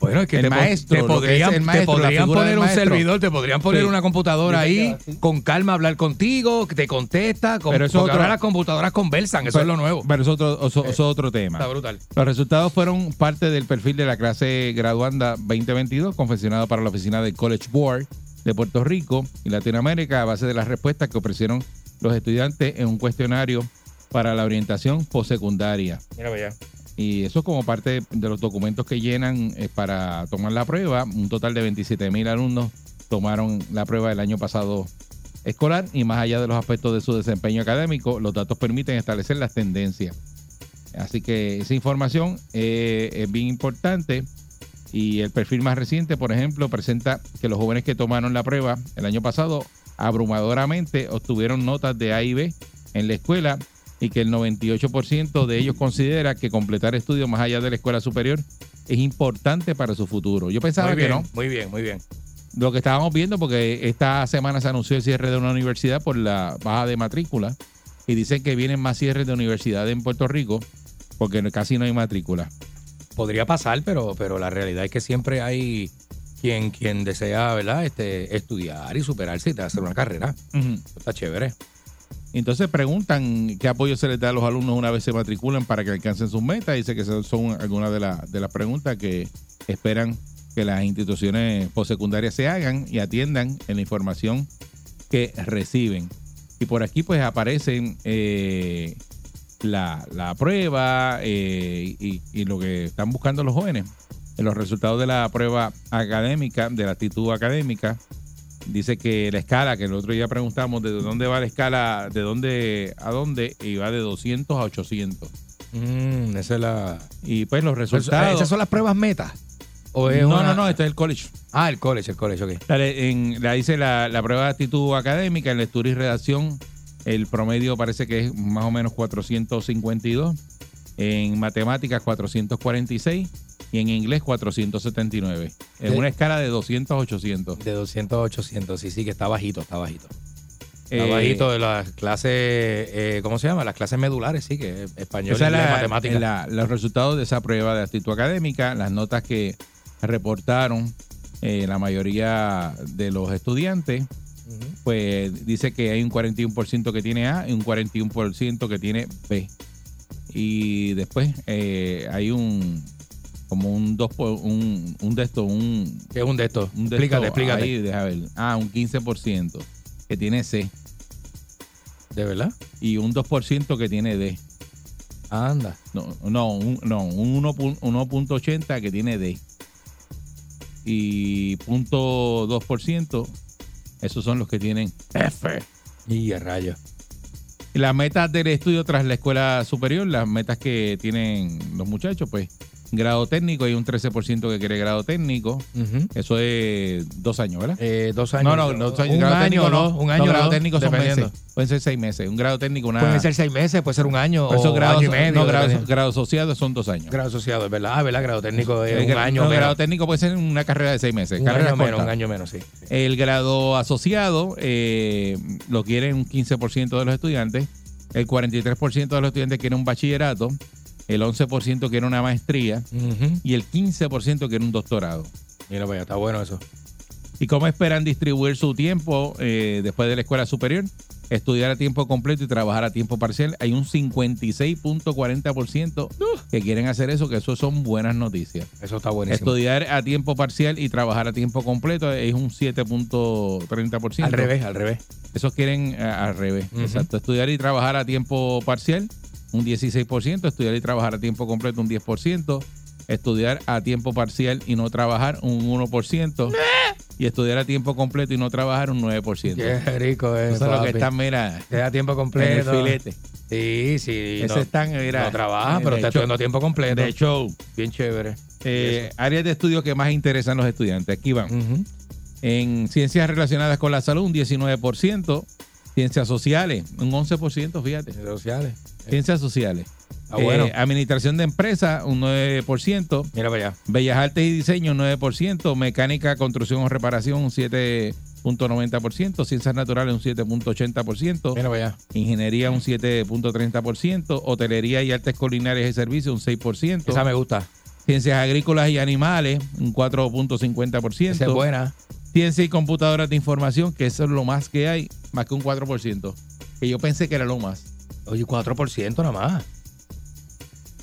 [SPEAKER 5] Bueno, es que
[SPEAKER 4] El
[SPEAKER 5] te, po-
[SPEAKER 4] maestro,
[SPEAKER 5] te
[SPEAKER 4] lo que
[SPEAKER 5] podrían,
[SPEAKER 4] es el
[SPEAKER 5] te
[SPEAKER 4] maestro, la
[SPEAKER 5] podrían
[SPEAKER 4] figura
[SPEAKER 5] poner
[SPEAKER 4] del
[SPEAKER 5] un
[SPEAKER 4] maestro.
[SPEAKER 5] servidor, te podrían poner
[SPEAKER 4] Sí.
[SPEAKER 5] una computadora
[SPEAKER 4] Yo
[SPEAKER 5] ahí,
[SPEAKER 4] creo que sí.
[SPEAKER 5] con calma hablar contigo, que te contesta, con,
[SPEAKER 4] Pero eso
[SPEAKER 5] porque
[SPEAKER 4] otro-
[SPEAKER 5] ahora las computadoras conversan, eso es lo nuevo. Eh,
[SPEAKER 4] Pero eso es otro, eso- eso es otro tema.
[SPEAKER 5] Está brutal.
[SPEAKER 4] Los resultados fueron parte del perfil de la clase graduanda 2022, confeccionado para la oficina del College Board de Puerto Rico y Latinoamérica a base de las respuestas que ofrecieron los estudiantes en un cuestionario para la orientación postsecundaria.
[SPEAKER 5] Mira, vaya.
[SPEAKER 4] Y eso es como parte de los documentos que llenan eh, para tomar la prueba. Un total de 27 mil alumnos tomaron la prueba el año pasado escolar y más allá de los aspectos de su desempeño académico, los datos permiten establecer las tendencias. Así que esa información eh, es bien importante y el perfil más reciente, por ejemplo, presenta que los jóvenes que tomaron la prueba el año pasado abrumadoramente obtuvieron notas de A y B en la escuela y que el 98% de ellos considera que completar estudios más allá de la escuela superior es importante para su futuro. Yo pensaba
[SPEAKER 5] Muy
[SPEAKER 4] Pues que
[SPEAKER 5] bien,
[SPEAKER 4] no,
[SPEAKER 5] muy bien, muy bien.
[SPEAKER 4] lo que estábamos viendo, porque esta semana se anunció el cierre de una universidad por la baja de matrícula y dicen que vienen más cierres de universidades en Puerto Rico porque no- casi no hay matrícula.
[SPEAKER 5] Podría pasar, pero, pero la realidad es que siempre hay quien, quien desea, ¿verdad? Este, estudiar y superarse y te hacer una carrera. Eso Está chévere.
[SPEAKER 4] Entonces preguntan qué apoyo se les da a los alumnos una vez se matriculan para que alcancen sus metas. Dice que esas son algunas de, la- de las preguntas que esperan que las instituciones postsecundarias se hagan y atiendan en la información que reciben. Y por aquí pues aparecen eh, la, la prueba eh, y, y lo que están buscando los jóvenes. En los resultados de la prueba académica, de la actitud académica, dice que la escala, que el otro día preguntamos de dónde va la escala, de dónde a dónde, y va de 200 a 800. Pues, ah,
[SPEAKER 5] Mm, esa es la.
[SPEAKER 4] Y pues los
[SPEAKER 5] Eso-
[SPEAKER 4] resultados...
[SPEAKER 5] ¿Esas son las pruebas metas? ¿O es
[SPEAKER 4] no,
[SPEAKER 5] una-
[SPEAKER 4] no, no, este es el college.
[SPEAKER 5] Ah, el college, el college, ok.
[SPEAKER 4] La, en- la dice la, la prueba de actitud académica en lectura y redacción. El promedio parece que es más o menos 452. En matemáticas 446 y en inglés 479. En
[SPEAKER 5] Sí.
[SPEAKER 4] una escala de 200 a 800.
[SPEAKER 5] De 200 a 800, sí, sí, que está bajito, está bajito. Está
[SPEAKER 4] Eh,
[SPEAKER 5] bajito de las clases, eh, ¿cómo se llama? Las clases medulares, sí, que es español,
[SPEAKER 4] Esa es
[SPEAKER 5] inglés,
[SPEAKER 4] la-
[SPEAKER 5] matemáticas.
[SPEAKER 4] la- los resultados de esa prueba de actitud académica, las notas que reportaron eh, la mayoría de los estudiantes, pues dice que hay un 41% que tiene A y un 41% que tiene B. Y después eh, hay un como un dos por- un, un de estos, un,
[SPEAKER 5] ¿Qué es un de estos?
[SPEAKER 4] un de
[SPEAKER 5] explícate,
[SPEAKER 4] estos
[SPEAKER 5] explícate.
[SPEAKER 4] ahí, deja ver. Ah, un 15% que tiene C
[SPEAKER 5] ¿De verdad?
[SPEAKER 4] y un 2% que tiene D.
[SPEAKER 5] Anda.
[SPEAKER 4] No, no, un, no, un 1.- 1.80 que tiene D. Y 0.2%, esos son los que tienen F.
[SPEAKER 5] Y a rayo.
[SPEAKER 4] Y Las metas del estudio tras la escuela superior, las metas que tienen los muchachos, pues grado técnico, hay un 13% que quiere grado técnico. Eso es dos años, ¿verdad?
[SPEAKER 5] Eh, dos años.
[SPEAKER 4] No, no, no,
[SPEAKER 5] un
[SPEAKER 4] grado
[SPEAKER 5] año,
[SPEAKER 4] técnico
[SPEAKER 5] no, un año,
[SPEAKER 4] No, grado
[SPEAKER 5] no,
[SPEAKER 4] técnico son
[SPEAKER 5] dependiendo.
[SPEAKER 4] meses. Pueden ser seis meses. Un grado técnico, una.
[SPEAKER 5] Puede ser seis meses, puede ser un año
[SPEAKER 4] Pero esos
[SPEAKER 5] o
[SPEAKER 4] grados,
[SPEAKER 5] un año y medio.
[SPEAKER 4] no, grados,
[SPEAKER 5] dependiendo.
[SPEAKER 4] grados asociados son dos años.
[SPEAKER 5] grado asociado, es verdad. Ah, verdad, grado técnico es
[SPEAKER 4] El
[SPEAKER 5] un
[SPEAKER 4] gra-
[SPEAKER 5] año
[SPEAKER 4] no,
[SPEAKER 5] menos.
[SPEAKER 4] grado técnico puede ser una carrera de seis meses.
[SPEAKER 5] un
[SPEAKER 4] carrera
[SPEAKER 5] año menos,
[SPEAKER 4] corta.
[SPEAKER 5] un año menos, sí. sí.
[SPEAKER 4] El grado asociado eh, lo quieren un 15% de los estudiantes, el 43% de los estudiantes quiere un bachillerato, el 11% quiere una maestría
[SPEAKER 5] Ujú.
[SPEAKER 4] y el 15% quiere un doctorado.
[SPEAKER 5] Mira, pues está bueno eso.
[SPEAKER 4] ¿Y cómo esperan distribuir su tiempo eh, después de la escuela superior? Estudiar a tiempo completo y trabajar a tiempo parcial. Hay un 56.40%
[SPEAKER 5] Uh.
[SPEAKER 4] que quieren hacer eso, que eso son buenas noticias.
[SPEAKER 5] Eso está buenísimo.
[SPEAKER 4] Estudiar a tiempo parcial y trabajar a tiempo completo es un 7.30%.
[SPEAKER 5] Al revés, al revés.
[SPEAKER 4] Esos quieren eh, al revés.
[SPEAKER 5] Ujú.
[SPEAKER 4] Exacto. Estudiar y trabajar a tiempo parcial, un 16%. Estudiar y trabajar a tiempo completo, un 10%. Estudiar a tiempo parcial y no trabajar, un 1%. Y estudiar a tiempo completo y no trabajar, un 9%.
[SPEAKER 5] Qué rico es.
[SPEAKER 4] Eso es lo que
[SPEAKER 5] papi.
[SPEAKER 4] están, mira,
[SPEAKER 5] Te da tiempo
[SPEAKER 4] en el
[SPEAKER 5] completo.
[SPEAKER 4] filete.
[SPEAKER 5] Sí, sí.
[SPEAKER 4] Ese
[SPEAKER 5] no,
[SPEAKER 4] están, mira. eh,
[SPEAKER 5] no trabaja, pero
[SPEAKER 4] de
[SPEAKER 5] está
[SPEAKER 4] hecho-
[SPEAKER 5] estudiando a tiempo completo.
[SPEAKER 4] De hecho,
[SPEAKER 5] bien chévere.
[SPEAKER 4] eh, áreas de estudio que más interesan a los estudiantes. Aquí van.
[SPEAKER 5] Ujú.
[SPEAKER 4] En ciencias relacionadas con la salud, un 19%. Ciencias sociales, un 11%, fíjate.
[SPEAKER 5] Redes sociales.
[SPEAKER 4] Ciencias sociales.
[SPEAKER 5] Ah, bueno.
[SPEAKER 4] Eh, administración de empresas, un 9%.
[SPEAKER 5] Mira para allá.
[SPEAKER 4] Bellas artes y diseño, un 9%. Mecánica, construcción o reparación, un 7.90%. Ciencias naturales, un 7.80%.
[SPEAKER 5] Mira para allá.
[SPEAKER 4] Ingeniería, un 7.30%. Hotelería y artes culinarias y servicios, un 6%.
[SPEAKER 5] Esa me gusta.
[SPEAKER 4] Ciencias agrícolas y animales, un 4.50%.
[SPEAKER 5] Esa es buena.
[SPEAKER 4] Ciencia y computadoras de información, que eso es lo más que hay, más que un 4%. Que yo pensé que era lo más.
[SPEAKER 5] Oye, 4% nada más.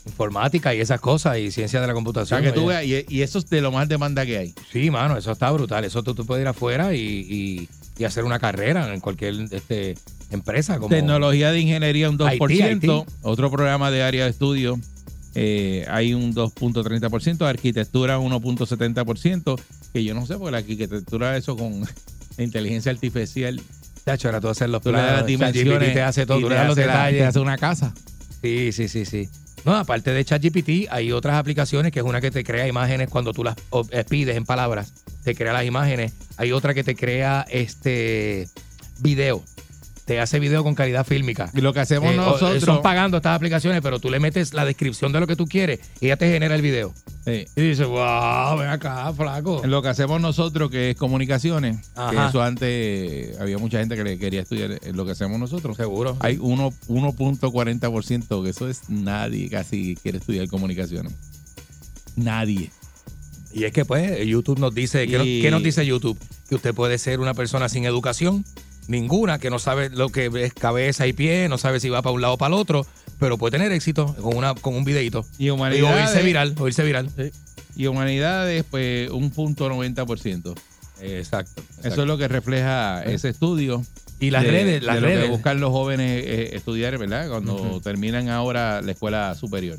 [SPEAKER 5] Informática y esas cosas y ciencia de la
[SPEAKER 4] O sea,
[SPEAKER 5] computación.
[SPEAKER 4] que tú
[SPEAKER 5] oye.
[SPEAKER 4] veas, y, y eso es de lo más demanda que hay.
[SPEAKER 5] Sí, mano, eso está brutal. Eso tú, tú puedes ir afuera y, y- y hacer una carrera en cualquier este, empresa. Como,
[SPEAKER 4] Tecnología de ingeniería un 2%.
[SPEAKER 5] IT, IT.
[SPEAKER 4] Otro programa de área de estudio eh, hay un 2.30%. Arquitectura 1.70%. Que yo no sé, porque la arquitectura eso con la inteligencia artificial.
[SPEAKER 5] Tacho, ahora tú haces los
[SPEAKER 4] Tú le das las
[SPEAKER 5] planos,
[SPEAKER 4] dimensiones
[SPEAKER 5] ChatGPT te hace todo,
[SPEAKER 4] y
[SPEAKER 5] tú
[SPEAKER 4] te
[SPEAKER 5] le das los
[SPEAKER 4] hace la- te
[SPEAKER 5] detalles.
[SPEAKER 4] hace una casa.
[SPEAKER 5] Sí, sí, sí, sí. No, aparte de ChatGPT, hay otras aplicaciones que es una que te crea imágenes cuando tú las o- eh, pides en palabras, te crea las imágenes. Hay otra que te crea este video, te hace video con calidad fílmica.
[SPEAKER 4] Y lo que hacemos
[SPEAKER 5] Eh, o-
[SPEAKER 4] nosotros.
[SPEAKER 5] Son pagando estas aplicaciones, pero tú le metes la descripción de lo que tú quieres y ella te genera el video.
[SPEAKER 4] Sí.
[SPEAKER 5] Y dices, wow, ven acá, flaco.
[SPEAKER 4] lo que hacemos nosotros, que es comunicaciones, que
[SPEAKER 5] Ajá.
[SPEAKER 4] eso antes eh, había mucha gente que le quería estudiar eh, lo que hacemos nosotros.
[SPEAKER 5] Seguro.
[SPEAKER 4] Hay uno- 1.40%, que eso es nadie casi quiere estudiar comunicaciones. Nadie.
[SPEAKER 5] Y es que pues YouTube nos dice, ¿qué, nos,
[SPEAKER 4] Y-
[SPEAKER 5] qué nos dice YouTube? Que usted puede ser una persona sin educación, ninguna, que no sabe lo que es cabeza y pie, no sabe si va para un lado o para el otro, pero puede tener éxito con, una, con un videito.
[SPEAKER 4] Y
[SPEAKER 5] Y o irse
[SPEAKER 4] humanidades,
[SPEAKER 5] viral, o irse viral.
[SPEAKER 4] y humanidades pues un punto 90%.
[SPEAKER 5] Exacto.
[SPEAKER 4] Eso es lo que refleja ese estudio.
[SPEAKER 5] y las
[SPEAKER 4] de-
[SPEAKER 5] redes, las
[SPEAKER 4] de Lo
[SPEAKER 5] redes.
[SPEAKER 4] que buscan los jóvenes eh, estudiar, ¿verdad? Cuando terminan ahora la escuela superior.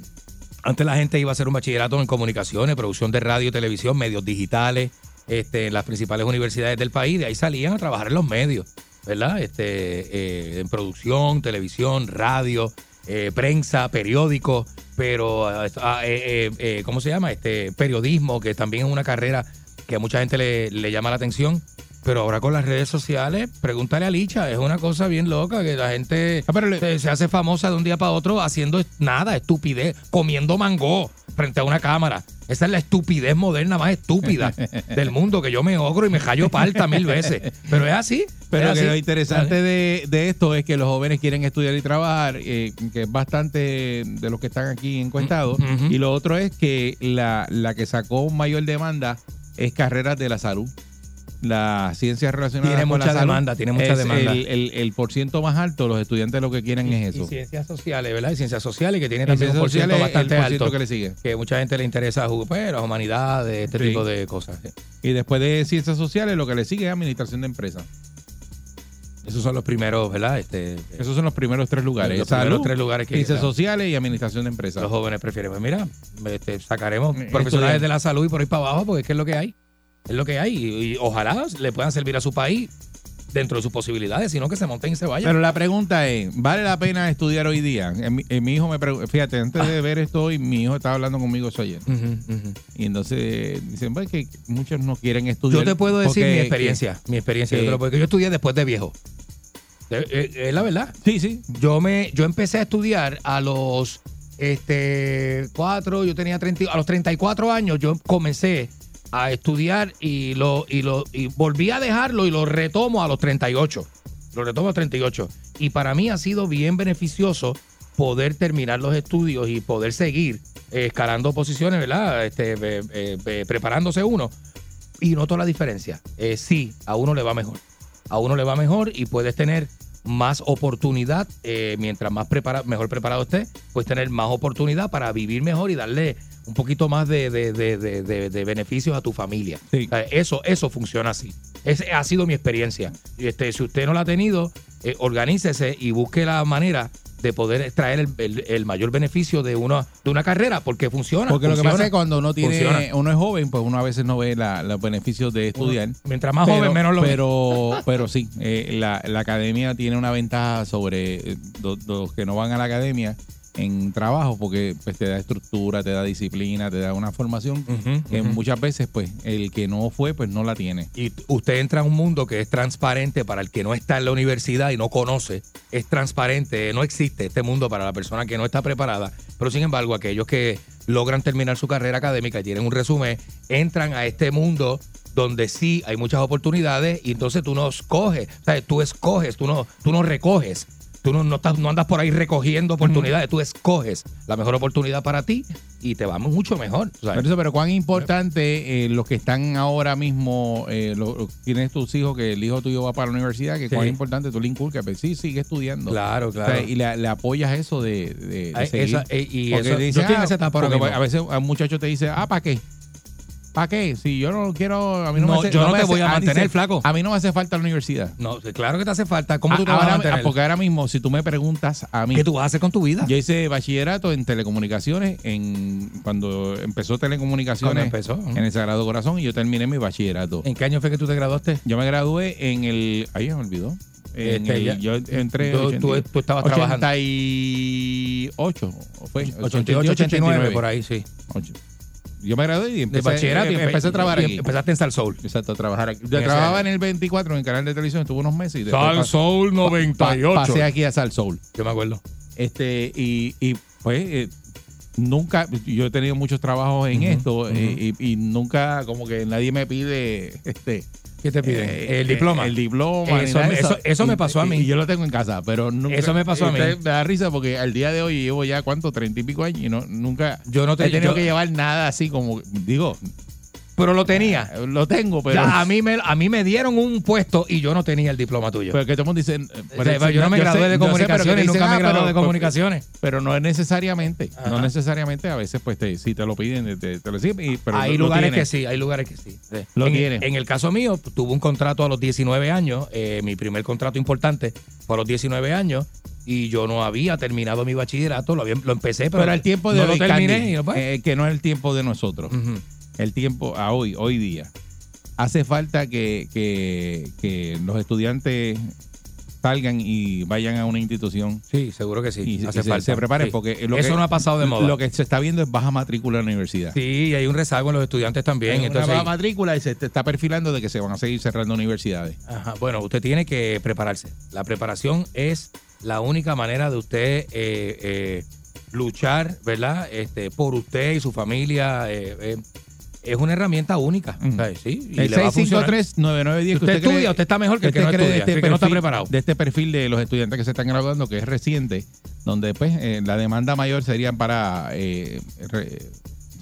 [SPEAKER 5] Antes la gente iba a hacer un bachillerato en comunicaciones, producción de radio y televisión, medios digitales, este, en las principales universidades del país, de ahí salían a trabajar en los medios, ¿verdad? Este, eh, en producción, televisión, radio, eh, prensa, periódicos, pero ah, ah, eh, eh, eh, ¿cómo se llama? Este periodismo, que también es una carrera que a mucha gente le, le llama la atención. Pero ahora con las redes sociales, pregúntale a Licha, es una cosa bien loca que la gente
[SPEAKER 4] Ah, pero le-
[SPEAKER 5] eh, se, se hace famosa de un día para otro haciendo est- nada, estupidez, comiendo mango frente a una cámara. Esa es la estupidez moderna más estúpida del mundo, que yo me ogro y me callo palta mil veces. Pero es así.
[SPEAKER 4] Pero
[SPEAKER 5] es
[SPEAKER 4] que
[SPEAKER 5] así.
[SPEAKER 4] lo interesante de, de esto es que los jóvenes quieren estudiar y trabajar, eh, que es bastante de los que están aquí encuestados.
[SPEAKER 5] Mm, Ujú.
[SPEAKER 4] Y lo otro es que la, la que sacó mayor demanda es carreras de la salud. Las ciencias relacionadas
[SPEAKER 5] Tiene
[SPEAKER 4] con la
[SPEAKER 5] mucha
[SPEAKER 4] salud
[SPEAKER 5] demanda, tiene mucha
[SPEAKER 4] es
[SPEAKER 5] demanda.
[SPEAKER 4] El, el, el por ciento más alto, los estudiantes lo que quieren
[SPEAKER 5] Y-
[SPEAKER 4] es
[SPEAKER 5] y
[SPEAKER 4] eso.
[SPEAKER 5] ciencias sociales, ¿verdad? Y ciencias sociales, que tiene
[SPEAKER 4] Y
[SPEAKER 5] también un
[SPEAKER 4] ciencias
[SPEAKER 5] por ciento
[SPEAKER 4] sociales,
[SPEAKER 5] bastante
[SPEAKER 4] el por ciento
[SPEAKER 5] alto.
[SPEAKER 4] que le sigue.
[SPEAKER 5] que mucha gente le interesa ju- pues, las humanidades, este
[SPEAKER 4] Sí.
[SPEAKER 5] tipo de cosas. sí.
[SPEAKER 4] Y después de ciencias sociales, lo que le sigue es administración de empresas.
[SPEAKER 5] Esos son los primeros, ¿verdad? Este,
[SPEAKER 4] Esos son los primeros tres lugares.
[SPEAKER 5] Los
[SPEAKER 4] Salud,
[SPEAKER 5] primeros tres lugares que-
[SPEAKER 4] ciencias
[SPEAKER 5] claro.
[SPEAKER 4] sociales y administración de empresas.
[SPEAKER 5] los jóvenes prefieren. Pues mira, este, sacaremos
[SPEAKER 4] Eh,
[SPEAKER 5] profesionales
[SPEAKER 4] estudiante.
[SPEAKER 5] de la salud y por ahí para abajo, porque es que es lo que hay. Es lo que hay. Y, y ojalá le puedan servir a su país dentro de sus posibilidades, sino que se monten y se vayan.
[SPEAKER 4] Pero la pregunta es, ¿vale la pena estudiar hoy día? Eh, Mi, eh, mi hijo me pregunta, fíjate, antes
[SPEAKER 5] Ah.
[SPEAKER 4] de ver esto hoy, mi hijo estaba hablando conmigo eso ayer.
[SPEAKER 5] Ujú, ujú.
[SPEAKER 4] Y entonces eh, dicen, pues que muchos no quieren estudiar.
[SPEAKER 5] Yo te puedo decir
[SPEAKER 4] porque-
[SPEAKER 5] mi experiencia, mi experiencia,
[SPEAKER 4] que-
[SPEAKER 5] yo te lo- porque yo estudié después de viejo. Eh, eh, Es la verdad.
[SPEAKER 4] que- sí, sí.
[SPEAKER 5] Yo me, yo empecé a estudiar a los este cuatro, yo tenía 30, a los 34 años yo comencé a estudiar y lo y lo y volví a dejarlo y lo retomo a los 38. Lo retomo a los 38 y para mí ha sido bien beneficioso poder terminar los estudios y poder seguir eh, escalando posiciones, ¿verdad? Este, eh, eh, eh, preparándose uno y noto la diferencia. Eh, sí, a uno le va mejor. A uno le va mejor y puedes tener más oportunidad. eh, mientras más prepara, mejor preparado esté, puedes tener más oportunidad para vivir mejor y darle un poquito más de, de- de- de- de- de beneficios a tu familia.
[SPEAKER 4] Sí.
[SPEAKER 5] O sea, eso, eso funciona así. Ese ha sido mi experiencia. Y, Este, si usted no la ha tenido, eh, organícese y busque la manera de poder extraer el, el- el mayor beneficio de una, de una carrera, porque funciona.
[SPEAKER 4] Porque lo que
[SPEAKER 5] funciona.
[SPEAKER 4] pasa es que cuando uno tiene,
[SPEAKER 5] Funciona.
[SPEAKER 4] uno es joven, pues uno a veces no ve la- los beneficios de estudiar.
[SPEAKER 5] Mientras más
[SPEAKER 4] pero,
[SPEAKER 5] joven, menos lo ve.
[SPEAKER 4] pero, pero sí, eh, la, la academia tiene una ventaja sobre eh, do- los que no van a la academia en trabajo, porque pues, te da estructura, te da disciplina, te da una formación
[SPEAKER 5] Ujú,
[SPEAKER 4] que
[SPEAKER 5] ujú.
[SPEAKER 4] muchas veces, pues, el que no fue, pues no la tiene.
[SPEAKER 5] y t- usted entra a un mundo que es transparente para el que no está en la universidad y no conoce, es transparente, no existe este mundo para la persona que no está preparada, pero sin embargo aquellos que logran terminar su carrera académica y tienen un resumen, entran a este mundo donde sí hay muchas oportunidades y entonces tú no escoges, o sea, tú escoges, tú no, tú no recoges. Tú no, no estás- no andas por ahí recogiendo oportunidades, tú escoges la mejor oportunidad para ti y te va mucho mejor. o sea,
[SPEAKER 4] Pero, eso, pero cuán importante eh, los que están ahora mismo, eh, lo- lo- tienes tus hijos, que el hijo tuyo va para la universidad, que
[SPEAKER 5] Sí.
[SPEAKER 4] cuán importante tú le inculcas, pues sí, sigue estudiando.
[SPEAKER 5] claro,
[SPEAKER 4] O
[SPEAKER 5] claro.
[SPEAKER 4] sea, y le, le apoyas eso de, de- de
[SPEAKER 5] Ay,
[SPEAKER 4] seguir.
[SPEAKER 5] esa- eh, y
[SPEAKER 4] Porque
[SPEAKER 5] eso-
[SPEAKER 4] dice,
[SPEAKER 5] yo estoy en
[SPEAKER 4] "Ah,
[SPEAKER 5] esa etapa ahora
[SPEAKER 4] porque
[SPEAKER 5] mismo.
[SPEAKER 4] a veces un muchacho te dice, ah, ¿para qué? ¿Para qué? Si yo no quiero, a mí no, me
[SPEAKER 5] No,
[SPEAKER 4] hace,
[SPEAKER 5] yo no
[SPEAKER 4] me
[SPEAKER 5] te
[SPEAKER 4] hace-
[SPEAKER 5] voy a
[SPEAKER 4] ah,
[SPEAKER 5] mantener,
[SPEAKER 4] dice,
[SPEAKER 5] flaco.
[SPEAKER 4] A mí no me hace falta la universidad.
[SPEAKER 5] No, claro que te hace falta. ¿Cómo tú te
[SPEAKER 4] Ah,
[SPEAKER 5] vas a
[SPEAKER 4] ahora-
[SPEAKER 5] mantener?
[SPEAKER 4] ah, Porque ahora mismo, si tú me preguntas a mí,
[SPEAKER 5] ¿Qué tú vas a hacer con tu vida?
[SPEAKER 4] yo hice bachillerato en telecomunicaciones en cuando empezó
[SPEAKER 5] Cuando
[SPEAKER 4] telecomunicaciones
[SPEAKER 5] empezó. ¿no?
[SPEAKER 4] en el Sagrado Corazón y yo terminé mi bachillerato.
[SPEAKER 5] ¿En qué año fue que tú te graduaste?
[SPEAKER 4] Yo me gradué en el. Ay, me olvidó. En
[SPEAKER 5] Este,
[SPEAKER 4] el-
[SPEAKER 5] ya-
[SPEAKER 4] yo entré.
[SPEAKER 5] Tú- tú-
[SPEAKER 4] 80
[SPEAKER 5] tú estabas trabajando.
[SPEAKER 4] 88. Fue
[SPEAKER 5] 88, 89, por ahí, sí.
[SPEAKER 4] Ocho. Yo me gradué y
[SPEAKER 5] De
[SPEAKER 4] empecé,
[SPEAKER 5] bachillerato.
[SPEAKER 4] eh,
[SPEAKER 5] empe-
[SPEAKER 4] empecé a trabajar
[SPEAKER 5] y
[SPEAKER 4] aquí.
[SPEAKER 5] Empezaste en Salsoul.
[SPEAKER 4] Exacto, a trabajar aquí. Yo
[SPEAKER 5] ese
[SPEAKER 4] trabajaba en
[SPEAKER 5] año.
[SPEAKER 4] el 24 en el canal de televisión, estuve unos meses. y después pas-
[SPEAKER 5] Soul
[SPEAKER 4] pa- pa- pasé aquí a Sal Soul.
[SPEAKER 5] Yo me acuerdo.
[SPEAKER 4] Este, y, y, pues eh, nunca, yo he tenido muchos trabajos en
[SPEAKER 5] Ujú,
[SPEAKER 4] esto
[SPEAKER 5] ujú.
[SPEAKER 4] eh, y, y nunca, como que nadie me pide este,
[SPEAKER 5] ¿Qué te piden?
[SPEAKER 4] eh,
[SPEAKER 5] el diploma.
[SPEAKER 4] El diploma.
[SPEAKER 5] Eso
[SPEAKER 4] ni nada
[SPEAKER 5] me-
[SPEAKER 4] de
[SPEAKER 5] eso- eso me
[SPEAKER 4] Y-
[SPEAKER 5] pasó a mí.
[SPEAKER 4] Y yo lo tengo en casa, pero nunca.
[SPEAKER 5] Eso me pasó a mí.
[SPEAKER 4] Este, Me da risa porque al día de hoy llevo ya, ¿cuánto? Treinta y pico años y no, nunca.
[SPEAKER 5] yo no te,
[SPEAKER 4] he tenido
[SPEAKER 5] yo-
[SPEAKER 4] que llevar nada así como, digo, eh,
[SPEAKER 5] Pero lo tenía.
[SPEAKER 4] lo tengo, pero.
[SPEAKER 5] Ya, a, mí me, a mí me dieron un puesto y yo no tenía el diploma tuyo.
[SPEAKER 4] Pero que todo el mundo dice. eh,
[SPEAKER 5] O sea,
[SPEAKER 4] pero si-
[SPEAKER 5] yo no me gradué
[SPEAKER 4] sé-
[SPEAKER 5] de
[SPEAKER 4] yo sé, pero que
[SPEAKER 5] comunicaciones,
[SPEAKER 4] dicen,
[SPEAKER 5] nunca
[SPEAKER 4] ah,
[SPEAKER 5] me gradué
[SPEAKER 4] pero-
[SPEAKER 5] de comunicaciones.
[SPEAKER 4] Pero no es necesariamente. No
[SPEAKER 5] Ajá.
[SPEAKER 4] necesariamente. A veces, pues, te, si te lo piden, te, te lo exigen, y- pero
[SPEAKER 5] hay
[SPEAKER 4] lo- lo
[SPEAKER 5] lugares que
[SPEAKER 4] tienes.
[SPEAKER 5] sí, hay lugares que sí.
[SPEAKER 4] Lo
[SPEAKER 5] en,
[SPEAKER 4] tiene.
[SPEAKER 5] en el caso mío, tuve un contrato a los 19 años, eh, mi primer contrato importante fue a los 19 años, y yo no había terminado mi bachillerato, lo, había- lo empecé, pero,
[SPEAKER 4] Pero al tiempo de
[SPEAKER 5] no
[SPEAKER 4] hoy,
[SPEAKER 5] lo terminé.
[SPEAKER 4] Candy,
[SPEAKER 5] y yo, pues,
[SPEAKER 4] eh, que no es el tiempo de nosotros.
[SPEAKER 5] ujú.
[SPEAKER 4] El tiempo a hoy, hoy día. Hace falta que, que- que los estudiantes salgan y vayan a una institución
[SPEAKER 5] Sí, seguro que sí.
[SPEAKER 4] y,
[SPEAKER 5] hace
[SPEAKER 4] y se-
[SPEAKER 5] falta.
[SPEAKER 4] se preparen
[SPEAKER 5] Sí.
[SPEAKER 4] porque lo
[SPEAKER 5] eso
[SPEAKER 4] que-
[SPEAKER 5] no ha pasado de moda.
[SPEAKER 4] Lo que se está viendo es baja matrícula en la universidad.
[SPEAKER 5] Sí, y hay un rezago en los estudiantes también.
[SPEAKER 4] Hay una
[SPEAKER 5] entonces,
[SPEAKER 4] baja matrícula y se te está perfilando de que se van a seguir cerrando universidades.
[SPEAKER 5] Ajá, bueno, usted tiene que prepararse. La preparación es la única manera de usted eh, eh, luchar, ¿verdad? Este, por usted y su familia. eh, eh, es una herramienta única.
[SPEAKER 4] Ujú.
[SPEAKER 5] ¿sabe? Sí, y
[SPEAKER 4] El
[SPEAKER 5] le va a funcionar.
[SPEAKER 4] 653-9910. que
[SPEAKER 5] Si usted estudia,
[SPEAKER 4] cree-
[SPEAKER 5] usted está mejor que el que
[SPEAKER 4] usted
[SPEAKER 5] no
[SPEAKER 4] cree este
[SPEAKER 5] estudia, que el que no está preparado.
[SPEAKER 4] De este perfil de los estudiantes que se están graduando, que es reciente, donde pues eh, la demanda mayor sería para eh, re-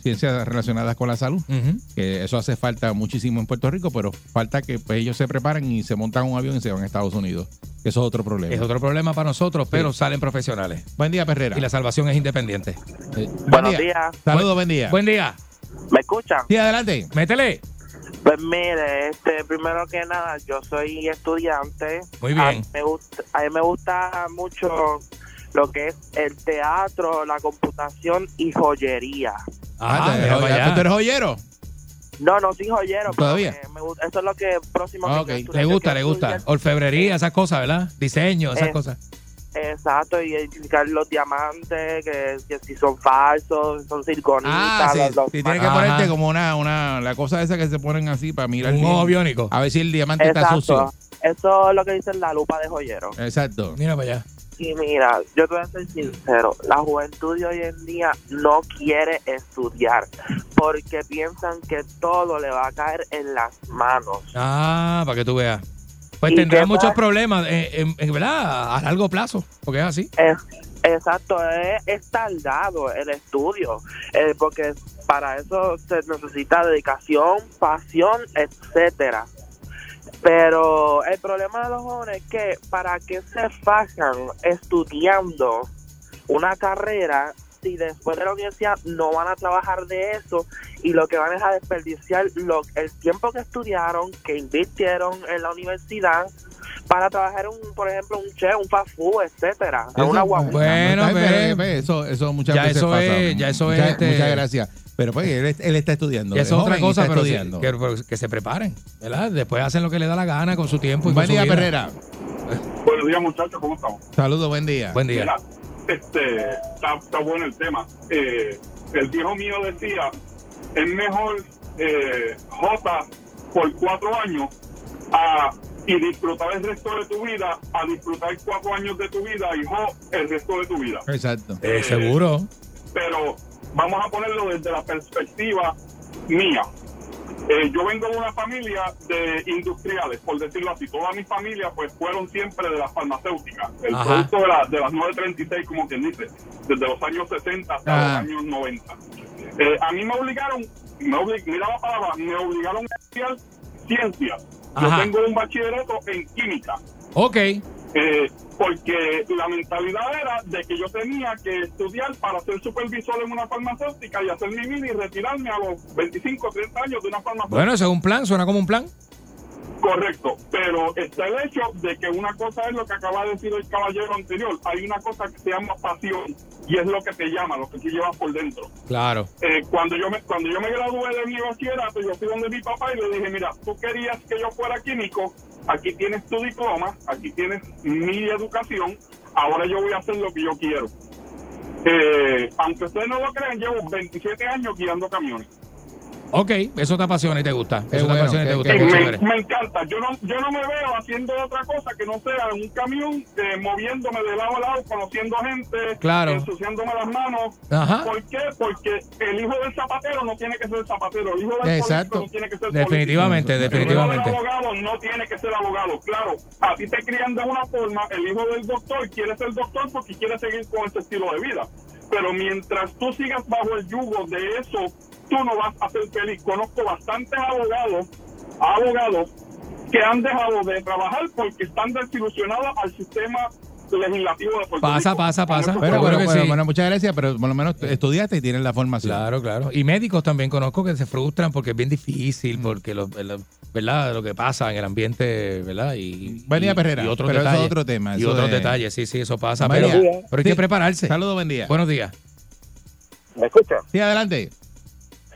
[SPEAKER 4] ciencias relacionadas con la salud.
[SPEAKER 5] Ujú.
[SPEAKER 4] Que eso hace falta muchísimo en Puerto Rico, pero falta que pues, ellos se preparen y se montan un avión y se van a Estados Unidos. Eso es otro problema.
[SPEAKER 5] Es otro problema para nosotros, pero salen profesionales.
[SPEAKER 4] Buen día, Perrera.
[SPEAKER 5] Y la salvación es independiente.
[SPEAKER 4] Eh, buen
[SPEAKER 11] Buenos
[SPEAKER 4] día.
[SPEAKER 11] días.
[SPEAKER 4] Saludos, buen día.
[SPEAKER 5] Buen día.
[SPEAKER 11] ¿Me escuchan?
[SPEAKER 4] Sí, adelante.
[SPEAKER 5] Métele.
[SPEAKER 11] Pues mire, este, primero que nada, yo soy estudiante.
[SPEAKER 5] Muy bien.
[SPEAKER 11] A mí me gusta, a mí me gusta mucho lo que es el teatro, la computación y joyería.
[SPEAKER 5] Ah,
[SPEAKER 4] te-
[SPEAKER 5] mira para allá.
[SPEAKER 4] pues, ¿Tú eres joyero?
[SPEAKER 11] No, no soy joyero. pero
[SPEAKER 4] ¿Todavía?
[SPEAKER 11] me- me gusta- eso es lo que próximo
[SPEAKER 5] Ah,
[SPEAKER 11] que
[SPEAKER 5] ok.
[SPEAKER 11] quiero estudiar.
[SPEAKER 5] Le
[SPEAKER 11] Yo
[SPEAKER 5] gusta,
[SPEAKER 11] quiero
[SPEAKER 5] le gusta.
[SPEAKER 11] estudiar-
[SPEAKER 5] Orfebrería, esas cosas, ¿verdad? Diseño, esas
[SPEAKER 11] Eh,
[SPEAKER 5] cosas.
[SPEAKER 11] Exacto, y identificar los diamantes, que, que si son falsos, son circonitas.
[SPEAKER 4] Ah, sí,
[SPEAKER 11] los- los-
[SPEAKER 4] sí, tienes que
[SPEAKER 5] Ajá.
[SPEAKER 4] ponerte como una, una, la cosa esa que se ponen así para mirar
[SPEAKER 5] Un
[SPEAKER 4] bien.
[SPEAKER 5] ojo biónico.
[SPEAKER 4] A ver si el diamante está
[SPEAKER 11] Exacto.
[SPEAKER 4] sucio.
[SPEAKER 11] Eso es lo que dicen la lupa de joyero.
[SPEAKER 4] Exacto.
[SPEAKER 5] Mira para allá.
[SPEAKER 11] Y mira, yo te voy a ser sincero, la juventud de hoy en día no quiere estudiar porque piensan que todo le va a caer en las manos.
[SPEAKER 5] Ah, para que tú veas. Pues
[SPEAKER 11] ¿Y
[SPEAKER 5] tendrá
[SPEAKER 11] qué
[SPEAKER 5] muchos
[SPEAKER 11] pasa?
[SPEAKER 5] problemas, eh, en, en verdad, a largo plazo, porque es así.
[SPEAKER 11] Es- exacto, es, es tardado el estudio eh, porque para eso se necesita dedicación, pasión, etcétera. Pero el problema de los jóvenes es que para que se fajan estudiando una carrera si después de la universidad no van a trabajar de eso y lo que van es a desperdiciar lo, el tiempo que estudiaron, que invirtieron en la universidad para trabajar en un, por ejemplo, un chef, un fast food, etcétera, en
[SPEAKER 4] Eso,
[SPEAKER 11] una guagua.
[SPEAKER 5] Bueno, pues,
[SPEAKER 4] Ay,
[SPEAKER 5] pero-
[SPEAKER 4] pero, eh, eso, eso muchas
[SPEAKER 5] Ya
[SPEAKER 4] veces
[SPEAKER 5] eso
[SPEAKER 4] pasa.
[SPEAKER 5] es- ya eso es,
[SPEAKER 4] Muchas-
[SPEAKER 5] este-
[SPEAKER 4] Muchas gracias. Pero pues él, él está estudiando.
[SPEAKER 5] Y
[SPEAKER 4] es
[SPEAKER 5] eso es otra
[SPEAKER 4] joven y
[SPEAKER 5] cosa,
[SPEAKER 4] está
[SPEAKER 5] pero sí,
[SPEAKER 4] estudiando.
[SPEAKER 5] que, pero que se preparen, ¿verdad? Después hacen lo que les da la gana con su tiempo y con
[SPEAKER 4] Buen
[SPEAKER 5] su
[SPEAKER 4] día,
[SPEAKER 5] vida.
[SPEAKER 4] Perrera.
[SPEAKER 12] Buenos días, muchachos, ¿cómo estamos?
[SPEAKER 4] Saludos, buen día.
[SPEAKER 5] Buen día.
[SPEAKER 12] Mira, este, está, está bueno el tema. Eh, el viejo mío decía, es mejor eh, J por cuatro años a- y disfrutar el resto de tu vida, a disfrutar cuatro años de tu vida y J el resto de tu vida.
[SPEAKER 4] Exacto.
[SPEAKER 5] Eh, seguro.
[SPEAKER 12] Pero vamos a ponerlo desde la perspectiva mía. Eh, yo vengo de una familia de industriales, por decirlo así. Toda mi familia pues fueron siempre de las farmacéuticas. El
[SPEAKER 5] Ajá.
[SPEAKER 12] producto de, la- de las 936, como quien dice, desde los años 60 hasta
[SPEAKER 4] Ah.
[SPEAKER 12] los años 90. Eh, a mí me obligaron, me obli- mira la palabra, me obligaron a estudiar ciencias.
[SPEAKER 5] Ajá.
[SPEAKER 12] Yo tengo un bachillerato en química.
[SPEAKER 5] Ok.
[SPEAKER 12] Eh, porque la mentalidad era de que yo tenía que estudiar para ser supervisor en una farmacéutica y hacer mi vida y retirarme a los 25 o 30 años de una farmacéutica.
[SPEAKER 5] Bueno, eso es un plan, suena como un plan.
[SPEAKER 12] Correcto, pero está el hecho de que una cosa es lo que acaba de decir el caballero anterior, hay una cosa que se llama pasión y es lo que te llama, lo que te llevas por dentro.
[SPEAKER 5] Claro.
[SPEAKER 12] Eh, cuando yo me cuando yo me gradué de mi bachillerato, yo fui donde mi papá y le dije, mira, tú querías que yo fuera químico, aquí tienes tu diploma, aquí tienes mi educación, ahora yo voy a hacer lo que yo quiero. Eh, aunque ustedes no lo crean, llevo 27 años guiando camiones.
[SPEAKER 5] Ok, eso te apasiona y te gusta. Eso
[SPEAKER 4] Qué
[SPEAKER 5] te
[SPEAKER 4] bueno,
[SPEAKER 5] apasiona y
[SPEAKER 4] qué-
[SPEAKER 5] te gusta.
[SPEAKER 4] qué
[SPEAKER 12] Sí,
[SPEAKER 5] qué
[SPEAKER 4] bueno.
[SPEAKER 12] me,
[SPEAKER 5] chévere.
[SPEAKER 12] me encanta. Yo no, yo no me veo haciendo otra cosa que no sea un camión, eh, moviéndome de lado a lado, conociendo gente,
[SPEAKER 5] Claro.
[SPEAKER 12] ensuciándome las manos.
[SPEAKER 5] Ajá.
[SPEAKER 12] ¿Por qué? Porque el hijo del zapatero no tiene que ser zapatero, el hijo del
[SPEAKER 4] Exacto.
[SPEAKER 12] político no tiene que ser
[SPEAKER 5] Definitivamente,
[SPEAKER 12] político. El hijo del
[SPEAKER 5] definitivamente.
[SPEAKER 12] abogado no tiene que ser abogado. Claro, a ti te crían de una forma, el hijo del doctor quiere ser doctor porque quiere seguir con ese estilo de vida. Pero mientras tú sigas bajo el yugo de eso, tú no vas a ser feliz. Conozco bastantes abogados, abogados que han dejado de trabajar porque están desilusionados al sistema legislativo de Puerto
[SPEAKER 5] Pasa,
[SPEAKER 12] Rico.
[SPEAKER 5] pasa, pasa.
[SPEAKER 12] Con
[SPEAKER 4] Pero,
[SPEAKER 12] esos
[SPEAKER 5] Yo creo
[SPEAKER 4] bueno,
[SPEAKER 5] que
[SPEAKER 4] bueno,
[SPEAKER 5] sí. Eh.
[SPEAKER 4] bueno, muchas gracias, pero por lo menos estudiaste y tienes la formación.
[SPEAKER 5] Claro, claro. Y médicos también conozco que se frustran porque es bien difícil, porque lo, la- ¿verdad? lo que pasa en el ambiente, ¿verdad? Y,
[SPEAKER 4] María
[SPEAKER 5] y-
[SPEAKER 4] Perrera,
[SPEAKER 5] y otros
[SPEAKER 4] pero eso es
[SPEAKER 5] detalles.
[SPEAKER 4] otro tema,
[SPEAKER 5] Y
[SPEAKER 4] eso
[SPEAKER 5] otros
[SPEAKER 4] de-
[SPEAKER 5] detalles, sí, sí, eso pasa.
[SPEAKER 4] María,
[SPEAKER 5] pero,
[SPEAKER 4] sí.
[SPEAKER 5] pero hay que prepararse.
[SPEAKER 4] Saludos, buen día.
[SPEAKER 5] Buenos días.
[SPEAKER 7] ¿Me escucha?
[SPEAKER 4] Sí, adelante.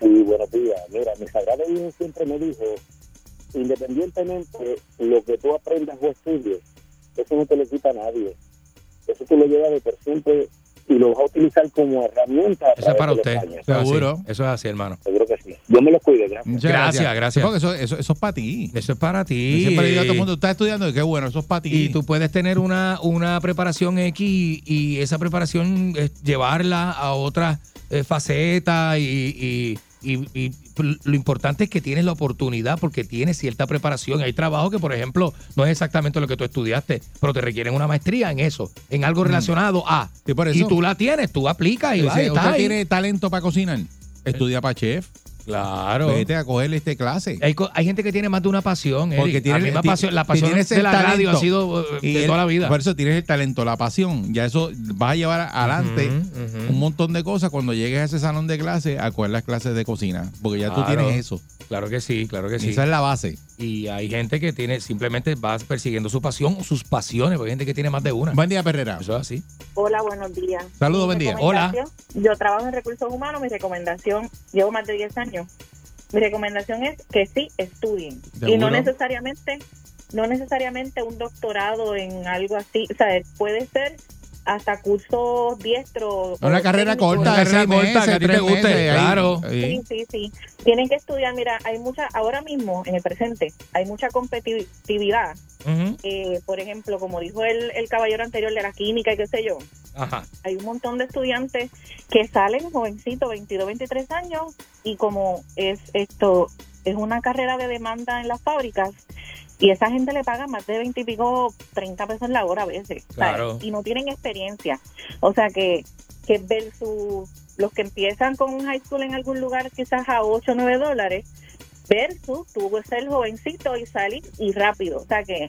[SPEAKER 7] Sí, buenos días. Mira, mi sagrado Hijo siempre me dijo, independientemente lo que tú aprendas o estudies, eso no te lo quita a nadie. Eso tú lo llevas de por siempre y lo vas a utilizar como herramienta. a
[SPEAKER 5] Eso es
[SPEAKER 7] través
[SPEAKER 5] para
[SPEAKER 7] de los
[SPEAKER 5] usted.
[SPEAKER 7] años.
[SPEAKER 5] Eso es así.
[SPEAKER 4] Seguro.
[SPEAKER 5] Eso es así, hermano.
[SPEAKER 7] Seguro que sí. Yo me los cuido, gracias.
[SPEAKER 4] Muchas
[SPEAKER 5] Gracias, gracias.
[SPEAKER 4] Porque eso, eso, eso es para ti.
[SPEAKER 5] Eso es para
[SPEAKER 4] Yo
[SPEAKER 5] ti.
[SPEAKER 4] Siempre le digo a todo el mundo, estás estudiando y qué bueno, eso es para ti.
[SPEAKER 5] Y tú puedes tener una, una preparación X y, y esa preparación eh, llevarla a otras eh, facetas y, y- y- y lo importante es que tienes la oportunidad porque tienes cierta preparación. Hay trabajos que, por ejemplo, no es exactamente lo que tú estudiaste, pero te requieren una maestría en eso, en algo relacionado a...
[SPEAKER 4] Mm. Sí, por eso.
[SPEAKER 5] Y tú la tienes, tú aplicas y
[SPEAKER 4] Dice,
[SPEAKER 5] vas y estás
[SPEAKER 4] usted
[SPEAKER 5] ahí.
[SPEAKER 4] tiene talento para cocinar. Estudia para chef.
[SPEAKER 5] Claro.
[SPEAKER 4] Vete a cogerle este clase.
[SPEAKER 5] Hay, co- hay gente que tiene más de una pasión, Eric.
[SPEAKER 4] Porque
[SPEAKER 5] A
[SPEAKER 4] tiene,
[SPEAKER 5] mí me
[SPEAKER 4] ti-
[SPEAKER 5] apasiona- la
[SPEAKER 4] si
[SPEAKER 5] pasión
[SPEAKER 4] tienes
[SPEAKER 5] de
[SPEAKER 4] el
[SPEAKER 5] la radio ha
[SPEAKER 4] talento,
[SPEAKER 5] sido eh,
[SPEAKER 4] y
[SPEAKER 5] de
[SPEAKER 4] el-
[SPEAKER 5] toda la vida.
[SPEAKER 4] Por eso tienes el talento, la pasión. Ya eso vas a llevar adelante
[SPEAKER 5] Ujú, ujú.
[SPEAKER 4] un montón de cosas. Cuando llegues a ese salón de clase, a coger las clases de cocina. Porque ya tú
[SPEAKER 5] Claro.
[SPEAKER 4] tienes eso.
[SPEAKER 5] Claro que sí, claro que sí.
[SPEAKER 4] Esa es la base.
[SPEAKER 5] Y hay gente que tiene, simplemente va persiguiendo su pasión o sus pasiones, porque hay gente que tiene más de una.
[SPEAKER 4] Buen día, Perrera.
[SPEAKER 5] Eso es así.
[SPEAKER 13] Hola, buenos días.
[SPEAKER 4] Saludos,
[SPEAKER 13] Mi
[SPEAKER 4] buen día.
[SPEAKER 13] recomendación- Yo trabajo en recursos humanos. Mi recomendación, llevo más de 10 años. Mi recomendación es que sí estudien. Y
[SPEAKER 4] Seguro.
[SPEAKER 13] no necesariamente, no necesariamente un doctorado en algo así. O sea, puede ser hasta cursos diestros. o
[SPEAKER 4] Una carrera
[SPEAKER 13] técnicos.
[SPEAKER 4] corta, de
[SPEAKER 5] Una carrera
[SPEAKER 4] seis
[SPEAKER 5] corta,
[SPEAKER 4] meses,
[SPEAKER 5] que a ti te
[SPEAKER 4] tres
[SPEAKER 5] guste,
[SPEAKER 4] meses, ahí.
[SPEAKER 5] claro.
[SPEAKER 4] Sí.
[SPEAKER 13] Sí, sí, sí. Tienen que estudiar. Mira, hay mucha, ahora mismo, en el presente, hay mucha competitividad.
[SPEAKER 5] Ujú.
[SPEAKER 13] Eh, por ejemplo, como dijo el, el caballero anterior de la química y qué sé yo,
[SPEAKER 5] Ajá.
[SPEAKER 13] hay un montón de estudiantes que salen jovencitos, 22, 23 años, y como es esto es una carrera de demanda en las fábricas, y esa gente le paga más de 20 y pico, 30 pesos la hora a veces, ¿sabes?
[SPEAKER 5] Claro.
[SPEAKER 13] y no tienen experiencia. O sea que, que versus los que empiezan con un high school en algún lugar quizás a 8 o 9 dólares, versus tú ser jovencito y salir y rápido. O sea que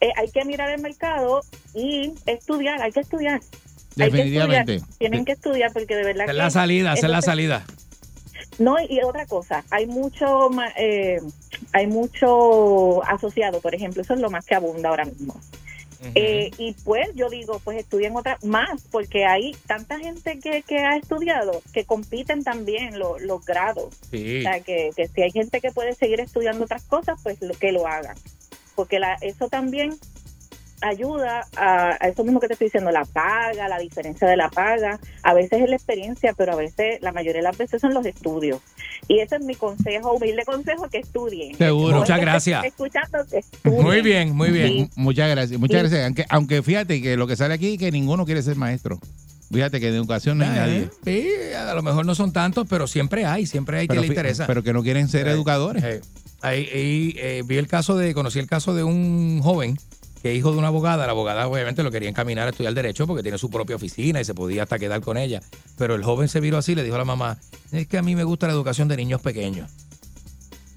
[SPEAKER 13] eh, hay que mirar el mercado y estudiar, hay que estudiar. Hay que
[SPEAKER 4] Definitivamente.
[SPEAKER 13] estudiar, tienen que estudiar porque de verdad
[SPEAKER 5] Esa
[SPEAKER 13] que
[SPEAKER 5] es la salida, esa es la
[SPEAKER 13] Entonces-
[SPEAKER 5] salida.
[SPEAKER 13] no y otra cosa hay mucho ma- eh, hay mucho asociado por ejemplo eso es lo más que abunda ahora mismo
[SPEAKER 5] Ujú.
[SPEAKER 13] Eh, y pues yo digo pues estudien otra más porque hay tanta gente que, que ha estudiado que compiten también lo- los grados o
[SPEAKER 5] sí.
[SPEAKER 13] sea que, que si hay gente que puede seguir estudiando otras cosas pues lo que lo hagan porque la, eso también ayuda a, a eso mismo que te estoy diciendo, la paga, la diferencia de la paga. A veces es la experiencia, pero a veces, la mayoría de las veces son los estudios. Y ese es mi consejo, humilde consejo, que estudien.
[SPEAKER 4] Seguro.
[SPEAKER 5] Muchas
[SPEAKER 13] Oye,
[SPEAKER 5] gracias.
[SPEAKER 13] Escuchando que estudien.
[SPEAKER 5] Muy bien, muy bien.
[SPEAKER 4] M- Muchas gracias. Muchas
[SPEAKER 13] Sí.
[SPEAKER 4] gracias. Aunque, aunque fíjate que lo que sale aquí es que ninguno quiere ser maestro. Fíjate que de educación no hay nadie.
[SPEAKER 5] Eh, Sí, eh. a lo mejor no son tantos, pero siempre hay, siempre hay que le
[SPEAKER 4] fi-
[SPEAKER 5] interesa.
[SPEAKER 4] pero que no quieren ser
[SPEAKER 5] Eh,
[SPEAKER 4] educadores.
[SPEAKER 5] Eh, ahí, ahí, eh, vi el caso de, conocí el caso de un joven que es hijo de una abogada. La abogada obviamente lo quería encaminar a estudiar derecho porque tiene su propia oficina y se podía hasta quedar con ella. Pero el joven se viró así y le dijo a la mamá, es que a mí me gusta la educación de niños pequeños.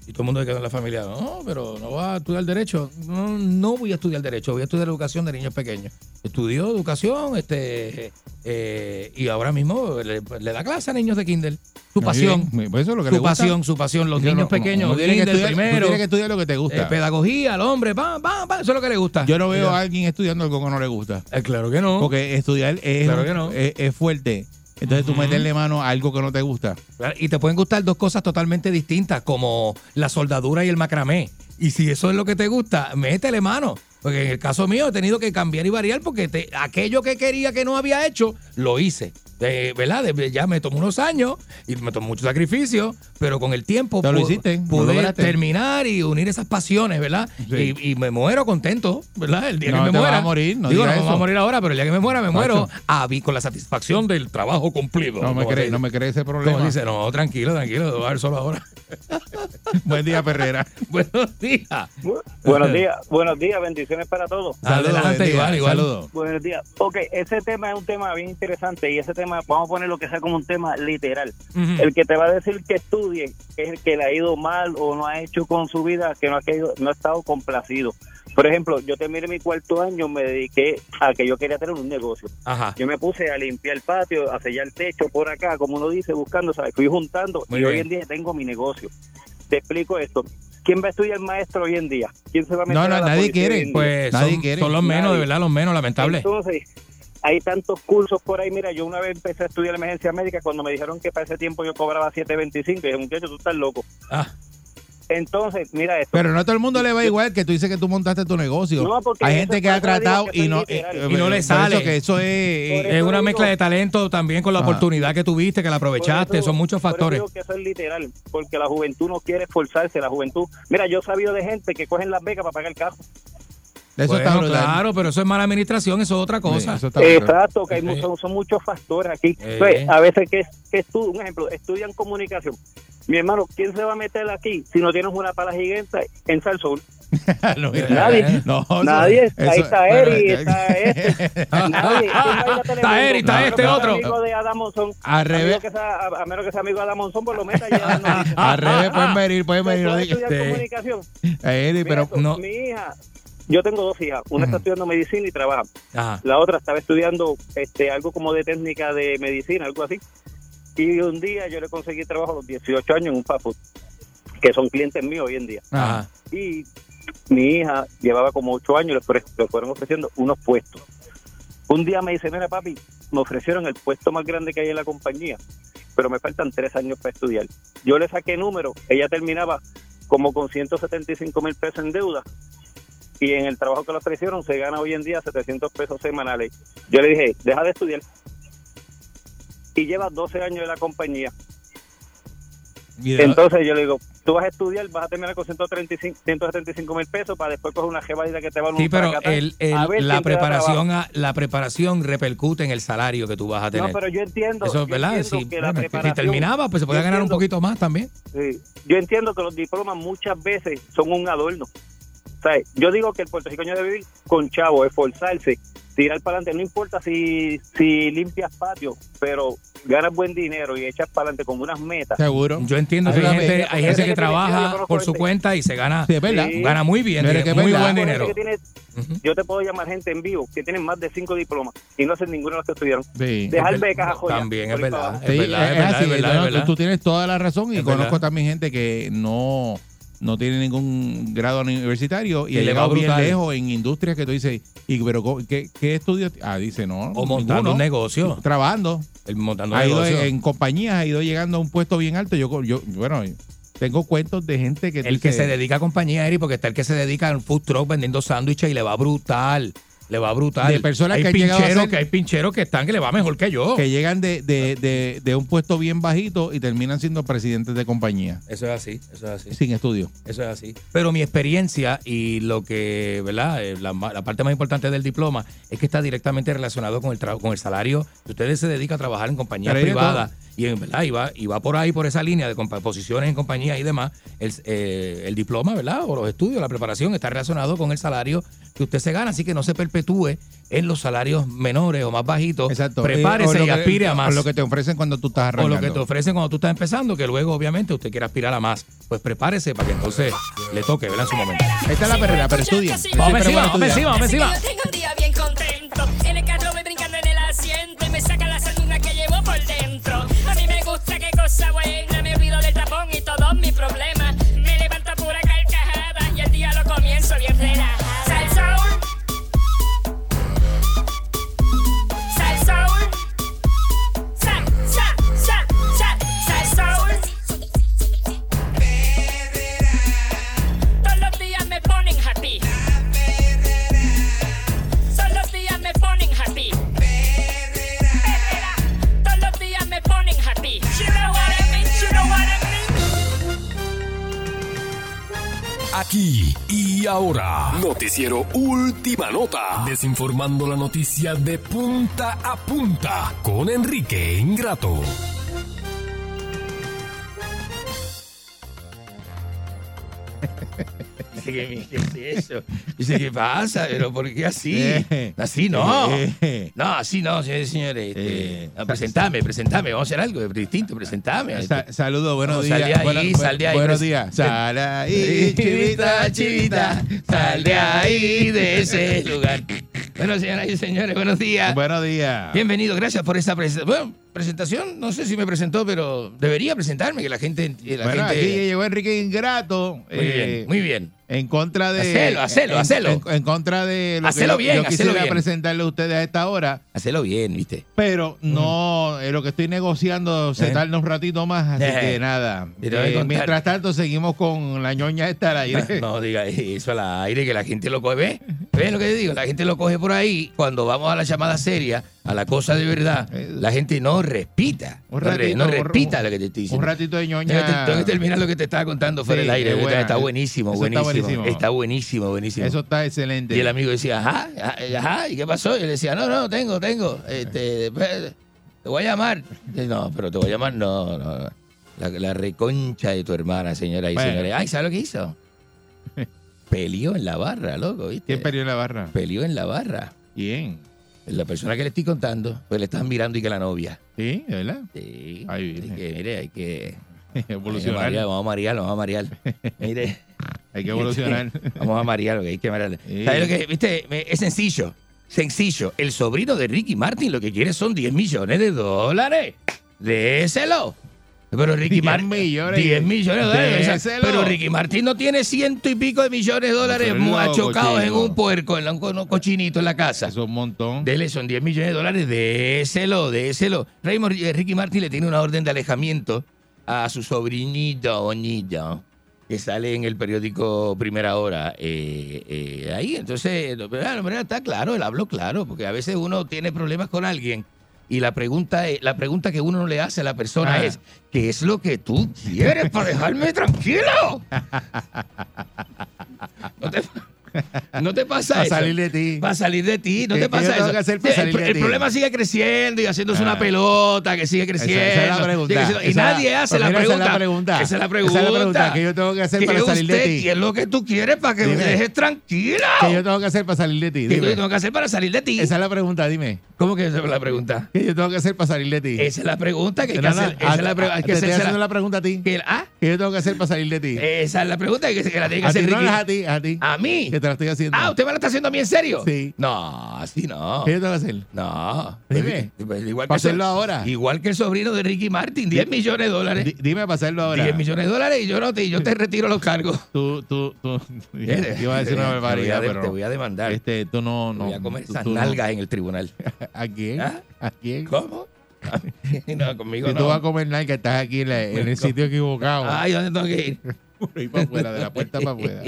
[SPEAKER 5] Y todo el mundo se quedó en la familia, no, pero no vas a estudiar derecho. No, no voy a estudiar derecho, voy a estudiar educación de niños pequeños. Estudió educación este eh, y ahora mismo le, le da clase a niños de Kindle. Su
[SPEAKER 4] Muy
[SPEAKER 5] pasión,
[SPEAKER 4] bien. Pues eso es lo que le
[SPEAKER 5] su
[SPEAKER 4] gusta.
[SPEAKER 5] pasión, su pasión, los
[SPEAKER 4] Eso no-
[SPEAKER 5] niños
[SPEAKER 4] no-
[SPEAKER 5] pequeños,
[SPEAKER 4] no tiene que
[SPEAKER 5] kinder
[SPEAKER 4] estudiar- tú
[SPEAKER 5] primero,
[SPEAKER 4] tienes que estudiar lo que te
[SPEAKER 5] eh,
[SPEAKER 4] gusta.
[SPEAKER 5] pedagogía, al hombre, va, va, va, eso es lo que le gusta.
[SPEAKER 4] Yo no veo a alguien estudiando algo que no le gusta.
[SPEAKER 5] Eh, claro que no.
[SPEAKER 4] Porque estudiar es,
[SPEAKER 5] Claro que no.
[SPEAKER 4] es, es fuerte. Entonces tú
[SPEAKER 5] Ujú.
[SPEAKER 4] meterle mano a algo que no te gusta.
[SPEAKER 5] Claro, Y te pueden gustar dos cosas totalmente distintas, como la soldadura y el macramé. Y si eso es lo que te gusta, métele mano. Porque en el caso mío he tenido que cambiar y variar porque te- aquello que quería que no había hecho, lo hice. De- ¿Verdad? De- ya me tomó unos años y me tomó mucho sacrificio, pero con el tiempo
[SPEAKER 4] Pero lo
[SPEAKER 5] pu-
[SPEAKER 4] hiciste, lo
[SPEAKER 5] pude
[SPEAKER 4] lograste.
[SPEAKER 5] terminar y unir esas pasiones, ¿verdad?
[SPEAKER 4] Sí.
[SPEAKER 5] Y, y me muero contento, ¿verdad? El día
[SPEAKER 4] No
[SPEAKER 5] que me
[SPEAKER 4] te vas
[SPEAKER 5] muera.
[SPEAKER 4] a morir, no
[SPEAKER 5] Digo,
[SPEAKER 4] digas
[SPEAKER 5] no me voy
[SPEAKER 4] eso.
[SPEAKER 5] a morir ahora, pero el día que me muera, me muero a, con la satisfacción del trabajo cumplido.
[SPEAKER 4] No me
[SPEAKER 5] Como
[SPEAKER 4] crees
[SPEAKER 5] se-
[SPEAKER 4] no me crees ese problema.
[SPEAKER 5] como dice, no, tranquilo, tranquilo, voy a ver solo ahora.
[SPEAKER 4] Buen día, Perrera.
[SPEAKER 5] Buenos días.
[SPEAKER 7] Buenos días, buenos días, bendiciones para todos.
[SPEAKER 4] Saludos,
[SPEAKER 5] Adelante,
[SPEAKER 4] buen día.
[SPEAKER 5] igual, igual.
[SPEAKER 4] Saludos.
[SPEAKER 7] Buenos días. Ok, ese tema es un tema bien interesante y ese tema, vamos a poner lo que sea como un tema literal.
[SPEAKER 5] Ujú.
[SPEAKER 7] El que te va a decir que estudie es el que le ha ido mal o no ha hecho con su vida, que no ha, querido- no ha estado complacido.
[SPEAKER 14] Por ejemplo, yo terminé mi cuarto año, me dediqué a que yo quería tener un negocio.
[SPEAKER 5] Ajá.
[SPEAKER 14] Yo me puse a limpiar el patio, a sellar el techo por acá, como uno dice, buscando, ¿sabes? Fui juntando
[SPEAKER 5] Muy
[SPEAKER 14] y
[SPEAKER 5] bien.
[SPEAKER 14] hoy en día tengo mi negocio. Te explico esto. ¿Quién va a estudiar maestro hoy en día? ¿Quién se va a meter
[SPEAKER 5] No,
[SPEAKER 14] a
[SPEAKER 5] no,
[SPEAKER 14] la
[SPEAKER 5] nadie
[SPEAKER 14] policía hoy
[SPEAKER 5] quiere.
[SPEAKER 14] en día?
[SPEAKER 5] Pues son, son los menos, de verdad, los menos, lamentable.
[SPEAKER 14] Entonces, hay tantos cursos por ahí. Mira, yo una vez empecé a estudiar emergencia médica cuando me dijeron que para ese tiempo yo cobraba 7.25. Y dije, muchacho, tú estás loco.
[SPEAKER 5] Ah.
[SPEAKER 14] Entonces, mira esto.
[SPEAKER 4] Pero no a todo el mundo le va igual que tú dices que tú montaste tu negocio.
[SPEAKER 14] No, porque
[SPEAKER 4] Hay
[SPEAKER 14] eso
[SPEAKER 4] gente
[SPEAKER 14] es
[SPEAKER 4] que ha
[SPEAKER 14] para
[SPEAKER 4] tratado
[SPEAKER 14] radio que
[SPEAKER 4] y
[SPEAKER 14] soy
[SPEAKER 4] no,
[SPEAKER 14] literal.
[SPEAKER 4] eh,
[SPEAKER 5] Y no
[SPEAKER 4] por
[SPEAKER 5] le
[SPEAKER 4] eso
[SPEAKER 5] sale.
[SPEAKER 4] que eso es... eh,
[SPEAKER 5] Es una mezcla de talento también con la
[SPEAKER 4] Ah.
[SPEAKER 5] oportunidad que tuviste, que la aprovechaste. Son muchos
[SPEAKER 14] Por eso
[SPEAKER 5] factores.
[SPEAKER 14] digo que eso es literal, porque la juventud no quiere esforzarse, la juventud. Mira, yo he sabido de gente que cogen las becas para pagar el carro.
[SPEAKER 4] Eso está
[SPEAKER 5] Bueno,
[SPEAKER 4] brutal.
[SPEAKER 5] claro, pero eso es mala administración, eso es otra cosa.
[SPEAKER 4] eso está
[SPEAKER 14] Exacto, que hay mu- son, son muchos factores aquí. Entonces, a veces que, que estudian, un ejemplo, estudian comunicación. Mi hermano, ¿quién se va a meter aquí si no tienes una pala gigante en Salsón?
[SPEAKER 5] Ah, Eh,
[SPEAKER 4] no,
[SPEAKER 14] Nadie.
[SPEAKER 4] No, eso-
[SPEAKER 14] Nadie. ahí
[SPEAKER 4] eso-
[SPEAKER 14] está
[SPEAKER 4] bueno, eh,
[SPEAKER 14] Eri,
[SPEAKER 4] ya-
[SPEAKER 14] está este. Nadie.
[SPEAKER 5] Está Eri, está este otro.
[SPEAKER 14] amigo de Adam Monzón.
[SPEAKER 4] Al
[SPEAKER 14] A menos
[SPEAKER 4] revés.
[SPEAKER 14] que sea- A a menos que sea amigo de Adam Monzón, por lo menos ya no.
[SPEAKER 4] Al revés, pueden venir, pueden
[SPEAKER 14] Entonces,
[SPEAKER 4] venir.
[SPEAKER 14] tú
[SPEAKER 4] no
[SPEAKER 14] vas a
[SPEAKER 4] digas-
[SPEAKER 14] estudiar
[SPEAKER 4] Sí.
[SPEAKER 14] comunicación.
[SPEAKER 4] Eh, este. Eddie,
[SPEAKER 14] Mira,
[SPEAKER 4] pero no.
[SPEAKER 14] Mi hija, yo tengo dos hijas. Una está estudiando medicina y trabaja.
[SPEAKER 5] Ajá.
[SPEAKER 14] La otra estaba estudiando este algo como de técnica de medicina, algo así. Y un día yo le conseguí trabajo a los 18 años en un papo, que son clientes míos hoy en día.
[SPEAKER 5] Ajá.
[SPEAKER 14] Y mi hija llevaba como 8 años, le, ofre- le fueron ofreciendo unos puestos. Un día me dice, mira papi, me ofrecieron el puesto más grande que hay en la compañía, pero me faltan 3 años para estudiar. Yo le saqué número, ella terminaba como con 175 mil pesos en deuda y en el trabajo que le ofrecieron se gana hoy en día 700 pesos semanales. Yo le dije, deja de estudiar. Y lleva 12 años en la compañía.
[SPEAKER 4] Y de-
[SPEAKER 14] Entonces yo le digo, tú vas a estudiar, vas a terminar con 135, 175 mil pesos para después coger una jebadita que te va a
[SPEAKER 5] Sí, pero el- el- la, preparación a- la preparación repercute en el salario que tú vas a tener.
[SPEAKER 14] No, pero yo entiendo.
[SPEAKER 5] Eso
[SPEAKER 14] yo
[SPEAKER 5] es verdad.
[SPEAKER 14] entiendo
[SPEAKER 5] Si,
[SPEAKER 14] que la
[SPEAKER 5] bueno, es que si
[SPEAKER 14] preparación-
[SPEAKER 5] terminaba, pues se podía
[SPEAKER 14] yo
[SPEAKER 5] ganar un
[SPEAKER 14] entiendo-
[SPEAKER 5] poquito más también.
[SPEAKER 14] Sí. Yo entiendo que los diplomas muchas veces son un adorno. O sea, yo digo que el puertorriqueño debe vivir con chavo, esforzarse, tirar para adelante. No importa si, si limpias patio, pero ganas buen dinero y echas para adelante con unas metas.
[SPEAKER 4] Seguro.
[SPEAKER 5] Yo entiendo que hay
[SPEAKER 4] Háblame.
[SPEAKER 5] gente, hay gente que
[SPEAKER 14] yo
[SPEAKER 5] trabaja
[SPEAKER 14] conozco
[SPEAKER 5] por su
[SPEAKER 14] gente.
[SPEAKER 5] cuenta y se gana,
[SPEAKER 4] Sí, es verdad.
[SPEAKER 5] gana muy bien,
[SPEAKER 4] Pero es
[SPEAKER 5] tiene
[SPEAKER 4] que es
[SPEAKER 5] muy
[SPEAKER 4] verdad.
[SPEAKER 5] buen
[SPEAKER 14] Gente
[SPEAKER 5] dinero.
[SPEAKER 14] que tiene- Yo te puedo llamar gente en vivo que tienen más de cinco diplomas y no hacen ninguno de los que estudiaron.
[SPEAKER 4] Sí.
[SPEAKER 14] Dejar becas a joya.
[SPEAKER 5] También es
[SPEAKER 14] por ahí para
[SPEAKER 5] verdad,
[SPEAKER 14] abajo.
[SPEAKER 5] es
[SPEAKER 4] Sí,
[SPEAKER 5] verdad, es
[SPEAKER 4] es
[SPEAKER 5] verdad,
[SPEAKER 4] así,
[SPEAKER 5] es verdad,
[SPEAKER 4] no,
[SPEAKER 5] es
[SPEAKER 4] tú-
[SPEAKER 5] verdad.
[SPEAKER 4] Tú tienes toda la razón y
[SPEAKER 5] Es
[SPEAKER 4] conozco
[SPEAKER 5] verdad.
[SPEAKER 4] también gente que no, no tiene ningún grado universitario y
[SPEAKER 5] Que
[SPEAKER 4] ha
[SPEAKER 5] le va
[SPEAKER 4] llegado bien
[SPEAKER 5] brutal.
[SPEAKER 4] lejos en industrias que tú dices, y, pero co- ¿qué, qué estudios? ti-?" Ah, dice, no.
[SPEAKER 5] O montando
[SPEAKER 4] ninguno.
[SPEAKER 5] un negocio.
[SPEAKER 4] Trabajando.
[SPEAKER 5] El montando un
[SPEAKER 4] ha ido
[SPEAKER 5] negocio.
[SPEAKER 4] en compañías, ha ido llegando a un puesto bien alto. Yo, co- yo bueno, tengo cuentos de gente que tú
[SPEAKER 5] El que
[SPEAKER 4] dices,
[SPEAKER 5] se dedica a compañía, Eri, porque está el que se dedica al food truck vendiendo sándwiches y le va brutal. Le va brutal.
[SPEAKER 4] De personas
[SPEAKER 5] hay
[SPEAKER 4] que han llegado a
[SPEAKER 5] pincheros
[SPEAKER 4] ser-
[SPEAKER 5] que hay pincheros que están que le va mejor que yo.
[SPEAKER 4] que llegan de, de, de, de un puesto bien bajito y terminan siendo presidentes de compañía
[SPEAKER 5] Eso es así, eso es así.
[SPEAKER 4] sin estudio.
[SPEAKER 5] Eso es así. Pero mi experiencia y lo que, ¿verdad? Eh, La, ma- la parte más importante del diploma es que está directamente relacionado con el tra- con el salario. que Ustedes se dedican a trabajar en compañías
[SPEAKER 4] Pero hay de
[SPEAKER 5] privadas y en verdad y va, y va por ahí por esa línea de compa- posiciones en compañías y demás. El, eh, el diploma, ¿verdad? O los estudios, la preparación está relacionado con el salario que usted se gana, así que no se perpetúe en los salarios menores o más bajitos.
[SPEAKER 4] Exacto.
[SPEAKER 5] Prepárese
[SPEAKER 4] Eh, o lo
[SPEAKER 5] y
[SPEAKER 4] que-
[SPEAKER 5] aspire a más
[SPEAKER 4] O lo que te ofrecen cuando tú estás
[SPEAKER 5] o
[SPEAKER 4] arrancando.
[SPEAKER 5] lo que te ofrecen cuando tú estás empezando, que luego obviamente usted quiere aspirar a más. Pues prepárese para que entonces le toque, ¿verdad? En su momento.
[SPEAKER 4] Esta es la perrera, pero estudia.
[SPEAKER 5] Vamos encima, vamos encima, vamos encima.
[SPEAKER 6] Así que Yo tengo un día bien contento. En el carro voy brincando en el asiento y me saca la sanduna que llevo por dentro. A mí me gusta qué cosa buena, me olvido del tapón y todos mis problemas. Me levanto a pura carcajada y el día lo comienzo bien relajada. Sal Soul. Sal Soul. Sal, sal, sal, sal, sal Soul. Todos los días me ponen happy. Todos los días me ponen happy. Perrera. Todos los días me ponen happy. You know what I mean, you know what I mean.
[SPEAKER 1] Aquí y ahora, noticiero Última Nota, desinformando la noticia de punta a punta con Enrique Ingrato.
[SPEAKER 5] dice que me- ¿qué es eso? Dice, ¿qué pasa? ¿Pero por qué así?
[SPEAKER 4] Eh.
[SPEAKER 5] Así no. No, así no, señores y señores. Este,
[SPEAKER 4] Eh.
[SPEAKER 5] no, presentame, presentame. Vamos a hacer algo distinto, presentame.
[SPEAKER 4] Sa- Saludos, buenos
[SPEAKER 5] Eh, No,
[SPEAKER 4] días.
[SPEAKER 5] Sal de ahí,
[SPEAKER 4] Bueno, bu-
[SPEAKER 5] sal de ahí.
[SPEAKER 4] Buenos
[SPEAKER 5] pres-
[SPEAKER 4] días. Sal de ahí,
[SPEAKER 5] Sí, chivita,
[SPEAKER 4] chivita, chivita.
[SPEAKER 5] chivita, sal de ahí, de ese lugar. Bueno, señoras y señores, buenos días.
[SPEAKER 4] Buenos días.
[SPEAKER 5] Bienvenido, gracias por esa presen- bueno, presentación. No sé si me presentó, pero debería presentarme, que la gente... que La
[SPEAKER 4] Bueno,
[SPEAKER 5] gente...
[SPEAKER 4] aquí llegó Enrique Ingrato. Eh, Muy
[SPEAKER 5] bien, muy bien.
[SPEAKER 4] En contra de.
[SPEAKER 5] Hacelo, hacelo,
[SPEAKER 4] en-
[SPEAKER 5] hacelo.
[SPEAKER 4] En, en contra de. eh, que
[SPEAKER 5] Hacelo
[SPEAKER 4] yo-
[SPEAKER 5] bien,
[SPEAKER 4] yo
[SPEAKER 5] hacelo
[SPEAKER 4] quisiera
[SPEAKER 5] bien.
[SPEAKER 4] presentarle a ustedes a esta hora.
[SPEAKER 5] Hacelo bien, ¿viste?
[SPEAKER 4] Pero no, eh, lo que estoy negociando se
[SPEAKER 5] Mm. Eh.
[SPEAKER 4] tarda un ratito más, así
[SPEAKER 5] Eh.
[SPEAKER 4] que nada.
[SPEAKER 5] Y te voy a
[SPEAKER 4] Eh,
[SPEAKER 5] contar.
[SPEAKER 4] mientras tanto, seguimos con la ñoña esta al aire.
[SPEAKER 5] No, no diga eso al aire, que la gente lo coge. ¿Ve? ¿Ve lo que te digo? La gente lo coge por ahí. Cuando vamos a la llamada seria, a la cosa de verdad, la gente no respita.
[SPEAKER 4] Eh,
[SPEAKER 5] No
[SPEAKER 4] Un
[SPEAKER 5] re-
[SPEAKER 4] ratito,
[SPEAKER 5] no
[SPEAKER 4] un-
[SPEAKER 5] respita lo que te estoy diciendo.
[SPEAKER 4] Un ratito de
[SPEAKER 5] Tengo que-
[SPEAKER 4] ñoña.
[SPEAKER 5] tengo que terminar lo que te estaba contando fuera
[SPEAKER 4] Sí,
[SPEAKER 5] del aire.
[SPEAKER 4] es
[SPEAKER 5] porque
[SPEAKER 4] buena.
[SPEAKER 5] Está buenísimo,
[SPEAKER 4] Eso está
[SPEAKER 5] buenísimo. Está
[SPEAKER 4] buenísimo.
[SPEAKER 5] buenísimo, buenísimo,
[SPEAKER 4] Eso está excelente.
[SPEAKER 5] Y el amigo decía, ajá, ajá, ¿y qué pasó? Y él decía, no, no, tengo, tengo. Este, después te voy a llamar. Y, No, pero te voy a llamar, no, no. no. La, la reconcha de tu hermana, señora y
[SPEAKER 4] Bueno.
[SPEAKER 5] señores. Ay, ¿sabes lo que hizo? Peleó en la barra, loco, ¿viste?
[SPEAKER 4] ¿Quién perdió en la barra?
[SPEAKER 5] Peleó en la barra.
[SPEAKER 4] Bien.
[SPEAKER 5] La persona que le estoy contando, pues le están mirando y que la novia.
[SPEAKER 4] Sí, ¿de verdad?
[SPEAKER 5] Sí.
[SPEAKER 4] Ahí
[SPEAKER 5] Hay
[SPEAKER 4] viene.
[SPEAKER 5] que, mire, hay que.
[SPEAKER 4] Evolucionar.
[SPEAKER 5] Hay que marear, Vamos a marear, vamos a marear. Mire.
[SPEAKER 4] Hay que evolucionar.
[SPEAKER 5] Vamos a marear, lo que hay que marear. ¿Sabes lo que, viste? Me- Es sencillo. Sencillo. El sobrino de Ricky Martin lo que quiere son 10 millones de dólares. Déselo. Pero Ricky
[SPEAKER 4] 10
[SPEAKER 5] Martin.
[SPEAKER 4] millones.
[SPEAKER 5] 10 millones de dólares. O sea,
[SPEAKER 4] Déselo.
[SPEAKER 5] pero Ricky Martin no tiene ciento y pico de millones de dólares
[SPEAKER 4] Eso es loco,
[SPEAKER 5] machocados en
[SPEAKER 4] chico.
[SPEAKER 5] un puerco, en un co- un cochinito en la casa.
[SPEAKER 4] Eso es un montón.
[SPEAKER 5] Dele, son 10 millones de dólares, déselo, déselo. Raymond, eh, Ricky Martin le tiene una orden de alejamiento a su sobrinito, Oñito, que sale en el periódico Primera Hora. eh, eh, ahí, entonces, no, pero, ah, no, pero está claro, él habló claro, porque a veces uno tiene problemas con alguien y la pregunta, es- la pregunta que uno no le hace a la persona
[SPEAKER 4] Ah.
[SPEAKER 5] es, ¿qué es lo que tú quieres para dejarme tranquilo? No te, no te pasa
[SPEAKER 4] Para
[SPEAKER 5] eso.
[SPEAKER 4] salir de ti.
[SPEAKER 5] Para salir de ti, no
[SPEAKER 4] ¿Qué-
[SPEAKER 5] te
[SPEAKER 4] qué yo
[SPEAKER 5] pasa
[SPEAKER 4] tengo
[SPEAKER 5] eso.
[SPEAKER 4] que hacer para
[SPEAKER 5] Sí, el
[SPEAKER 4] salir
[SPEAKER 5] pro-
[SPEAKER 4] de
[SPEAKER 5] el
[SPEAKER 4] ti?
[SPEAKER 5] problema sigue creciendo y haciéndose
[SPEAKER 4] Ah.
[SPEAKER 5] una pelota que sigue
[SPEAKER 4] Esa-
[SPEAKER 5] creciendo.
[SPEAKER 4] esa es la
[SPEAKER 5] sigue
[SPEAKER 4] pregunta.
[SPEAKER 5] creciendo, y
[SPEAKER 4] Esa-
[SPEAKER 5] nadie hace
[SPEAKER 4] pues
[SPEAKER 5] la
[SPEAKER 4] mira,
[SPEAKER 5] pregunta.
[SPEAKER 4] Esa es la pregunta.
[SPEAKER 5] Esa es la
[SPEAKER 4] Esa es la pregunta
[SPEAKER 5] pregunta.
[SPEAKER 4] que yo tengo que hacer
[SPEAKER 5] ¿Qué
[SPEAKER 4] para salir de
[SPEAKER 5] usted-
[SPEAKER 4] ti.
[SPEAKER 5] ¿Qué es lo que tú quieres para que
[SPEAKER 4] Dime.
[SPEAKER 5] me dejes tranquilo?
[SPEAKER 4] ¿Qué yo tengo que hacer para salir de ti?
[SPEAKER 5] ¿Qué yo
[SPEAKER 4] Dime.
[SPEAKER 5] tengo que hacer para salir de ti?
[SPEAKER 4] Esa es la pregunta, dime.
[SPEAKER 5] ¿Cómo que esa es la pregunta?
[SPEAKER 4] ¿Qué yo tengo que hacer para salir de ti?
[SPEAKER 5] Esa es la pregunta que hay que
[SPEAKER 4] No, no,
[SPEAKER 5] hacer. Esa es la
[SPEAKER 4] a-
[SPEAKER 5] pre- hay
[SPEAKER 4] a-
[SPEAKER 5] que
[SPEAKER 4] te estoy
[SPEAKER 5] hacerse
[SPEAKER 4] haciendo
[SPEAKER 5] la-
[SPEAKER 4] la pregunta a ti.
[SPEAKER 5] que- ah,
[SPEAKER 4] ¿Qué yo tengo que hacer para salir de ti?
[SPEAKER 5] Esa es la pregunta que, que la tiene que
[SPEAKER 4] a ti
[SPEAKER 5] hacer
[SPEAKER 4] no
[SPEAKER 5] Ricky.
[SPEAKER 4] es a ti, a ti.
[SPEAKER 5] ¿A mí?
[SPEAKER 4] Que te la estoy haciendo.
[SPEAKER 5] Ah, ¿usted me la está haciendo a mí en serio?
[SPEAKER 4] Sí.
[SPEAKER 5] No, así no.
[SPEAKER 4] ¿Qué yo tengo que hacer?
[SPEAKER 5] No.
[SPEAKER 4] Dime.
[SPEAKER 5] Pues, pues, igual
[SPEAKER 4] Para
[SPEAKER 5] el so-
[SPEAKER 4] hacerlo ahora.
[SPEAKER 5] Igual que el sobrino de Ricky Martin, 10 millones de
[SPEAKER 4] Di-
[SPEAKER 5] dólares.
[SPEAKER 4] dime para hacerlo ahora.
[SPEAKER 5] 10 millones de dólares y yo no te, y yo te retiro los cargos.
[SPEAKER 4] Tú, tú, tú.
[SPEAKER 5] Eh,
[SPEAKER 4] Iba a decir una
[SPEAKER 5] te voy a-
[SPEAKER 4] barbaridad,
[SPEAKER 5] te
[SPEAKER 4] pero.
[SPEAKER 5] voy a demandar.
[SPEAKER 4] Este, tú no. no
[SPEAKER 5] voy a comer
[SPEAKER 4] tú-
[SPEAKER 5] esas
[SPEAKER 4] tú no.
[SPEAKER 5] nalgas en el tribunal.
[SPEAKER 4] ¿A quién?
[SPEAKER 5] ¿Ah?
[SPEAKER 4] ¿A quién?
[SPEAKER 5] ¿Cómo? no, conmigo
[SPEAKER 4] Si tú
[SPEAKER 5] no.
[SPEAKER 4] vas a comer nalgas, estás aquí en, la- en el sitio equivocado.
[SPEAKER 5] Ay, ¿dónde tengo que ir?
[SPEAKER 4] Por ahí para afuera, de la puerta para afuera.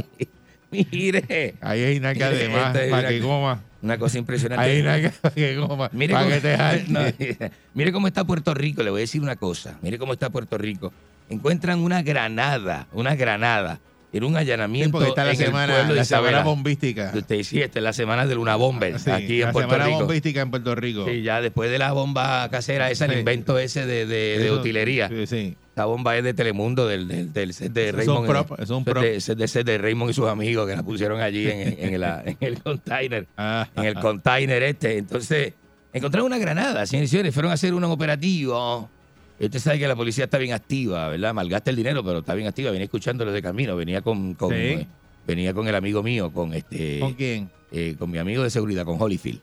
[SPEAKER 5] Mire,
[SPEAKER 4] Ahí hay nalgas de más,
[SPEAKER 5] Este es una-
[SPEAKER 4] para que coma.
[SPEAKER 5] una cosa impresionante.
[SPEAKER 4] Ahí hay nalgas para que coma.
[SPEAKER 5] Mire
[SPEAKER 4] Para
[SPEAKER 5] cómo,
[SPEAKER 4] que te
[SPEAKER 5] No,
[SPEAKER 4] jale.
[SPEAKER 5] mire cómo está Puerto Rico, le voy a decir una cosa. Mire cómo está Puerto Rico. Encuentran una granada, una granada, en un
[SPEAKER 4] Sí,
[SPEAKER 5] allanamiento.
[SPEAKER 4] porque está la
[SPEAKER 5] en el
[SPEAKER 4] semana,
[SPEAKER 5] pueblo de
[SPEAKER 4] la semana
[SPEAKER 5] Isabela.
[SPEAKER 4] bombística.
[SPEAKER 5] Usted sí, esta es la semana de una bomba
[SPEAKER 4] Sí,
[SPEAKER 5] aquí en
[SPEAKER 4] la
[SPEAKER 5] Puerto
[SPEAKER 4] semana
[SPEAKER 5] Rico.
[SPEAKER 4] bombística en Puerto Rico.
[SPEAKER 5] Sí, ya después de la bomba casera, ese el
[SPEAKER 4] Sí.
[SPEAKER 5] invento ese de, de- de
[SPEAKER 4] Eso-
[SPEAKER 5] utilería.
[SPEAKER 4] Sí, sí.
[SPEAKER 5] La bomba es de Telemundo, del, del, del set de
[SPEAKER 4] Eso es
[SPEAKER 5] Raymond. eh,
[SPEAKER 4] un prop, eso es un
[SPEAKER 5] set
[SPEAKER 4] prop.
[SPEAKER 5] de- set de, set de Raymond y sus amigos que la pusieron allí en, en- en la- en el container.
[SPEAKER 4] Ah,
[SPEAKER 5] En el container este. Entonces, encontraron una granada, señores y señores. Fueron a hacer un operativo. Usted sabe que la policía está bien activa, ¿verdad? Malgasta el dinero, pero está bien activa. Venía escuchándolo de camino. Venía con, con,
[SPEAKER 4] Sí.
[SPEAKER 5] eh, venía con el amigo mío, con este
[SPEAKER 4] ¿Con quién?
[SPEAKER 5] eh, con mi amigo de seguridad, con Holyfield.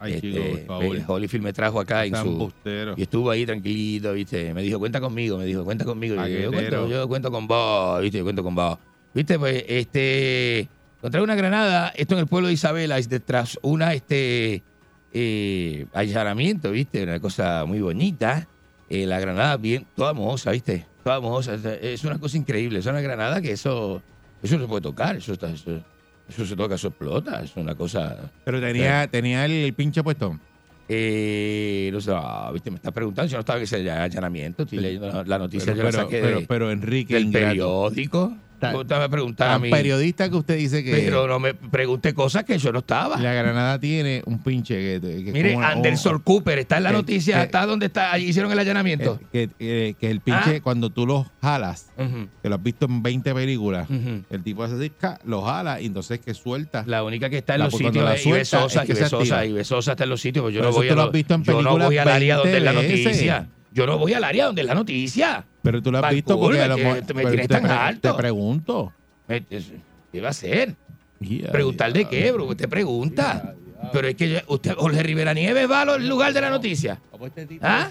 [SPEAKER 4] Ay,
[SPEAKER 5] Este,
[SPEAKER 4] chico, por
[SPEAKER 5] el
[SPEAKER 4] favor.
[SPEAKER 5] Holyfield me trajo acá en
[SPEAKER 4] Tan
[SPEAKER 5] su,
[SPEAKER 4] bustero.
[SPEAKER 5] y estuvo ahí tranquilito, ¿viste? Me dijo, cuenta conmigo, me dijo, cuenta conmigo. Yo, yo,
[SPEAKER 4] Paquetero.
[SPEAKER 5] cuento, yo cuento con vos, ¿viste? Yo cuento con vos. ¿Viste? Pues, este. Encontré una granada, esto en el pueblo de Isabela, es detrás una, este. eh, allanamiento, ¿viste? Una cosa muy bonita. Eh, la granada, bien, toda mojosa, ¿viste? Toda mojosa. Es- Es una cosa increíble. Es una granada que eso. Eso no se puede tocar, eso está. Eso, eso se toca, eso explota, es una cosa.
[SPEAKER 4] Pero tenía, tenía el, pinche puesto.
[SPEAKER 5] Eh, no sé, ah, viste, me estás preguntando si no estaba que se allanamiento. Estoy leyendo la, la noticia
[SPEAKER 4] Pero,
[SPEAKER 5] que
[SPEAKER 4] pero,
[SPEAKER 5] la saqué
[SPEAKER 4] pero,
[SPEAKER 5] de-
[SPEAKER 4] pero Enrique
[SPEAKER 5] del
[SPEAKER 4] Ingrato.
[SPEAKER 5] periódico.
[SPEAKER 4] Tan-
[SPEAKER 5] Usted me preguntar a
[SPEAKER 4] tan
[SPEAKER 5] mí.
[SPEAKER 4] periodista que usted dice que
[SPEAKER 5] Pero no me pregunte cosas que yo no estaba.
[SPEAKER 4] la Granada tiene un pinche que, que es
[SPEAKER 5] Mire,
[SPEAKER 4] como una-
[SPEAKER 5] Anderson Cooper está en la
[SPEAKER 4] que-
[SPEAKER 5] noticia, Ah.
[SPEAKER 4] que-
[SPEAKER 5] está donde está, allí hicieron el allanamiento.
[SPEAKER 4] que, eh, que el pinche, cuando tú los jalas,
[SPEAKER 5] Ujú.
[SPEAKER 4] que lo has visto en 20 películas,
[SPEAKER 5] Ujú.
[SPEAKER 4] el tipo hace así, ca, lo jala y entonces que suelta.
[SPEAKER 5] La única que está en
[SPEAKER 4] La-
[SPEAKER 5] los
[SPEAKER 4] Ah, cuando
[SPEAKER 5] sitios
[SPEAKER 4] la
[SPEAKER 5] es
[SPEAKER 4] suelta,
[SPEAKER 5] Ibe Sosa,
[SPEAKER 4] es que se
[SPEAKER 5] Ibe Sosa,
[SPEAKER 4] activa.
[SPEAKER 5] Ibe Sosa está en los sitios, porque yo
[SPEAKER 4] Pero
[SPEAKER 5] no
[SPEAKER 4] eso
[SPEAKER 5] voy
[SPEAKER 4] tú
[SPEAKER 5] a
[SPEAKER 4] lo
[SPEAKER 5] lo-
[SPEAKER 4] has visto en
[SPEAKER 5] yo no
[SPEAKER 4] películas
[SPEAKER 5] voy al área donde es la
[SPEAKER 4] 20 veces.
[SPEAKER 5] noticia. Yo no voy al área donde es la noticia.
[SPEAKER 4] Pero tú lo has
[SPEAKER 5] Van
[SPEAKER 4] visto
[SPEAKER 5] Cool,
[SPEAKER 4] porque
[SPEAKER 5] me
[SPEAKER 4] a lo
[SPEAKER 5] tiene-
[SPEAKER 4] mejor-
[SPEAKER 5] me
[SPEAKER 4] pero
[SPEAKER 5] tienes
[SPEAKER 4] te
[SPEAKER 5] tan
[SPEAKER 4] pre-
[SPEAKER 5] alto.
[SPEAKER 4] Te pregunto.
[SPEAKER 5] Me- es- Eh, ¿Qué va a hacer?
[SPEAKER 4] Yeah,
[SPEAKER 5] ¿Preguntar de qué, bro? Usted pregunta. Pero es que yo- usted, Jorge Rivera Nieves, va al lugar de la noticia. ¿Ah?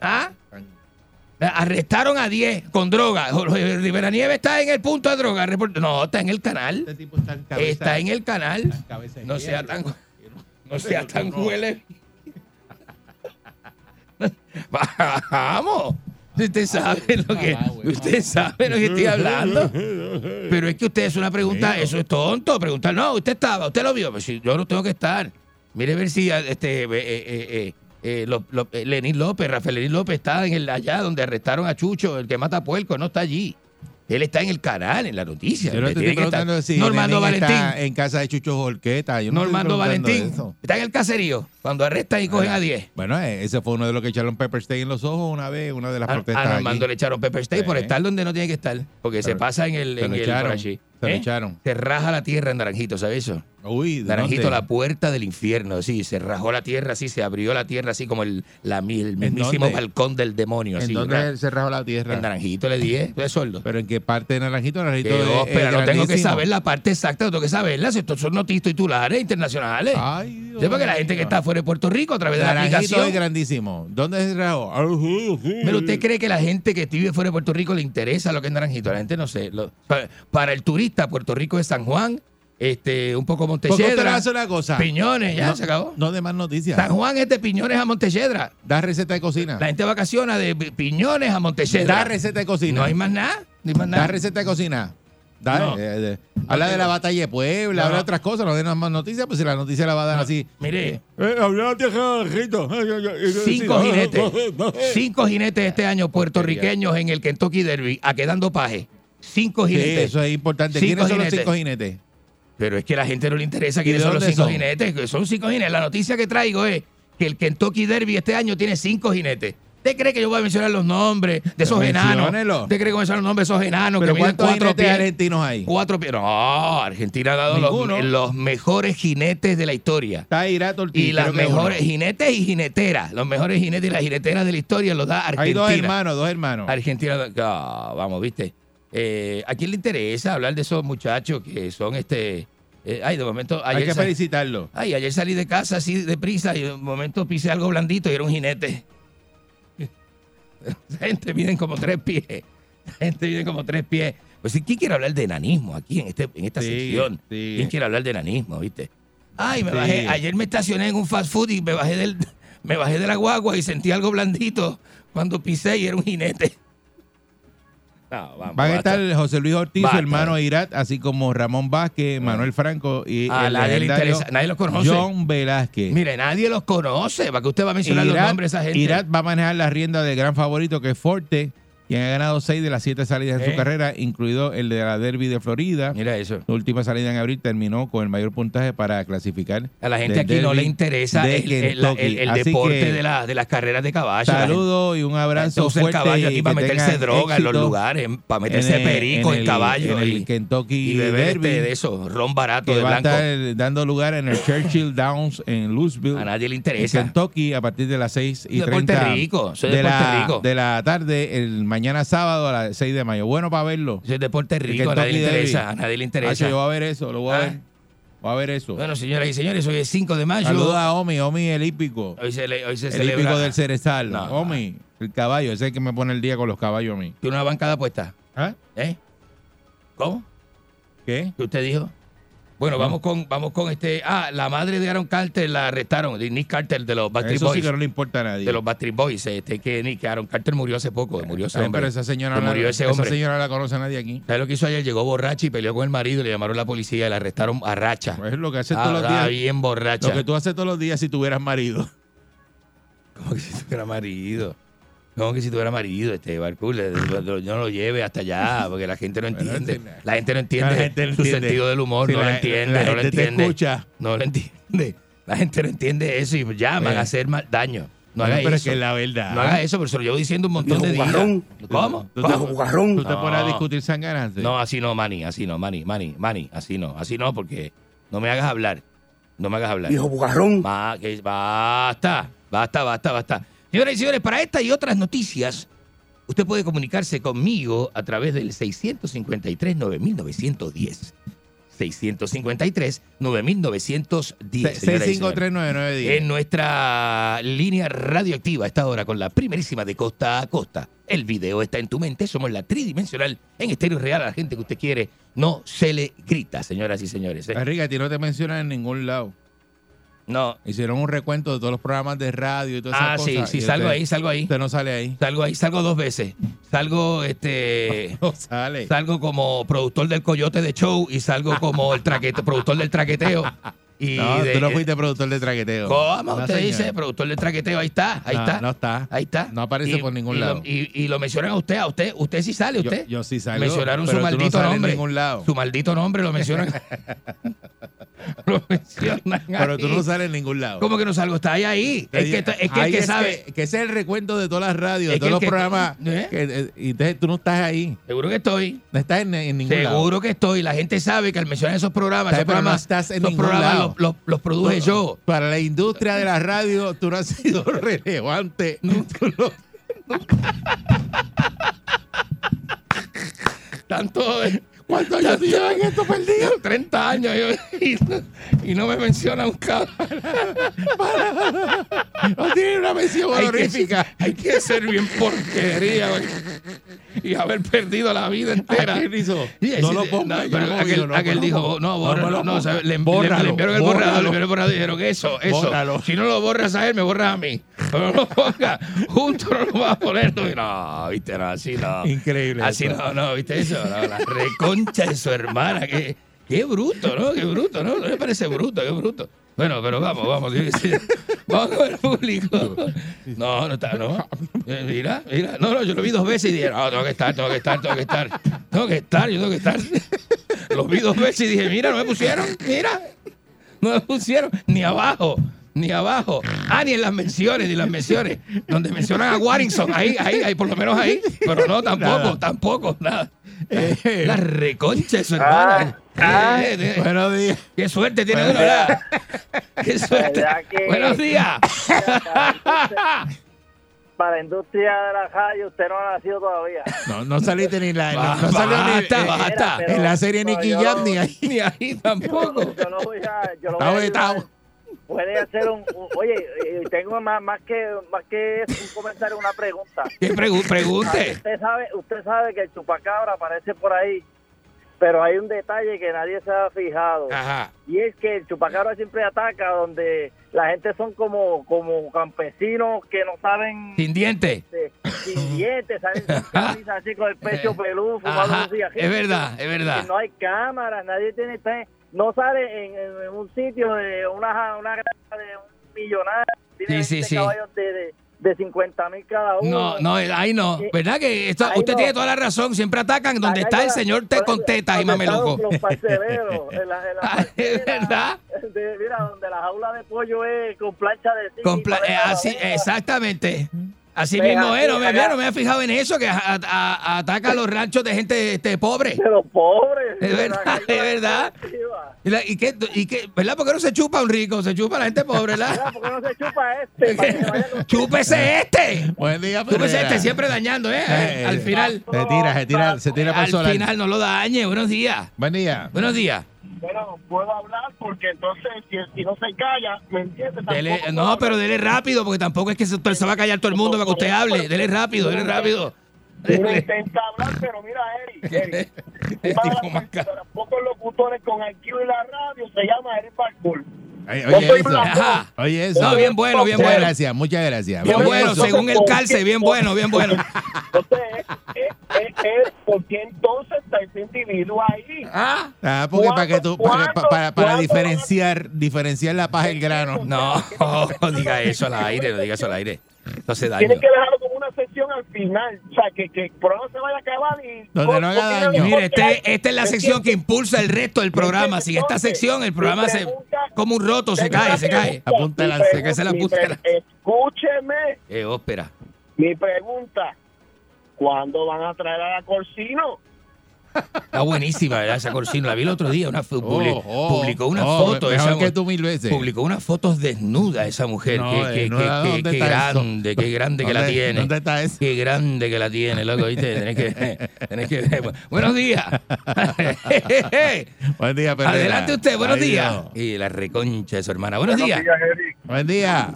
[SPEAKER 5] ¿Ah? Arrestaron a 10 con droga. Jorge Rivera Nieves está en el punto de droga. Report- No, está en el canal. Está en el canal. No sea tan, no sea tan huele. Vamos. Usted sabe lo que, usted sabe lo que estoy hablando. Pero es que usted es una pregunta, eso es tonto. Preguntar, no, usted estaba, usted lo vio. Pues si yo no tengo que estar. Mire a ver si ah, este eh, eh, eh, eh, Lo- Lo- eh, Lenín López, Rafael Lenín López está en el allá donde arrestaron a Chucho, el que mata a puerco, no está allí. Él está en el canal, en la noticia.
[SPEAKER 4] Yo no
[SPEAKER 5] Le
[SPEAKER 4] te estoy
[SPEAKER 5] tiene que estar.
[SPEAKER 4] preguntando si
[SPEAKER 5] Normando
[SPEAKER 4] Lenin está
[SPEAKER 5] Valentín.
[SPEAKER 4] en casa de Chucho Jorqueta. Yo no estoy
[SPEAKER 5] Normando
[SPEAKER 4] preguntando
[SPEAKER 5] Valentín
[SPEAKER 4] eso.
[SPEAKER 5] está en el caserío cuando arrestan y cogen
[SPEAKER 4] Ahora,
[SPEAKER 5] a 10.
[SPEAKER 4] Bueno, eh, ese fue uno de los que echaron Pepperstein en los ojos una vez, una de las
[SPEAKER 5] A, a
[SPEAKER 4] protestas.
[SPEAKER 5] Ah, Normando
[SPEAKER 4] aquí.
[SPEAKER 5] le echaron Pepper State por
[SPEAKER 4] Sí.
[SPEAKER 5] estar donde no tiene que estar. Porque se
[SPEAKER 4] Pero-
[SPEAKER 5] pasa en el,
[SPEAKER 4] se
[SPEAKER 5] en
[SPEAKER 4] lo
[SPEAKER 5] el
[SPEAKER 4] echaron,
[SPEAKER 5] por allí.
[SPEAKER 4] se lo
[SPEAKER 5] ¿Eh?
[SPEAKER 4] echaron.
[SPEAKER 5] Se raja la tierra en Naranjito, ¿sabes eso?
[SPEAKER 4] Uy, ¿de
[SPEAKER 5] Naranjito,
[SPEAKER 4] dónde?
[SPEAKER 5] la puerta del infierno, sí, se rajó la tierra así, se abrió la tierra así como el, la, mi- el mismísimo
[SPEAKER 4] dónde?
[SPEAKER 5] balcón del demonio. Así,
[SPEAKER 4] ¿En
[SPEAKER 5] ra-
[SPEAKER 4] dónde se rajó la tierra?
[SPEAKER 5] en Naranjito le dije, de sordo.
[SPEAKER 4] ¿Pero en qué parte de Naranjito? Naranjito
[SPEAKER 5] Que, oh,
[SPEAKER 4] es-
[SPEAKER 5] espera,
[SPEAKER 4] es
[SPEAKER 5] no tengo que
[SPEAKER 4] grandísimo.
[SPEAKER 5] saber la parte exacta, no tengo que saberla, si estos son noticias titulares internacionales.
[SPEAKER 4] Ay, Dios
[SPEAKER 5] Sí, porque la
[SPEAKER 4] mío.
[SPEAKER 5] gente que está fuera de Puerto Rico a través de la
[SPEAKER 4] Naranjito
[SPEAKER 5] aplicación.
[SPEAKER 4] es grandísimo. ¿Dónde se rajó? Ah, sí, sí.
[SPEAKER 5] Pero usted cree que la gente que vive fuera de Puerto Rico le interesa lo que es Naranjito. La gente no sé. Lo- para, para el turista, Puerto Rico es San Juan, este, un poco
[SPEAKER 4] Porque usted le
[SPEAKER 5] Montelledra,
[SPEAKER 4] hace una cosa.
[SPEAKER 5] Piñones, ya
[SPEAKER 4] No-
[SPEAKER 5] se acabó.
[SPEAKER 4] No de más noticias.
[SPEAKER 5] San Juan este es de Piñones a Montelledra.
[SPEAKER 4] Da receta de cocina.
[SPEAKER 5] La gente vacaciona de Pi- Piñones a
[SPEAKER 4] Da
[SPEAKER 5] Montelledra.
[SPEAKER 4] receta de cocina.
[SPEAKER 5] No hay más nada. No hay más
[SPEAKER 4] Da
[SPEAKER 5] nada.
[SPEAKER 4] receta de cocina. Da-
[SPEAKER 5] No.
[SPEAKER 4] eh, de- habla de
[SPEAKER 5] tengo.
[SPEAKER 4] la batalla de Puebla,
[SPEAKER 5] No,
[SPEAKER 4] habla de
[SPEAKER 5] no.
[SPEAKER 4] otras cosas, no de nada más noticias, pues si la noticia la va a dar así.
[SPEAKER 5] Mire,
[SPEAKER 4] Eh, habló la tierra de Naranjito. Ay, ay, "Ah, ay, ay,
[SPEAKER 5] cinco
[SPEAKER 4] sí.
[SPEAKER 5] jinetes. Cinco jinetes este año puertorriqueños en el Kentucky Derby, a quedando paje. Cinco
[SPEAKER 4] Sí,
[SPEAKER 5] jinetes.
[SPEAKER 4] eso es importante.
[SPEAKER 5] Cinco
[SPEAKER 4] ¿Quiénes son los
[SPEAKER 5] jinetes.
[SPEAKER 4] cinco jinetes?
[SPEAKER 5] Pero es que a la gente no le interesa
[SPEAKER 4] ¿Y
[SPEAKER 5] quiénes
[SPEAKER 4] de
[SPEAKER 5] son los
[SPEAKER 4] dónde
[SPEAKER 5] cinco
[SPEAKER 4] son?
[SPEAKER 5] jinetes. que Son cinco jinetes. La noticia que traigo es que el Kentucky Derby este año tiene cinco jinetes. ¿Usted cree que yo voy a mencionar los nombres de esos enanos?
[SPEAKER 4] Menciónelo.
[SPEAKER 5] ¿Usted cree que voy a mencionar los nombres de esos enanos que
[SPEAKER 4] ¿Pero
[SPEAKER 5] miden
[SPEAKER 4] cuántos
[SPEAKER 5] cuatro
[SPEAKER 4] jinetes
[SPEAKER 5] pies?
[SPEAKER 4] argentinos hay?
[SPEAKER 5] Cuatro pies. No, Argentina ha dado
[SPEAKER 4] Ninguno.
[SPEAKER 5] los, los mejores jinetes de la historia.
[SPEAKER 4] Está Irato Ortiz.
[SPEAKER 5] Y las
[SPEAKER 4] creo que es
[SPEAKER 5] mejores
[SPEAKER 4] uno.
[SPEAKER 5] jinetes y jineteras. Los mejores jinetes y las jineteras de la historia los da Argentina.
[SPEAKER 4] Hay dos hermanos, dos hermanos.
[SPEAKER 5] Argentina, ah, vamos, viste. Eh, ¿A quién le interesa hablar de esos muchachos que son este? eh, ay, de momento Ah, ayer,
[SPEAKER 4] Hay que
[SPEAKER 5] sa-
[SPEAKER 4] felicitarlo.
[SPEAKER 5] ay, ayer salí de casa así deprisa y de momento pisé algo blandito y era un jinete. La gente miden como tres pies. La gente mide como tres pies. Pues sí, ¿quién quiere hablar de enanismo aquí en este, en esta
[SPEAKER 4] Sí,
[SPEAKER 5] sección?
[SPEAKER 4] sí.
[SPEAKER 5] ¿Quién quiere hablar de enanismo, viste? Ay, me
[SPEAKER 4] Sí.
[SPEAKER 5] bajé, ayer me estacioné en un fast food y me bajé del, me bajé de la guagua y sentí algo blandito cuando pisé y era un jinete. No, vamos,
[SPEAKER 4] Van a
[SPEAKER 5] basta.
[SPEAKER 4] estar José Luis Ortiz, su
[SPEAKER 5] Basta. Ah.
[SPEAKER 4] hermano Irat, así como Ramón Vázquez, Manuel Franco y
[SPEAKER 5] A
[SPEAKER 4] el
[SPEAKER 5] Ah, nadie le
[SPEAKER 4] legendario
[SPEAKER 5] interesa, nadie los conoce.
[SPEAKER 4] John Velázquez.
[SPEAKER 5] Mire, nadie los conoce. ¿Para qué usted va a mencionar los
[SPEAKER 4] Irat-
[SPEAKER 5] nombres de esa gente?
[SPEAKER 4] Irat va a manejar la rienda del gran favorito que es Forte, quien ha ganado seis de las siete salidas en
[SPEAKER 5] Eh.
[SPEAKER 4] su carrera, incluido el de la Derby de Florida.
[SPEAKER 5] Mira eso.
[SPEAKER 4] Su última salida en abril terminó con el mayor puntaje para clasificar.
[SPEAKER 5] A la gente
[SPEAKER 4] del
[SPEAKER 5] aquí no
[SPEAKER 4] derbi
[SPEAKER 5] le interesa
[SPEAKER 4] de
[SPEAKER 5] el, el- la- el-
[SPEAKER 4] Kentucky.
[SPEAKER 5] el
[SPEAKER 4] Así que
[SPEAKER 5] deporte de, la- de las carreras de caballo. La gente-
[SPEAKER 4] Saludos y un abrazo
[SPEAKER 5] usa el
[SPEAKER 4] fuerte.
[SPEAKER 5] caballo
[SPEAKER 4] y
[SPEAKER 5] aquí para
[SPEAKER 4] que
[SPEAKER 5] meterse
[SPEAKER 4] tengan
[SPEAKER 5] droga en los
[SPEAKER 4] éxito
[SPEAKER 5] lugares, para
[SPEAKER 4] en
[SPEAKER 5] meterse
[SPEAKER 4] el-
[SPEAKER 5] perico en,
[SPEAKER 4] el-
[SPEAKER 5] caballo
[SPEAKER 4] en el
[SPEAKER 5] y,
[SPEAKER 4] Kentucky
[SPEAKER 5] y beber este
[SPEAKER 4] Derby.
[SPEAKER 5] de eso, ron barato
[SPEAKER 4] que
[SPEAKER 5] de
[SPEAKER 4] va a
[SPEAKER 5] blanco.
[SPEAKER 4] estar eh, dando lugar en el Churchill Downs en Louisville.
[SPEAKER 5] A nadie le
[SPEAKER 4] En
[SPEAKER 5] interesa.
[SPEAKER 4] Kentucky a partir de las 6 y
[SPEAKER 5] Deporte
[SPEAKER 4] 30
[SPEAKER 5] rico, eso es
[SPEAKER 4] de,
[SPEAKER 5] deporte
[SPEAKER 4] la,
[SPEAKER 5] rico.
[SPEAKER 4] de la tarde, el mañana sábado a las 6 de mayo. Bueno para verlo.
[SPEAKER 5] Eso es deporte
[SPEAKER 4] El
[SPEAKER 5] rico, a nadie le
[SPEAKER 4] Kentucky
[SPEAKER 5] interesa,
[SPEAKER 4] Derby.
[SPEAKER 5] a nadie le
[SPEAKER 4] Hacho, yo
[SPEAKER 5] interesa.
[SPEAKER 4] voy a ver eso, lo voy a
[SPEAKER 5] Ah.
[SPEAKER 4] ver. Voy a ver eso.
[SPEAKER 5] Bueno, señoras y señores, hoy es 5 de mayo.
[SPEAKER 4] Saludos a Omi, Omi el hípico.
[SPEAKER 5] Hoy se, le- hoy se
[SPEAKER 4] El
[SPEAKER 5] celebra
[SPEAKER 4] hípico del Cerezal.
[SPEAKER 5] No.
[SPEAKER 4] Omi, el caballo, ese es el que me pone el día con los caballos a mí.
[SPEAKER 5] que una bancada apuesta.
[SPEAKER 4] ¿Ah?
[SPEAKER 5] ¿Eh? ¿Cómo?
[SPEAKER 4] ¿Qué?
[SPEAKER 5] ¿Qué usted dijo? Bueno, vamos con vamos con este. Ah, la madre de Aaron Carter la arrestaron, de Nick Carter de los Backstreet
[SPEAKER 4] Eso sí
[SPEAKER 5] Boys.
[SPEAKER 4] que no le importa a nadie.
[SPEAKER 5] de los Backstreet Boys, este, que Nick Aaron Carter murió hace poco, murió ese
[SPEAKER 4] Está bien,
[SPEAKER 5] hombre.
[SPEAKER 4] Pero esa señora,
[SPEAKER 5] Que
[SPEAKER 4] no
[SPEAKER 5] murió
[SPEAKER 4] la,
[SPEAKER 5] ese
[SPEAKER 4] esa
[SPEAKER 5] hombre.
[SPEAKER 4] señora no la conoce a nadie aquí.
[SPEAKER 5] ¿Sabes lo que hizo ayer? Llegó borracha y peleó con el marido, le llamaron la policía y la arrestaron a racha.
[SPEAKER 4] Pues es lo que haces todos los
[SPEAKER 5] Está
[SPEAKER 4] días.
[SPEAKER 5] bien borracha.
[SPEAKER 4] Lo que tú haces todos los días si tuvieras marido.
[SPEAKER 5] Como que si tuviera marido. No, que si tuviera marido, este Barcool, le- lo- lo- yo no lo lleve hasta allá, porque la gente no entiende. La gente no entiende
[SPEAKER 4] La gente no
[SPEAKER 5] su
[SPEAKER 4] entiende.
[SPEAKER 5] sentido del humor,
[SPEAKER 4] Si
[SPEAKER 5] no
[SPEAKER 4] la-
[SPEAKER 5] lo entiende,
[SPEAKER 4] la
[SPEAKER 5] no lo
[SPEAKER 4] gente te
[SPEAKER 5] entiende.
[SPEAKER 4] escucha.
[SPEAKER 5] No lo entiende. La gente no entiende eso y llaman
[SPEAKER 4] Eh.
[SPEAKER 5] a hacer mal daño. No
[SPEAKER 4] No,
[SPEAKER 5] haga
[SPEAKER 4] pero
[SPEAKER 5] eso.
[SPEAKER 4] es que es la verdad.
[SPEAKER 5] No haga eso, pero se lo llevo diciendo un montón de
[SPEAKER 4] Viejo
[SPEAKER 5] días.
[SPEAKER 4] jugarrón.
[SPEAKER 5] ¿Cómo?
[SPEAKER 4] Tú te-
[SPEAKER 5] ¿Cómo?
[SPEAKER 4] tú te pones a discutir sanganante.
[SPEAKER 5] No, así no, Manny, así no, Manny, Manny, Manny, así no, así no, porque no me hagas hablar. No me hagas hablar.
[SPEAKER 9] Viejo bugarrón.
[SPEAKER 5] Ba- que- basta, basta, basta, basta. Señoras y señores, para esta y otras noticias, usted puede comunicarse conmigo a través del 653-9910. 653-9910. señoras y señores.
[SPEAKER 4] 6539910.
[SPEAKER 5] En nuestra línea radioactiva a esta hora con la primerísima de costa a costa. El video está en tu mente, somos la tridimensional en estéreo real a la gente que usted quiere. No se le grita, señoras y señores. ¿eh?
[SPEAKER 4] Enrique, a ti no te mencionan en ningún lado.
[SPEAKER 5] No.
[SPEAKER 4] Hicieron un recuento de todos los programas de radio y todas esas
[SPEAKER 5] Ah,
[SPEAKER 4] cosas.
[SPEAKER 5] sí, sí,
[SPEAKER 4] y este,
[SPEAKER 5] salgo
[SPEAKER 4] usted-
[SPEAKER 5] ahí, salgo ahí.
[SPEAKER 4] Usted no sale ahí.
[SPEAKER 5] Salgo ahí, salgo dos veces. Salgo, este. Salgo como productor del coyote de show y salgo como el traquete, productor del traqueteo. Y
[SPEAKER 4] no,
[SPEAKER 5] de-
[SPEAKER 4] tú no fuiste productor de traqueteo.
[SPEAKER 5] ¿Cómo
[SPEAKER 4] No,
[SPEAKER 5] usted
[SPEAKER 4] señor.
[SPEAKER 5] dice? Productor del traqueteo, ahí está, ahí
[SPEAKER 4] No,
[SPEAKER 5] está.
[SPEAKER 4] No está.
[SPEAKER 5] Ahí está.
[SPEAKER 4] No aparece
[SPEAKER 5] Y-
[SPEAKER 4] por ningún
[SPEAKER 5] y lo-
[SPEAKER 4] lado.
[SPEAKER 5] y, y lo mencionan a usted, a usted, usted sí sale,
[SPEAKER 4] Yo-
[SPEAKER 5] usted.
[SPEAKER 4] yo sí salgo,
[SPEAKER 5] Mencionaron su
[SPEAKER 4] pero tú no
[SPEAKER 5] maldito
[SPEAKER 4] sales en
[SPEAKER 5] nombre.
[SPEAKER 4] ningún lado.
[SPEAKER 5] Su maldito nombre lo mencionan. lo mencionan.
[SPEAKER 4] Pero tú
[SPEAKER 5] ahí.
[SPEAKER 4] no sales en ningún lado.
[SPEAKER 5] ¿Cómo que no salgo? Está ahí, ahí. Es que, está- es que el
[SPEAKER 4] Ahí
[SPEAKER 5] que
[SPEAKER 4] es
[SPEAKER 5] sabe.
[SPEAKER 4] Que, ese es el recuento de todas las radios, de
[SPEAKER 5] Es que
[SPEAKER 4] todos los
[SPEAKER 5] el que-
[SPEAKER 4] programas.
[SPEAKER 5] ¿Eh?
[SPEAKER 4] que, eh, y entonces tú no estás ahí.
[SPEAKER 5] Seguro que estoy.
[SPEAKER 4] No estás en, en ningún lado.
[SPEAKER 5] Seguro que estoy. La gente sabe que al mencionar esos programas,
[SPEAKER 4] Está
[SPEAKER 5] esos
[SPEAKER 4] bien, pero no
[SPEAKER 5] programas,
[SPEAKER 4] Este estás en
[SPEAKER 5] esos
[SPEAKER 4] ningún
[SPEAKER 5] programas
[SPEAKER 4] lado.
[SPEAKER 5] los, los- los produje
[SPEAKER 4] Tú-
[SPEAKER 5] yo.
[SPEAKER 4] Para la industria de la radio, tú no has sido relevante. Tú no-
[SPEAKER 5] Tanto. ¿Cuántos años llevan esto perdido? 30 años. yo- y, no- y no me menciona un cabrón.
[SPEAKER 4] no tiene una mención
[SPEAKER 5] Hay que-
[SPEAKER 4] honorífica.
[SPEAKER 5] Hay que ser bien porquería güey, y haber perdido la vida entera.
[SPEAKER 4] ¿Quién hizo?
[SPEAKER 5] Y decir,
[SPEAKER 4] No lo pongas.
[SPEAKER 5] no,
[SPEAKER 4] yo
[SPEAKER 5] pero
[SPEAKER 4] no
[SPEAKER 5] aquel,
[SPEAKER 4] lo
[SPEAKER 5] aquel
[SPEAKER 4] pongo.
[SPEAKER 5] dijo, "Oh, no, bórralo,
[SPEAKER 4] me
[SPEAKER 5] no,
[SPEAKER 4] lo pongas.
[SPEAKER 5] ¿sabes? le, le-
[SPEAKER 4] Bórralo,
[SPEAKER 5] le enviaron el borrador,
[SPEAKER 4] bórralo.
[SPEAKER 5] le enviaron el borrador y dijeron, eso, eso,
[SPEAKER 4] Bórralo.
[SPEAKER 5] si no lo borras a él, me borras a mí. Pero no lo pongas, juntos no lo vas a poner. tú". Y No, viste, no, así no.
[SPEAKER 4] Increíble
[SPEAKER 5] Así
[SPEAKER 4] eso.
[SPEAKER 5] no, no, viste eso, no, la reconcha de su hermana, que... Qué bruto, ¿no? Qué bruto, ¿no? No me parece bruto, qué bruto. Bueno, pero vamos, vamos. sí, sí. Vamos con el público. No, no está, no. Eh, Mira, mira. No, no, yo lo vi dos veces y dije, no, tengo que estar, tengo que estar, tengo que estar. Tengo que estar, yo tengo que estar. Los vi dos veces y dije, mira, no me pusieron, mira. No me pusieron ni abajo, ni abajo. Ah, ni en las menciones, ni en las menciones. Donde mencionan a Warrington, ahí, ahí, ahí, por lo menos ahí. Pero no, tampoco,
[SPEAKER 4] Nada. Eh.
[SPEAKER 5] tampoco, nada. La reconcha de su hermana.
[SPEAKER 9] Ah,
[SPEAKER 5] Eh, eh,
[SPEAKER 4] Buenos días.
[SPEAKER 5] Qué suerte tiene uno, ¿verdad? Qué suerte.
[SPEAKER 9] ¿Verdad Pues, que-
[SPEAKER 5] este. Buenos días.
[SPEAKER 9] Para la industria de la radio, usted no ha nacido todavía.
[SPEAKER 4] No, no saliste ni en la. No, no
[SPEAKER 5] Basta,
[SPEAKER 4] salió ni
[SPEAKER 5] basta,
[SPEAKER 4] eh,
[SPEAKER 5] basta.
[SPEAKER 4] en la serie
[SPEAKER 9] Pero
[SPEAKER 4] Nicky
[SPEAKER 9] yo-
[SPEAKER 4] Jam ni ahí.
[SPEAKER 5] Ni ahí tampoco.
[SPEAKER 9] Yo lo voy a. Yo
[SPEAKER 4] Está
[SPEAKER 9] lo voy a ayudar.
[SPEAKER 4] vetado.
[SPEAKER 9] Puede hacer un. un- oye, eh, tengo más, más, que, más que un comentario, una pregunta.
[SPEAKER 5] Que pregu-
[SPEAKER 9] Ah,
[SPEAKER 5] pregunte.
[SPEAKER 9] Usted sabe, usted sabe que el chupacabra aparece por ahí, pero hay un detalle que nadie se ha fijado.
[SPEAKER 5] Ajá.
[SPEAKER 9] Y es que el chupacabra siempre ataca donde la gente son como, como campesinos que no saben
[SPEAKER 5] Sin diente.
[SPEAKER 9] este, sin dientes, salen sin camisa, así con el pecho peludo, fumando
[SPEAKER 5] Ajá,
[SPEAKER 9] un cigajillo.
[SPEAKER 5] es verdad, es verdad.
[SPEAKER 9] Y No hay cámaras, nadie tiene pe- no sale en, en- en un sitio de una una granja de un millonario,
[SPEAKER 5] Sí,
[SPEAKER 9] tiene
[SPEAKER 5] sí,
[SPEAKER 9] 20
[SPEAKER 5] sí.
[SPEAKER 9] caballos de, de, 50 mil cada uno.
[SPEAKER 5] No, no, eh, ahí no.
[SPEAKER 9] Sí.
[SPEAKER 5] ¿Verdad que esto-
[SPEAKER 9] Eh, Ahí
[SPEAKER 5] usted
[SPEAKER 9] no.
[SPEAKER 5] tiene toda la razón? Siempre atacan donde
[SPEAKER 9] Allá
[SPEAKER 5] está el
[SPEAKER 9] la-
[SPEAKER 5] señor te
[SPEAKER 9] donde-
[SPEAKER 5] con tetas y
[SPEAKER 9] donde están
[SPEAKER 5] mameluco.
[SPEAKER 9] Los parceleros, en la, en la
[SPEAKER 5] Ah, ¿Es
[SPEAKER 9] parcela,
[SPEAKER 5] verdad?
[SPEAKER 9] de- mira, donde la jaula de pollo es con plancha de zinc
[SPEAKER 5] Con
[SPEAKER 9] y
[SPEAKER 5] pla-
[SPEAKER 9] paleta
[SPEAKER 5] eh,
[SPEAKER 9] de
[SPEAKER 5] así,
[SPEAKER 9] abeja.
[SPEAKER 5] exactamente. Así
[SPEAKER 9] Pues
[SPEAKER 5] mismo
[SPEAKER 9] así,
[SPEAKER 5] es, no me,
[SPEAKER 9] allá.
[SPEAKER 5] mira, no me había fijado en eso, que a- a- ataca a los ranchos de gente este, pobre.
[SPEAKER 9] De los pobres.
[SPEAKER 5] Es
[SPEAKER 9] de la
[SPEAKER 5] verdad,
[SPEAKER 9] calle
[SPEAKER 5] es verdad.
[SPEAKER 9] colectiva.
[SPEAKER 5] ¿Y, la- y qué, y qué- ¿Verdad? Porque no se chupa un rico, se chupa la gente pobre,
[SPEAKER 9] Mira,
[SPEAKER 5] ¿verdad?
[SPEAKER 9] ¿por qué no se chupa este? Para que vaya con-
[SPEAKER 5] ¡Chúpese este!
[SPEAKER 4] Buen día,
[SPEAKER 5] Chúpese
[SPEAKER 4] Ferreira.
[SPEAKER 5] este, siempre dañando, ¿eh?
[SPEAKER 4] Eh,
[SPEAKER 5] al
[SPEAKER 4] eh,
[SPEAKER 5] final.
[SPEAKER 4] Se tira, se tira, se tira para el
[SPEAKER 5] Al
[SPEAKER 4] solar.
[SPEAKER 5] final no lo dañe. Buenos días.
[SPEAKER 4] Buen día.
[SPEAKER 5] Buenos días.
[SPEAKER 12] Pero puedo hablar porque entonces si, si no se calla, ¿me entiendes?
[SPEAKER 5] Dele-
[SPEAKER 12] Tampoco puedo
[SPEAKER 5] no, pero dele rápido, porque tampoco es que se, se va a callar todo el mundo para que usted hable. Dele rápido, dele rápido.
[SPEAKER 12] Uno intenta hablar, pero mira, Eric, Eric,
[SPEAKER 5] El
[SPEAKER 12] una
[SPEAKER 5] tipo
[SPEAKER 12] de las
[SPEAKER 5] más caro.
[SPEAKER 12] personas, pocos locutores con IQ en la radio se llama Eric Barcool.
[SPEAKER 4] Ay,
[SPEAKER 12] Yo
[SPEAKER 4] Oye,
[SPEAKER 12] soy
[SPEAKER 4] eso.
[SPEAKER 12] blanco.
[SPEAKER 5] Ajá.
[SPEAKER 4] Oye, eso.
[SPEAKER 5] No, bien bueno, bien
[SPEAKER 4] muchas
[SPEAKER 5] bueno.
[SPEAKER 4] gracias, muchas gracias.
[SPEAKER 5] Bien
[SPEAKER 4] Vamos,
[SPEAKER 5] bueno,
[SPEAKER 4] eso.
[SPEAKER 5] según el calce, bien bueno, bien bueno.
[SPEAKER 12] Entonces, eh, eh, eh, ¿por qué entonces está ese individuo ahí?
[SPEAKER 5] Ah,
[SPEAKER 4] Ah, porque para que tú, para, que-
[SPEAKER 12] ¿Cuándo-
[SPEAKER 4] para, para
[SPEAKER 12] cuándo-
[SPEAKER 4] diferenciar, diferenciar la paja del grano.
[SPEAKER 5] no, diga eso al aire, no diga eso al aire. No se daño.
[SPEAKER 12] Tienes que dejarlo como una sección
[SPEAKER 9] sección al final, o sea, que, que el programa se vaya a acabar y...
[SPEAKER 5] Donde no haga daño.
[SPEAKER 9] Porque-
[SPEAKER 5] Mire, este- esta es la sección que impulsa el resto del programa. Sin esta sección, el programa se. Como un roto, se cae, se cae. Apúntala, se cae, se la
[SPEAKER 9] Mi
[SPEAKER 5] apunta.
[SPEAKER 9] pre- Escúcheme
[SPEAKER 5] Eh, ópera.
[SPEAKER 9] mi pregunta. ¿Cuándo van a traer a la Corsino?
[SPEAKER 5] Está buenísima, ¿verdad? Esa corcina. La vi el otro día. Una, fu- publi-
[SPEAKER 4] oh,
[SPEAKER 5] publicó una
[SPEAKER 4] oh,
[SPEAKER 5] foto.
[SPEAKER 4] mejor
[SPEAKER 5] esa,
[SPEAKER 4] que
[SPEAKER 5] mu-
[SPEAKER 4] tú mil veces.
[SPEAKER 5] Publicó unas fotos desnuda esa mujer.
[SPEAKER 4] No,
[SPEAKER 5] qué, qué-
[SPEAKER 4] desnuda,
[SPEAKER 5] qué-
[SPEAKER 4] ¿dónde
[SPEAKER 5] qué
[SPEAKER 4] está eso?
[SPEAKER 5] grande, qué grande que la
[SPEAKER 4] ¿Dónde-
[SPEAKER 5] tiene.
[SPEAKER 4] dónde está eso?
[SPEAKER 5] Qué grande que la tiene, loco. ¿viste? Tenés que, tenés que ver. Buenos días.
[SPEAKER 4] Buen día, Pereira.
[SPEAKER 5] Adelante usted, buenos
[SPEAKER 4] Ay,
[SPEAKER 5] días.
[SPEAKER 4] Dios.
[SPEAKER 5] Y la reconcha de su hermana. Buenos días.
[SPEAKER 12] Eric.
[SPEAKER 4] Buen día.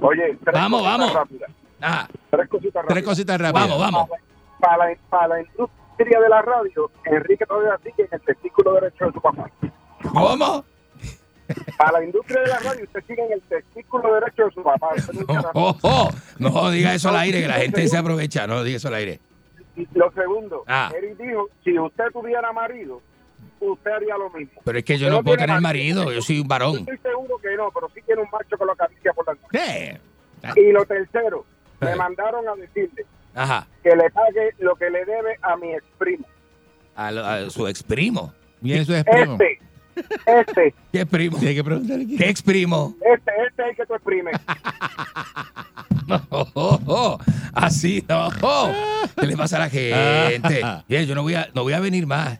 [SPEAKER 12] Oye, tres
[SPEAKER 5] Vamos,
[SPEAKER 12] cositas
[SPEAKER 5] vamos.
[SPEAKER 12] rápidas.
[SPEAKER 5] Ah,
[SPEAKER 12] Tres cositas rápidas.
[SPEAKER 4] Tres cositas rápidas.
[SPEAKER 5] Vamos, vamos.
[SPEAKER 12] Para la, para la industria de la radio, Enrique todavía sigue en el testículo derecho de su papá.
[SPEAKER 5] ¿Cómo?
[SPEAKER 12] Para la industria de la radio, usted sigue en el testículo derecho de su papá. Usted nunca
[SPEAKER 5] Oh, oh, oh. No diga eso al aire, que la gente se aprovecha. No diga eso al aire.
[SPEAKER 12] Y Lo segundo,
[SPEAKER 5] Ah.
[SPEAKER 12] Eric dijo, si usted tuviera marido, usted haría lo mismo.
[SPEAKER 5] Pero es que yo
[SPEAKER 12] Pero
[SPEAKER 5] no puedo
[SPEAKER 12] tiene
[SPEAKER 5] tener
[SPEAKER 12] marido.
[SPEAKER 5] marido, yo soy un
[SPEAKER 12] Yo
[SPEAKER 5] varón.
[SPEAKER 12] estoy seguro que no, pero sí tiene un macho que lo acaricia por la noche.
[SPEAKER 4] ¿Qué?
[SPEAKER 12] Y lo tercero, me
[SPEAKER 5] Ah.
[SPEAKER 12] mandaron a decirle
[SPEAKER 5] Ajá.
[SPEAKER 12] que le pague lo que le debe a mi ex primo.
[SPEAKER 5] A, lo- a su ex primo.
[SPEAKER 4] Bien, eso es primo.
[SPEAKER 12] Este, este,
[SPEAKER 5] ¿Qué primo?
[SPEAKER 4] Tiene que preguntarle quién.
[SPEAKER 5] ¿Qué ex primo?
[SPEAKER 12] este, este es el que tú exprimes.
[SPEAKER 5] Oh, oh, oh. Así no. ¿Qué le pasa a la gente? Mira, yo no voy a, no voy a venir más.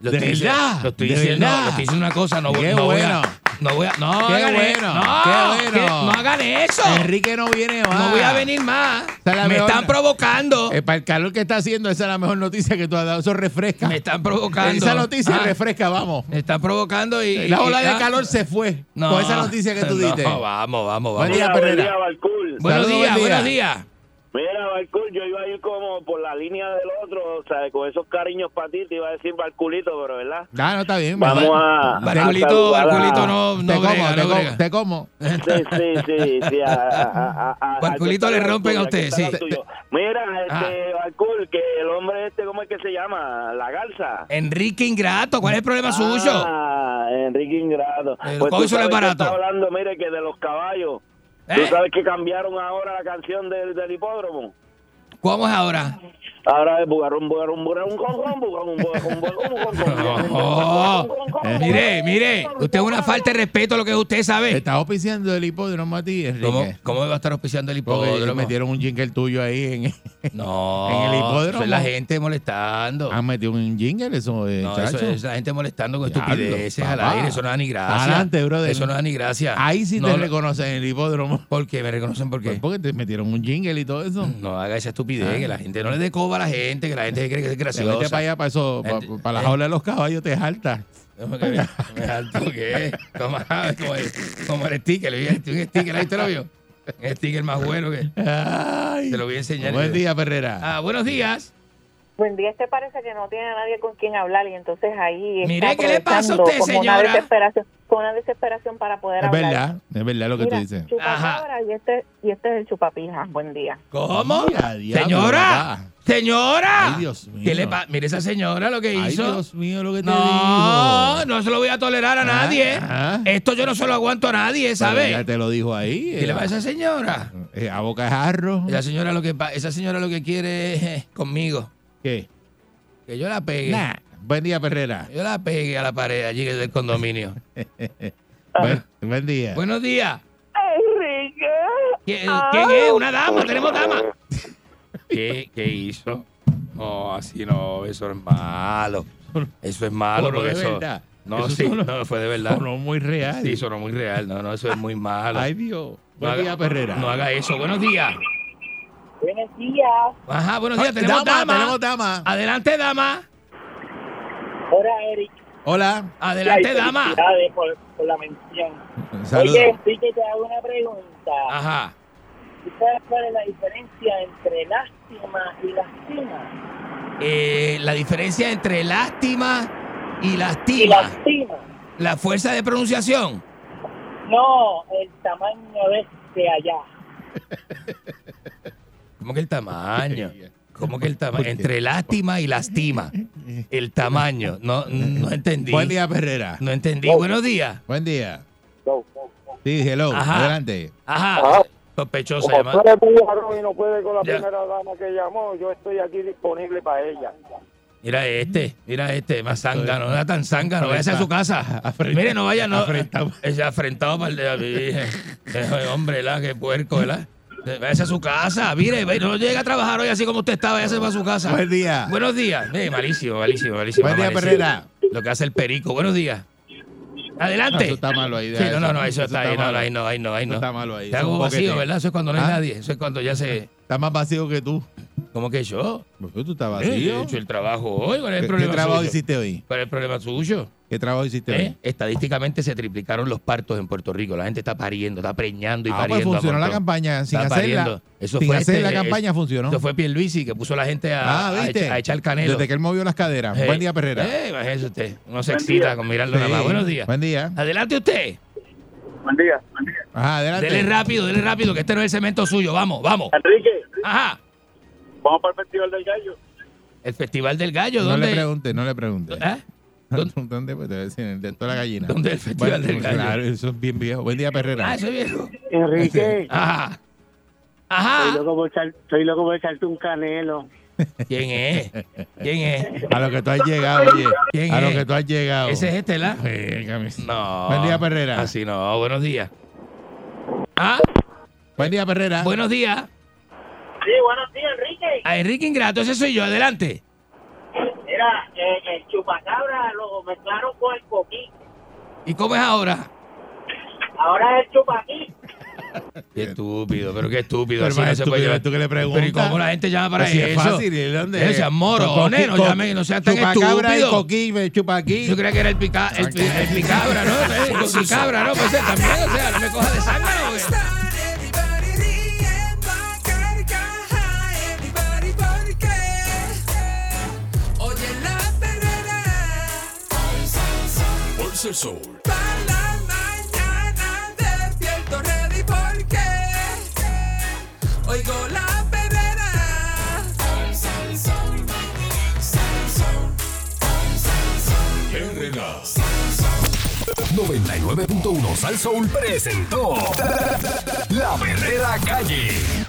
[SPEAKER 5] Lo
[SPEAKER 4] De
[SPEAKER 5] estoy diciendo-
[SPEAKER 4] verdad,
[SPEAKER 5] lo estoy
[SPEAKER 4] de
[SPEAKER 5] diciendo,
[SPEAKER 4] verdad.
[SPEAKER 5] lo estoy diciendo una cosa, no, voy-
[SPEAKER 4] Qué
[SPEAKER 5] no
[SPEAKER 4] bueno.
[SPEAKER 5] voy a. No voy a. No,
[SPEAKER 4] Qué
[SPEAKER 5] hagan e-
[SPEAKER 4] bueno,
[SPEAKER 5] no,
[SPEAKER 4] qué bueno.
[SPEAKER 5] que- no hagan eso.
[SPEAKER 4] Enrique no viene más.
[SPEAKER 5] No voy a venir más.
[SPEAKER 4] Esa es la
[SPEAKER 5] Me
[SPEAKER 4] mejor-
[SPEAKER 5] están provocando.
[SPEAKER 4] Eh, para el calor que está haciendo, esa es la mejor noticia que tú has dado. Eso refresca.
[SPEAKER 5] Me están provocando.
[SPEAKER 4] Esa noticia
[SPEAKER 5] Ah,
[SPEAKER 4] refresca, vamos.
[SPEAKER 5] Me están provocando y.
[SPEAKER 4] La ola
[SPEAKER 5] y-
[SPEAKER 4] de
[SPEAKER 5] ah,
[SPEAKER 4] calor se fue con esa noticia que tú diste.
[SPEAKER 5] No, vamos, vamos,
[SPEAKER 4] Buen
[SPEAKER 5] vamos.
[SPEAKER 4] día, Perrera.
[SPEAKER 9] Balcool.
[SPEAKER 5] Buenos
[SPEAKER 4] Saludos,
[SPEAKER 5] días,
[SPEAKER 4] buen día.
[SPEAKER 5] buenos días.
[SPEAKER 9] Mira, Balcool, yo iba a ir como por la línea del otro, o sea, con esos cariños para ti, te iba a decir Balculito, pero ¿verdad?
[SPEAKER 4] Ah, no, está bien.
[SPEAKER 9] Vamos
[SPEAKER 4] vamos.
[SPEAKER 9] a...
[SPEAKER 5] Barculito,
[SPEAKER 9] a saludar a-
[SPEAKER 5] Barculito no, no
[SPEAKER 4] te como,
[SPEAKER 5] brega,
[SPEAKER 4] te
[SPEAKER 5] no
[SPEAKER 4] como,
[SPEAKER 5] brega.
[SPEAKER 4] te como.
[SPEAKER 9] Sí, sí, sí, sí. a- a- a- a-
[SPEAKER 5] Barculito
[SPEAKER 9] al que
[SPEAKER 5] le
[SPEAKER 9] está al
[SPEAKER 5] rompen a
[SPEAKER 9] tuyo, al que
[SPEAKER 5] usted,
[SPEAKER 9] está al
[SPEAKER 5] sí.
[SPEAKER 9] tuyo. Mira,
[SPEAKER 5] Ah.
[SPEAKER 9] este, Barcool, que el hombre este, ¿cómo es que se llama? La Garza.
[SPEAKER 5] Enrique Ingrato, ¿cuál es el problema suyo?
[SPEAKER 9] Ah, Enrique Ingrato.
[SPEAKER 5] Pero
[SPEAKER 9] Pues
[SPEAKER 5] ¿cómo eso
[SPEAKER 9] tú
[SPEAKER 5] no es
[SPEAKER 9] sabes que
[SPEAKER 5] barato?
[SPEAKER 9] está hablando, mire, que de los caballos.
[SPEAKER 5] ¿Eh?
[SPEAKER 9] ¿Tú sabes que cambiaron ahora la canción del, del hipódromo?
[SPEAKER 5] ¿Cómo es ahora?
[SPEAKER 9] Ahora es bugarón, bugarón, bugarón, bugarón, bugarón, bugarón, bugarón, bugarón,
[SPEAKER 5] Oh,
[SPEAKER 9] bugarón, bugarón,
[SPEAKER 5] mire, mire, usted es una falta de respeto a lo que usted sabe.
[SPEAKER 4] Estás auspiciando el hipódromo a ti, Enrique.
[SPEAKER 5] ¿Cómo, ¿Cómo me va a estar auspiciando el
[SPEAKER 4] Porque le
[SPEAKER 5] hipódromo?
[SPEAKER 4] metieron un jingle tuyo ahí. En,
[SPEAKER 5] No,
[SPEAKER 4] en el hipódromo.
[SPEAKER 5] eso es la gente molestando.
[SPEAKER 4] han metido un jingle, eso, eh,
[SPEAKER 5] No, eso
[SPEAKER 4] chacho.
[SPEAKER 5] es la gente molestando con
[SPEAKER 4] Diablo,
[SPEAKER 5] estupideces al
[SPEAKER 4] papá.
[SPEAKER 5] aire. Eso no da ni gracia.
[SPEAKER 4] Adelante, brother.
[SPEAKER 5] Eso no da ni gracia.
[SPEAKER 4] Ahí sí
[SPEAKER 5] No
[SPEAKER 4] te
[SPEAKER 5] lo-
[SPEAKER 4] reconocen en el hipódromo.
[SPEAKER 5] ¿Por qué? ¿Me reconocen por qué?
[SPEAKER 4] Pues porque te metieron un jingle y todo eso.
[SPEAKER 5] No haga esa estupidez,
[SPEAKER 4] Ah.
[SPEAKER 5] que la gente no le dé coba a la gente, que la gente cree que es
[SPEAKER 4] Te vete para
[SPEAKER 5] graciosa.
[SPEAKER 4] allá, para eso, para
[SPEAKER 5] Gente-
[SPEAKER 4] la
[SPEAKER 5] eh.
[SPEAKER 4] jaula de los caballos, te jaltas.
[SPEAKER 5] ¿Cómo que me- me alto qué? Como, como el, como el sticker, le vi un sticker, ahí te lo vio. Un sticker más bueno que
[SPEAKER 4] Ay.
[SPEAKER 5] te lo voy a enseñar.
[SPEAKER 4] Buen día, Perrera.
[SPEAKER 5] Ah, buenos días.
[SPEAKER 13] Buen día, este parece que no tiene a nadie con quien hablar y entonces ahí está
[SPEAKER 5] Mire, ¿qué le pasa a usted,
[SPEAKER 13] aprovechando como una
[SPEAKER 5] señora?
[SPEAKER 13] desesperación- con una desesperación para poder
[SPEAKER 4] es
[SPEAKER 13] hablar.
[SPEAKER 4] verdad, es verdad lo que
[SPEAKER 13] Mira,
[SPEAKER 4] tú dices.
[SPEAKER 13] chupacabra y este, y este es el chupapija. Buen día.
[SPEAKER 5] ¿Cómo?
[SPEAKER 4] Mira, diablo,
[SPEAKER 5] señora,
[SPEAKER 4] papá.
[SPEAKER 5] señora.
[SPEAKER 4] Ay, Dios mío.
[SPEAKER 5] ¿Qué le pasa? Mire esa señora lo que
[SPEAKER 4] Ay,
[SPEAKER 5] hizo.
[SPEAKER 4] Dios mío, lo que te
[SPEAKER 5] No,
[SPEAKER 4] digo.
[SPEAKER 5] no se lo voy a tolerar a nadie.
[SPEAKER 4] ah.
[SPEAKER 5] Esto yo no se lo aguanto a nadie,
[SPEAKER 4] Pero Ya
[SPEAKER 5] ¿sabes?
[SPEAKER 4] te lo dijo ahí.
[SPEAKER 5] ¿Qué
[SPEAKER 4] eh,
[SPEAKER 5] le pasa a esa señora?
[SPEAKER 4] eh, a boca de jarro.
[SPEAKER 5] Esa señora lo que pa- esa señora lo que quiere es eh, conmigo,
[SPEAKER 4] ¿Qué?
[SPEAKER 5] que yo la pegue.
[SPEAKER 4] Nah. Buen día, Perrera.
[SPEAKER 5] Yo la pegué a la pared allí del condominio.
[SPEAKER 4] Buen, buen día.
[SPEAKER 5] Buenos días.
[SPEAKER 13] Enrique.
[SPEAKER 5] ¿Qui- ¿Quién es? ¿Una dama? ¿Tenemos dama? ¿Qué, qué hizo? No, así no, eso es malo. Eso es malo
[SPEAKER 4] Sonó
[SPEAKER 5] porque
[SPEAKER 4] de
[SPEAKER 5] eso...
[SPEAKER 4] verdad.
[SPEAKER 5] No,
[SPEAKER 4] Eso
[SPEAKER 5] sí,
[SPEAKER 4] sonó-
[SPEAKER 5] no, fue de verdad.
[SPEAKER 4] Sonó muy real.
[SPEAKER 5] Sí, sonó muy real. No, no, eso es muy malo.
[SPEAKER 4] Ay, Dios.
[SPEAKER 5] no,
[SPEAKER 4] Buen día,
[SPEAKER 5] haga,
[SPEAKER 4] Perrera.
[SPEAKER 5] no haga eso. Buenos días.
[SPEAKER 13] Buenos días.
[SPEAKER 5] Ajá, buenos días. Tenemos dama.
[SPEAKER 4] Tenemos dama.
[SPEAKER 5] Adelante, dama.
[SPEAKER 9] Hola, Eric.
[SPEAKER 4] Hola.
[SPEAKER 5] Adelante, dama.
[SPEAKER 9] Felicidades por, por la mención.
[SPEAKER 4] Saludos.
[SPEAKER 9] Oye, sí que te hago una pregunta.
[SPEAKER 5] Ajá.
[SPEAKER 9] ¿Tú sabes cuál es la diferencia entre lástima y lastima?
[SPEAKER 5] Eh, la diferencia entre lástima y
[SPEAKER 9] Y
[SPEAKER 5] lastima.
[SPEAKER 9] lastima.
[SPEAKER 5] La fuerza de pronunciación.
[SPEAKER 9] No, el tamaño de este allá.
[SPEAKER 5] ¿Cómo que el tamaño? ¿Cómo que el tamaño? Entre lástima y lastima. El tamaño. No, no entendí.
[SPEAKER 4] Buen día, Perrera.
[SPEAKER 5] No entendí. Buenos días.
[SPEAKER 4] Buen día.
[SPEAKER 9] Go, go, go.
[SPEAKER 4] Sí, hello.
[SPEAKER 5] Ajá.
[SPEAKER 4] Adelante.
[SPEAKER 5] Ajá. Sospechoso.
[SPEAKER 15] Como
[SPEAKER 5] además.
[SPEAKER 15] tú eres muy varón y no puedes con la
[SPEAKER 5] Ya.
[SPEAKER 15] primera dama que llamó, yo estoy aquí disponible para ella.
[SPEAKER 5] Mira este, mira este, más zángano, no era tan zángano, váyase a su casa.
[SPEAKER 4] Afrenta-
[SPEAKER 5] Mire, no vaya, no.
[SPEAKER 4] afrentado.
[SPEAKER 5] Es afrentado para el de Eh, Hombre, ¿verdad? Qué puerco, ¿verdad? Eh, Váyase a su casa, mire, ve- no llega a trabajar hoy así como usted está, váyase para su casa.
[SPEAKER 4] Buen día.
[SPEAKER 5] Buenos días. Eh, malísimo, malísimo, malísimo.
[SPEAKER 4] Buen día,
[SPEAKER 5] malísimo.
[SPEAKER 4] Perrera.
[SPEAKER 5] Lo que hace el perico. Buenos días. Adelante.
[SPEAKER 4] No, eso está malo ahí,
[SPEAKER 5] Sí,
[SPEAKER 4] deja
[SPEAKER 5] no, no,
[SPEAKER 4] eso.
[SPEAKER 5] no, eso,
[SPEAKER 4] Eso
[SPEAKER 5] está,
[SPEAKER 4] está
[SPEAKER 5] ahí, no,
[SPEAKER 4] malo.
[SPEAKER 5] no, ahí no, ahí no, ahí
[SPEAKER 4] Eso
[SPEAKER 5] no.
[SPEAKER 4] está malo ahí,
[SPEAKER 5] Está
[SPEAKER 4] eso es
[SPEAKER 5] como
[SPEAKER 4] un
[SPEAKER 5] vacío,
[SPEAKER 4] boquete.
[SPEAKER 5] ¿verdad? Eso es cuando no hay
[SPEAKER 4] Ah.
[SPEAKER 5] nadie, eso es cuando ya se...
[SPEAKER 4] Está más vacío que tú.
[SPEAKER 5] ¿Cómo que yo?
[SPEAKER 4] Porque tú estás vacío. Ah,
[SPEAKER 5] Eh, yo he hecho el trabajo hoy, ¿cuál es el
[SPEAKER 4] ¿Qué-
[SPEAKER 5] problema
[SPEAKER 4] ¿Qué trabajo
[SPEAKER 5] suyo?
[SPEAKER 4] hiciste hoy?
[SPEAKER 5] ¿Cuál es el problema suyo?
[SPEAKER 4] ¿Qué trabajo hiciste
[SPEAKER 5] ¿Eh?
[SPEAKER 4] hoy?
[SPEAKER 5] Estadísticamente se triplicaron los partos en Puerto Rico. La gente está pariendo, está preñando y
[SPEAKER 4] Ah, pues
[SPEAKER 5] pariendo. a
[SPEAKER 4] funcionó la
[SPEAKER 5] montón.
[SPEAKER 4] campaña sin
[SPEAKER 5] Está
[SPEAKER 4] hacerla.
[SPEAKER 5] pariendo. Eso
[SPEAKER 4] sin
[SPEAKER 5] fue
[SPEAKER 4] hacer
[SPEAKER 5] este-
[SPEAKER 4] la campaña funcionó.
[SPEAKER 5] Eso fue Pierluisi que puso a la gente a,
[SPEAKER 4] ah,
[SPEAKER 5] a
[SPEAKER 4] ¿viste?
[SPEAKER 5] echa- a echar canelo.
[SPEAKER 4] Desde que él movió las caderas.
[SPEAKER 5] Eh,
[SPEAKER 4] Buen día, Perrera.
[SPEAKER 5] eh, imagínese usted. Uno se
[SPEAKER 4] Buen
[SPEAKER 5] excita
[SPEAKER 4] día.
[SPEAKER 5] con mirarlo nada más.
[SPEAKER 4] Sí.
[SPEAKER 5] Buenos días.
[SPEAKER 4] Buen día.
[SPEAKER 5] Adelante usted.
[SPEAKER 15] Buen día.
[SPEAKER 4] Ajá, adelante.
[SPEAKER 5] Dele rápido, dele rápido, que este no es el cemento suyo. Vamos, vamos.
[SPEAKER 15] Enrique.
[SPEAKER 5] Ajá.
[SPEAKER 15] Vamos para el Festival del Gallo.
[SPEAKER 5] El Festival del Gallo,
[SPEAKER 4] No
[SPEAKER 5] ¿dónde?
[SPEAKER 4] le pregunte, no le pregunte.
[SPEAKER 5] ¿Eh?
[SPEAKER 4] ¿Dónde? ¿Dónde? Pues, te voy a decir, el de toda la gallina.
[SPEAKER 5] ¿Dónde es el Festival
[SPEAKER 4] Bueno,
[SPEAKER 5] del Gallo?
[SPEAKER 4] Claro, eso es bien viejo. Buen día, Perrera.
[SPEAKER 5] Ah, soy viejo.
[SPEAKER 16] Enrique.
[SPEAKER 5] Ajá. Ajá.
[SPEAKER 16] Estoy loco por, echar- estoy loco por echarte un canelo.
[SPEAKER 5] ¿Quién es? ¿Quién es?
[SPEAKER 4] A lo que tú has llegado, oye.
[SPEAKER 5] ¿Quién
[SPEAKER 4] a lo
[SPEAKER 5] es?
[SPEAKER 4] que tú has llegado.
[SPEAKER 5] Ese es este, ¿la? No.
[SPEAKER 4] Buen día, Perrera.
[SPEAKER 5] Así no, buenos días. Ah,
[SPEAKER 4] Buen día, Perrera.
[SPEAKER 5] buenos días.
[SPEAKER 9] Sí, buenos días, Enrique.
[SPEAKER 5] A Enrique Ingrato, ese soy yo, adelante.
[SPEAKER 9] Mira, el chupacabra lo mezclaron con el coquí.
[SPEAKER 5] ¿Y cómo es ahora?
[SPEAKER 9] Ahora es el chupaquí.
[SPEAKER 5] Qué estúpido, pero qué estúpido.
[SPEAKER 4] Pero
[SPEAKER 5] así
[SPEAKER 4] más
[SPEAKER 5] no se puede
[SPEAKER 4] estúpido
[SPEAKER 5] llevar.
[SPEAKER 4] tú que le
[SPEAKER 5] Pero ¿y cómo
[SPEAKER 4] preguntas?
[SPEAKER 5] la gente llama para
[SPEAKER 4] Así es
[SPEAKER 5] eso?
[SPEAKER 4] fácil, ¿y dónde?
[SPEAKER 5] Eh, sean morones, no llamen, no sean tan
[SPEAKER 4] Chupacabra y
[SPEAKER 5] estúpidos.
[SPEAKER 4] coquí, me chupa aquí.
[SPEAKER 5] Yo creía que era el, pica, el, pi- el picabra, ¿no? Eh, El picabra, ¿no? Pues eh, también, o sea, no me coja de sangre.
[SPEAKER 10] Everybody, porque oye la perrera
[SPEAKER 1] Por ser Soul.
[SPEAKER 10] para la mañana despierto ready porque oigo la perrera.
[SPEAKER 1] RK. 99.1 Sal Soul presentó La Verdadera Calle.